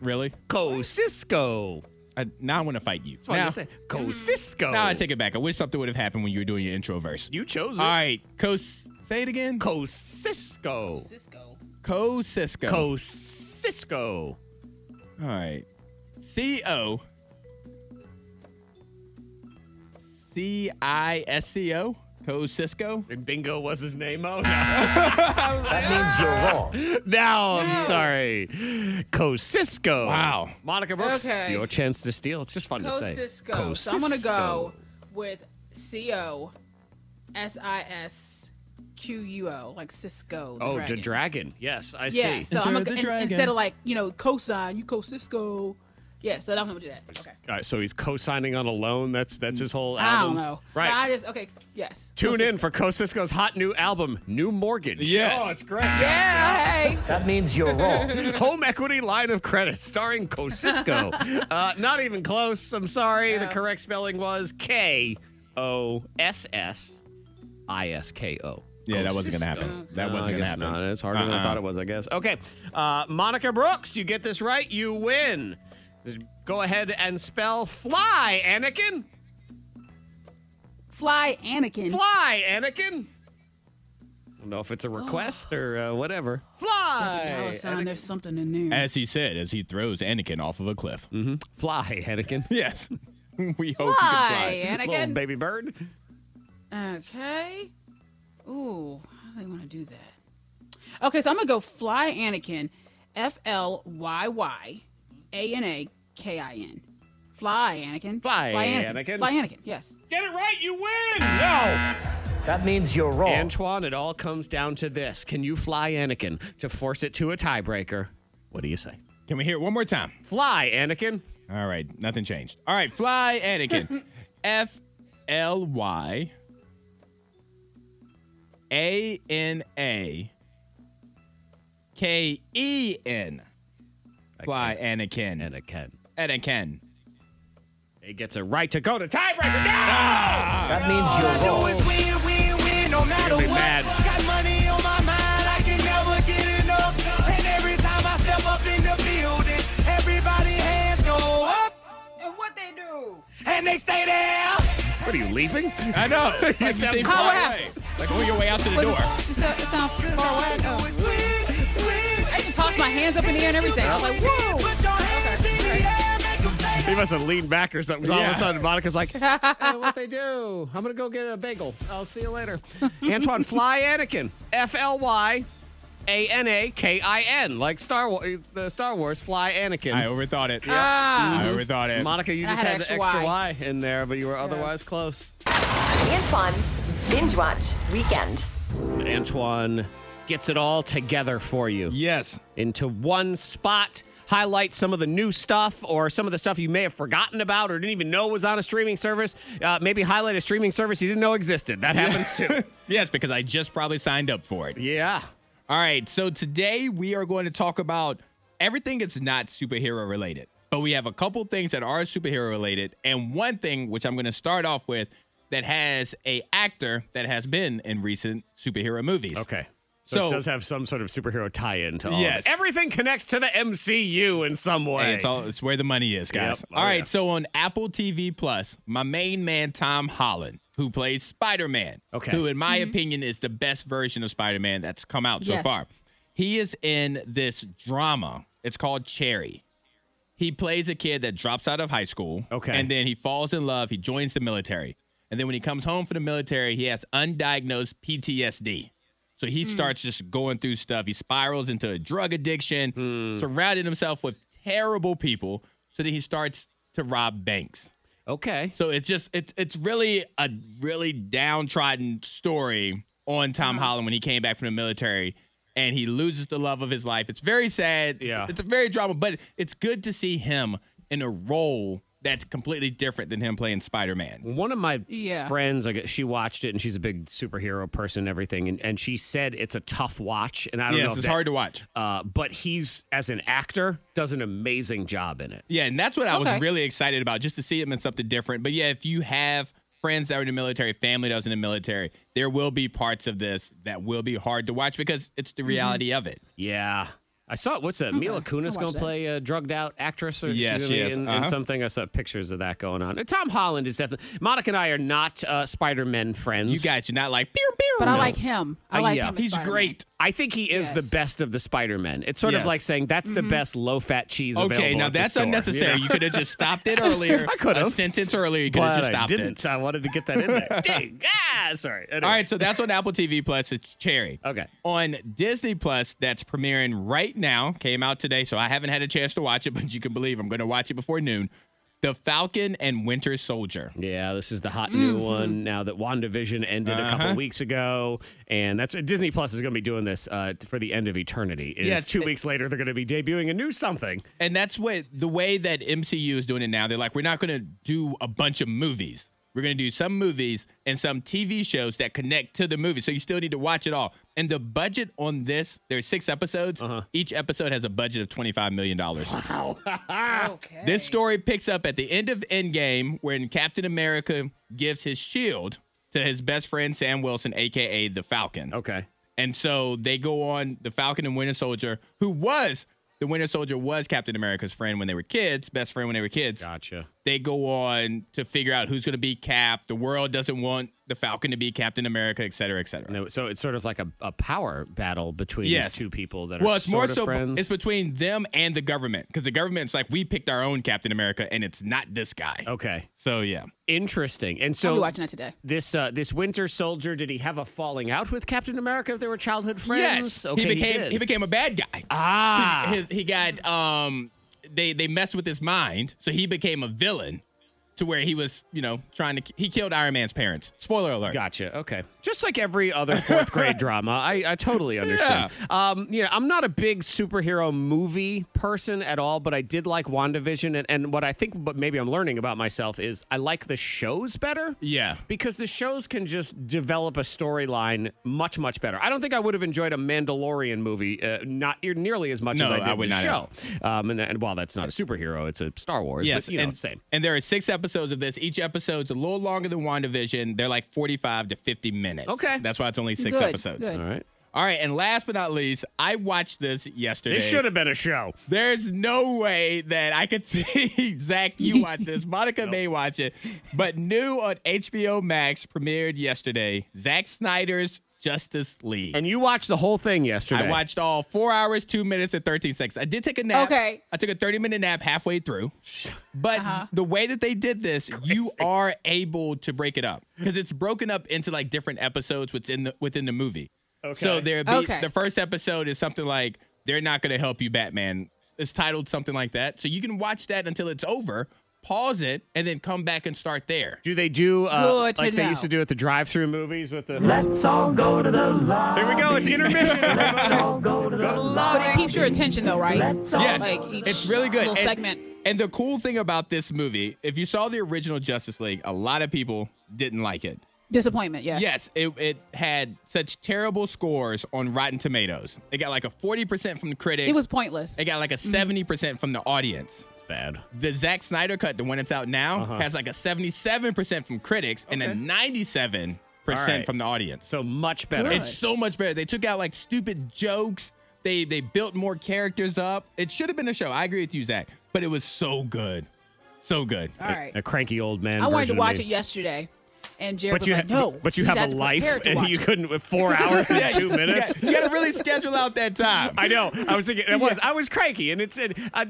[SPEAKER 4] Really?
[SPEAKER 1] Kosisco.
[SPEAKER 4] I, now I Oh. want to fight you. That's
[SPEAKER 1] what I'm
[SPEAKER 4] now,
[SPEAKER 1] gonna say. Kosisco.
[SPEAKER 4] Now I take it back. I wish something would have happened when you were doing your intro verse.
[SPEAKER 1] You chose it.
[SPEAKER 4] All right. Cos. Say it again.
[SPEAKER 1] Kosisco.
[SPEAKER 3] Cisco.
[SPEAKER 4] Kosisco.
[SPEAKER 1] Kosisco.
[SPEAKER 4] All right. C O. C I S C O. Kosisco.
[SPEAKER 1] And Bingo was his name. Oh, that means you're wrong. No, I'm sorry. Kosisco.
[SPEAKER 4] Wow.
[SPEAKER 1] Monica Brooks,
[SPEAKER 3] Okay.
[SPEAKER 1] your chance to steal. It's just fun to say.
[SPEAKER 3] Cisco. So I'm gonna go with C O S I S Q U O, like Cisco. The
[SPEAKER 1] Oh,
[SPEAKER 3] dragon.
[SPEAKER 1] the dragon. Yes, I
[SPEAKER 3] yeah,
[SPEAKER 1] see.
[SPEAKER 3] so I'm gonna, in- instead of like you know cosine, you co Cisco. Yeah, so I'm gonna do that. Okay.
[SPEAKER 1] All right, so he's co-signing on a loan. That's that's his whole
[SPEAKER 3] I
[SPEAKER 1] album.
[SPEAKER 3] don't know.
[SPEAKER 1] Right.
[SPEAKER 3] I just okay. Yes.
[SPEAKER 1] Tune in for Kosisco's hot new album, New Mortgage.
[SPEAKER 4] Yes.
[SPEAKER 1] Oh, it's great.
[SPEAKER 3] Yeah. Hey.
[SPEAKER 1] That means you're Home equity line of credit starring Kosisco. uh, not even close. I'm sorry. The correct spelling was K O S S I S K O.
[SPEAKER 4] Yeah, that wasn't gonna happen. That
[SPEAKER 1] No,
[SPEAKER 4] wasn't
[SPEAKER 1] I
[SPEAKER 4] gonna
[SPEAKER 1] guess
[SPEAKER 4] happen.
[SPEAKER 1] Not. It's harder than I
[SPEAKER 4] Uh-uh.
[SPEAKER 1] thought it was, I guess. Okay. Uh, Monica Brooks, you get this right, you win. Just Go ahead and spell fly, Anakin.
[SPEAKER 3] Fly Anakin.
[SPEAKER 1] Fly, Anakin. I don't know if it's a request or uh, whatever. Fly.
[SPEAKER 3] There's a dollar sign. There's something in there.
[SPEAKER 4] As he said, as he throws Anakin off of a cliff.
[SPEAKER 1] Mm-hmm. Fly, Anakin.
[SPEAKER 4] Yes. we hope
[SPEAKER 3] Fly,
[SPEAKER 4] you can fly.
[SPEAKER 3] Anakin. Little
[SPEAKER 1] baby bird.
[SPEAKER 3] Okay. Ooh, how do they want to do that? Okay, so I'm gonna go fly Anakin, F L Y Y, A N A K I N. Fly Anakin.
[SPEAKER 1] Fly, Anakin.
[SPEAKER 3] Fly Anakin. Yes.
[SPEAKER 1] Get it right, you win. No. That means you're wrong. Antoine, it all comes down to this. Can you fly Anakin to force it to a tiebreaker? What do you say?
[SPEAKER 4] Can we hear it one more time?
[SPEAKER 1] Fly, Anakin.
[SPEAKER 4] All right, nothing changed. All right, fly Anakin. F L Y A N A K E N. Fly Anakin.
[SPEAKER 1] Anakin.
[SPEAKER 4] Anakin.
[SPEAKER 1] It gets a right to go to tiebreaker.
[SPEAKER 4] That means you're wrong.
[SPEAKER 2] no matter
[SPEAKER 1] You'll be
[SPEAKER 2] what.
[SPEAKER 1] mad.
[SPEAKER 2] Got money on my mind, I can never get enough. And every time I step up in the building, everybody hands go up. And what they do? And they stay there.
[SPEAKER 1] What are you leaving?
[SPEAKER 4] I know. Like you
[SPEAKER 2] sound
[SPEAKER 4] say
[SPEAKER 2] far
[SPEAKER 4] far
[SPEAKER 2] away.
[SPEAKER 4] away. Like on your way out to the
[SPEAKER 3] Was
[SPEAKER 4] door.
[SPEAKER 3] It, it sound- it sound far away. Oh. I even tossed my hands up in the air and everything. I was like, whoa.
[SPEAKER 1] He must have leaned back or something. 'cause All of
[SPEAKER 4] Yeah.
[SPEAKER 1] a sudden, Monica's like, "Hey, what they do? I'm gonna go get a bagel. I'll see you later." Antoine, fly Anakin. F L Y. A N A K I N, like Star Wars, the Star Wars, fly Anakin.
[SPEAKER 4] I overthought it.
[SPEAKER 1] Ah.
[SPEAKER 4] I overthought it.
[SPEAKER 1] Monica, you
[SPEAKER 5] I
[SPEAKER 1] just
[SPEAKER 5] had
[SPEAKER 1] had, the
[SPEAKER 5] extra
[SPEAKER 1] extra y. in there, but you were otherwise close.
[SPEAKER 5] Antoine's Binge Watch Weekend.
[SPEAKER 1] Antoine gets it all together for you.
[SPEAKER 4] Yes.
[SPEAKER 1] Into one spot. Highlight some of the new stuff or some of the stuff you may have forgotten about or didn't even know was on a streaming service. Uh, maybe highlight a streaming service you didn't know existed. That happens too.
[SPEAKER 4] yes, because I just probably signed up for it.
[SPEAKER 1] Yeah.
[SPEAKER 4] All right. So today we are going to talk about everything that's not superhero related, but we have a couple things that are superhero related, and one thing which I'm going to start off with that has a actor that has been in recent superhero movies.
[SPEAKER 1] Okay. So,
[SPEAKER 4] So,
[SPEAKER 1] it does have some sort of superhero tie-in to all. of
[SPEAKER 4] Yes.
[SPEAKER 1] it. Everything connects to the MCU in some way.
[SPEAKER 4] Hey, it's all it's where the money is, guys.
[SPEAKER 1] Yep. Oh,
[SPEAKER 4] All right,
[SPEAKER 1] yeah.
[SPEAKER 4] so on Apple TV Plus, my main man Tom Holland, who plays Spider-Man,
[SPEAKER 1] Okay.
[SPEAKER 4] who in my opinion is the best version of Spider-Man that's come out so
[SPEAKER 3] Yes.
[SPEAKER 4] far. He is in this drama. It's called Cherry. He plays a kid that drops out of high school.
[SPEAKER 1] Okay.
[SPEAKER 4] And then he falls in love. He joins the military. And then when he comes home from the military, he has undiagnosed PTSD. So he starts just going through stuff. He spirals into a drug addiction, surrounded himself with terrible people. So then he starts to rob banks.
[SPEAKER 1] Okay.
[SPEAKER 4] So it's just it's it's really a really downtrodden story on Tom
[SPEAKER 1] Mm-hmm.
[SPEAKER 4] Holland when he came back from the military and he loses the love of his life. It's very sad. It's-
[SPEAKER 1] Yeah.
[SPEAKER 4] It's a very drama, but it's good to see him in a role that's completely different than him playing Spider-Man.
[SPEAKER 1] One of my
[SPEAKER 4] Yeah.
[SPEAKER 1] friends, like she watched it and she's a big superhero person and everything, and, and she said it's a tough watch. And I don't
[SPEAKER 4] Yes,
[SPEAKER 1] know if
[SPEAKER 4] it's
[SPEAKER 1] that-
[SPEAKER 4] hard to watch.
[SPEAKER 1] Uh, but he's as an actor does an amazing job in it.
[SPEAKER 4] Yeah, and that's what I
[SPEAKER 1] Okay.
[SPEAKER 4] was really excited about, just to see him in something different. But yeah, if you have friends that are in the military, family that was in the military, there will be parts of this that will be hard to watch because it's
[SPEAKER 1] Mm-hmm.
[SPEAKER 4] the reality of it.
[SPEAKER 1] Yeah. I saw what's that? Mila
[SPEAKER 4] Okay,
[SPEAKER 1] Kunis
[SPEAKER 4] I'll watch
[SPEAKER 1] gonna
[SPEAKER 4] that.
[SPEAKER 1] play a drugged out actress or
[SPEAKER 4] Yes,
[SPEAKER 1] she's gonna be
[SPEAKER 4] yes,
[SPEAKER 1] in, in
[SPEAKER 4] uh-huh.
[SPEAKER 1] something. I saw pictures of that going on. And Tom Holland is definitely. Monica and I are not uh, Spider Man friends. You
[SPEAKER 4] guys do not like. Pew, pew.
[SPEAKER 3] But I like him. I
[SPEAKER 1] Uh,
[SPEAKER 3] like
[SPEAKER 1] yeah.
[SPEAKER 3] him. as Spider-Man.
[SPEAKER 1] I think he is the best of the Spider Men. It's sort of
[SPEAKER 4] Yes.
[SPEAKER 1] like saying that's the
[SPEAKER 3] Mm-hmm.
[SPEAKER 4] Mhm.
[SPEAKER 1] best low fat cheese.
[SPEAKER 4] Okay,
[SPEAKER 1] available
[SPEAKER 4] now
[SPEAKER 1] at the
[SPEAKER 4] that's
[SPEAKER 1] store,
[SPEAKER 4] unnecessary. You could have just stopped it earlier.
[SPEAKER 1] I could
[SPEAKER 4] A
[SPEAKER 1] have
[SPEAKER 4] sentence earlier. You could have just
[SPEAKER 1] I
[SPEAKER 4] stopped
[SPEAKER 1] didn't.
[SPEAKER 4] it.
[SPEAKER 1] I wanted to get that in there. Dang. Ah, sorry. Anyway.
[SPEAKER 4] All right, so that's on Apple TV Plus. It's Cherry.
[SPEAKER 1] Okay.
[SPEAKER 4] On Disney Plus, that's premiering right now. Came out today, so I haven't had a chance to watch it, but you can believe I'm going to watch it before noon. The Falcon and Winter Soldier.
[SPEAKER 1] Yeah, this is the hot new
[SPEAKER 3] Mm-hmm.
[SPEAKER 1] one now that WandaVision ended a couple
[SPEAKER 4] Uh-huh.
[SPEAKER 1] weeks ago. And that's Disney Plus is going to be doing this uh, for the end of eternity. Is
[SPEAKER 4] Yes,
[SPEAKER 1] two weeks later, they're going to be debuting a new something.
[SPEAKER 4] And that's what the way that MCU is doing it now. They're like, we're not going to do a bunch of movies. We're going to do some movies and some TV shows that connect to the movie. So you still need to watch it all. And the budget on this, there's six episodes. Each episode has a budget of $25 million. Wow.
[SPEAKER 3] okay.
[SPEAKER 4] This story picks up at the end of Endgame when Captain America gives his shield to his best friend Sam Wilson, aka the Falcon.
[SPEAKER 1] Okay.
[SPEAKER 4] And so they go on the Falcon and Winter Soldier, who was the Winter Soldier was Captain America's friend when they were kids, best friend when they were kids.
[SPEAKER 1] Gotcha.
[SPEAKER 4] They go on to figure out who's going to be Cap. The world doesn't want the Falcon to be Captain America, et cetera, et cetera.
[SPEAKER 1] No, So it's sort of like a, a power battle between
[SPEAKER 4] Yes.
[SPEAKER 1] two people that are
[SPEAKER 4] Well, it's
[SPEAKER 1] sort
[SPEAKER 4] more
[SPEAKER 1] of
[SPEAKER 4] so
[SPEAKER 1] friends.
[SPEAKER 4] it's between them and the government because the government's like we picked our own Captain America and it's not this guy.
[SPEAKER 1] Okay.
[SPEAKER 4] So yeah,
[SPEAKER 1] interesting. And
[SPEAKER 3] I'll be
[SPEAKER 1] so
[SPEAKER 3] watching that today.
[SPEAKER 1] this uh, this Winter Soldier, did he have a falling out with Captain America if they were childhood friends?
[SPEAKER 4] Yes, he became he, became a bad guy.
[SPEAKER 1] Ah,
[SPEAKER 4] his, he got um they they messed with his mind, so he became a villain to where he was you know trying to he killed Iron Man's parents. Spoiler alert.
[SPEAKER 1] Gotcha. Okay. Just like every other fourth grade drama, I, I totally understand. Um, you know, I'm not a big superhero movie person at all, but I did like WandaVision. And, and what I think, but maybe I'm learning about myself, is I like the shows better.
[SPEAKER 4] Yeah.
[SPEAKER 1] Because the shows can just develop a storyline much, much better. I don't think I would have enjoyed a Mandalorian movie uh, not e- nearly as much
[SPEAKER 4] No,
[SPEAKER 1] as I
[SPEAKER 4] I
[SPEAKER 1] did
[SPEAKER 4] would
[SPEAKER 1] the
[SPEAKER 4] not
[SPEAKER 1] show. Um, and, and while that's not a superhero, it's a Star Wars.
[SPEAKER 4] Yes,
[SPEAKER 1] but, you know,
[SPEAKER 4] and,
[SPEAKER 1] it's the same.
[SPEAKER 4] and there are six episodes of this. Each episode's a little longer than WandaVision. They're like 45 to 50 minutes. Okay. That's why it's only six
[SPEAKER 1] Good,
[SPEAKER 4] episodes.
[SPEAKER 1] good. All right.
[SPEAKER 4] All right. And last but not least, I watched this yesterday.
[SPEAKER 1] This should have been a show.
[SPEAKER 4] There's no way that I could see Zach. You watch this. Monica may watch it, but new on HBO Max premiered yesterday. Zack Snyder's Justice League.
[SPEAKER 1] And you watched the whole thing yesterday.
[SPEAKER 4] I watched all four hours, two minutes, and 13 seconds. I did take a nap.
[SPEAKER 3] Okay.
[SPEAKER 4] I took a 30 minute nap halfway through. But the way that they did this, you are able to break it up because it's broken up into like different episodes within the, within the movie.
[SPEAKER 1] Okay.
[SPEAKER 4] So there be
[SPEAKER 1] Okay.
[SPEAKER 4] the first episode is something like they're not going to help you Batman. It's titled something like that. So you can watch that until it's over, pause it, and then come back and start there.
[SPEAKER 1] Do they do uh,
[SPEAKER 4] Good to
[SPEAKER 1] like they
[SPEAKER 4] know.
[SPEAKER 1] used to do at the drive-through movies with the?
[SPEAKER 4] Let's
[SPEAKER 1] all go to the lobby. Here we go. It's intermission. everybody.
[SPEAKER 3] But it keeps your attention though, right?
[SPEAKER 4] Yes,
[SPEAKER 3] Like each
[SPEAKER 4] it's really good.
[SPEAKER 3] little
[SPEAKER 4] and,
[SPEAKER 3] segment.
[SPEAKER 4] And the cool thing about this movie, if you saw the original Justice League, a lot of people didn't like it.
[SPEAKER 3] Disappointment, yeah.
[SPEAKER 4] Yes, it, it had such terrible scores on Rotten Tomatoes. It got like a 40% from the critics.
[SPEAKER 3] It was Mm-hmm. pointless.
[SPEAKER 4] It got like a 70% from the audience. It's
[SPEAKER 1] bad.
[SPEAKER 4] The Zack Snyder cut, the one that's out now,
[SPEAKER 1] Uh-huh.
[SPEAKER 4] has like a 77% from critics and a
[SPEAKER 1] Okay.
[SPEAKER 4] 97%
[SPEAKER 1] All right.
[SPEAKER 4] from the audience.
[SPEAKER 1] So much better.
[SPEAKER 4] It's so much better. They took out like stupid jokes. They they built more characters up. It should have been a show. I agree with you, Zach. But it was so good. So good.
[SPEAKER 3] All right.
[SPEAKER 1] A cranky old man.
[SPEAKER 3] I wanted to
[SPEAKER 1] version of
[SPEAKER 3] watch
[SPEAKER 1] me.
[SPEAKER 3] it yesterday, and Jared
[SPEAKER 1] But
[SPEAKER 3] was
[SPEAKER 1] you,
[SPEAKER 3] like,
[SPEAKER 1] ha-
[SPEAKER 3] "No."
[SPEAKER 1] but you
[SPEAKER 3] he's
[SPEAKER 1] have
[SPEAKER 3] had
[SPEAKER 1] a
[SPEAKER 3] to
[SPEAKER 1] life,
[SPEAKER 3] prepare to
[SPEAKER 1] and
[SPEAKER 3] watch
[SPEAKER 1] you
[SPEAKER 3] it.
[SPEAKER 1] couldn't with four hours
[SPEAKER 4] Yeah,
[SPEAKER 1] and
[SPEAKER 4] you
[SPEAKER 1] two
[SPEAKER 4] got-
[SPEAKER 1] minutes.
[SPEAKER 4] you gotta really schedule out that time.
[SPEAKER 1] I know. I was thinking. It was. I was cranky, and it's. And, I,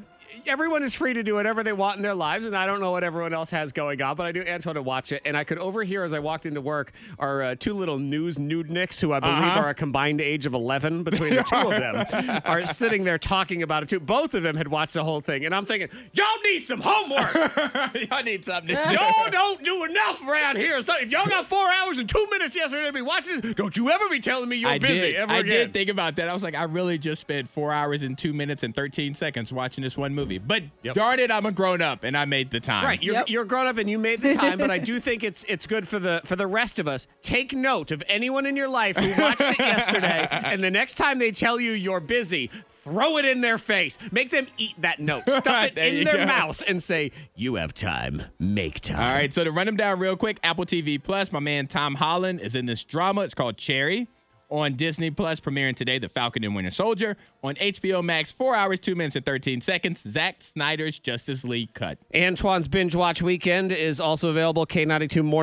[SPEAKER 1] everyone is free to do whatever they want in their lives, and I don't know what everyone else has going on, but I knew Antoine would watch it, and I could overhear as I walked into work our uh, two little news nudeniks, who I believe
[SPEAKER 4] Uh-huh.
[SPEAKER 1] are a combined age of eleven between the two of them, are sitting there talking about it too. Both of them had watched the whole thing, and I'm thinking, y'all need some homework.
[SPEAKER 4] Y'all need something. to do.
[SPEAKER 1] y'all don't do enough around here. So if y'all got four hours and two minutes yesterday to be watching this, don't you ever be telling me you're
[SPEAKER 4] I
[SPEAKER 1] busy
[SPEAKER 4] did.
[SPEAKER 1] ever
[SPEAKER 4] I
[SPEAKER 1] again.
[SPEAKER 4] did think about that. I was like, I really just spent four hours and two minutes and thirteen seconds watching this one movie. But darn it, I'm a grown up and I made the time.
[SPEAKER 1] Right, you're, you're grown up and you made the time, but I do think it's it's good for the for the rest of us. Take note of anyone in your life who watched it yesterday, and the next time they tell you you're busy, throw it in their face. Make them eat that note. Stuff it
[SPEAKER 4] There
[SPEAKER 1] in
[SPEAKER 4] you
[SPEAKER 1] their
[SPEAKER 4] go.
[SPEAKER 1] mouth and say, "You have time. Make time."
[SPEAKER 4] All right, so to run them down real quick, Apple TV Plus, my man Tom Holland is in this drama. It's called Cherry. On Disney Plus, premiering today, The Falcon and Winter Soldier. On HBO Max, four hours, two minutes, and 13 seconds, Zack Snyder's Justice League cut.
[SPEAKER 1] Antoine's Binge Watch Weekend is also available,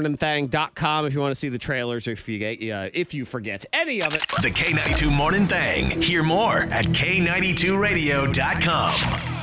[SPEAKER 1] k92morningthang.com if you want to see the trailers or if you, get, uh, if you forget any of it.
[SPEAKER 10] The K92 Morning Thang. Hear more at K92Radio.com.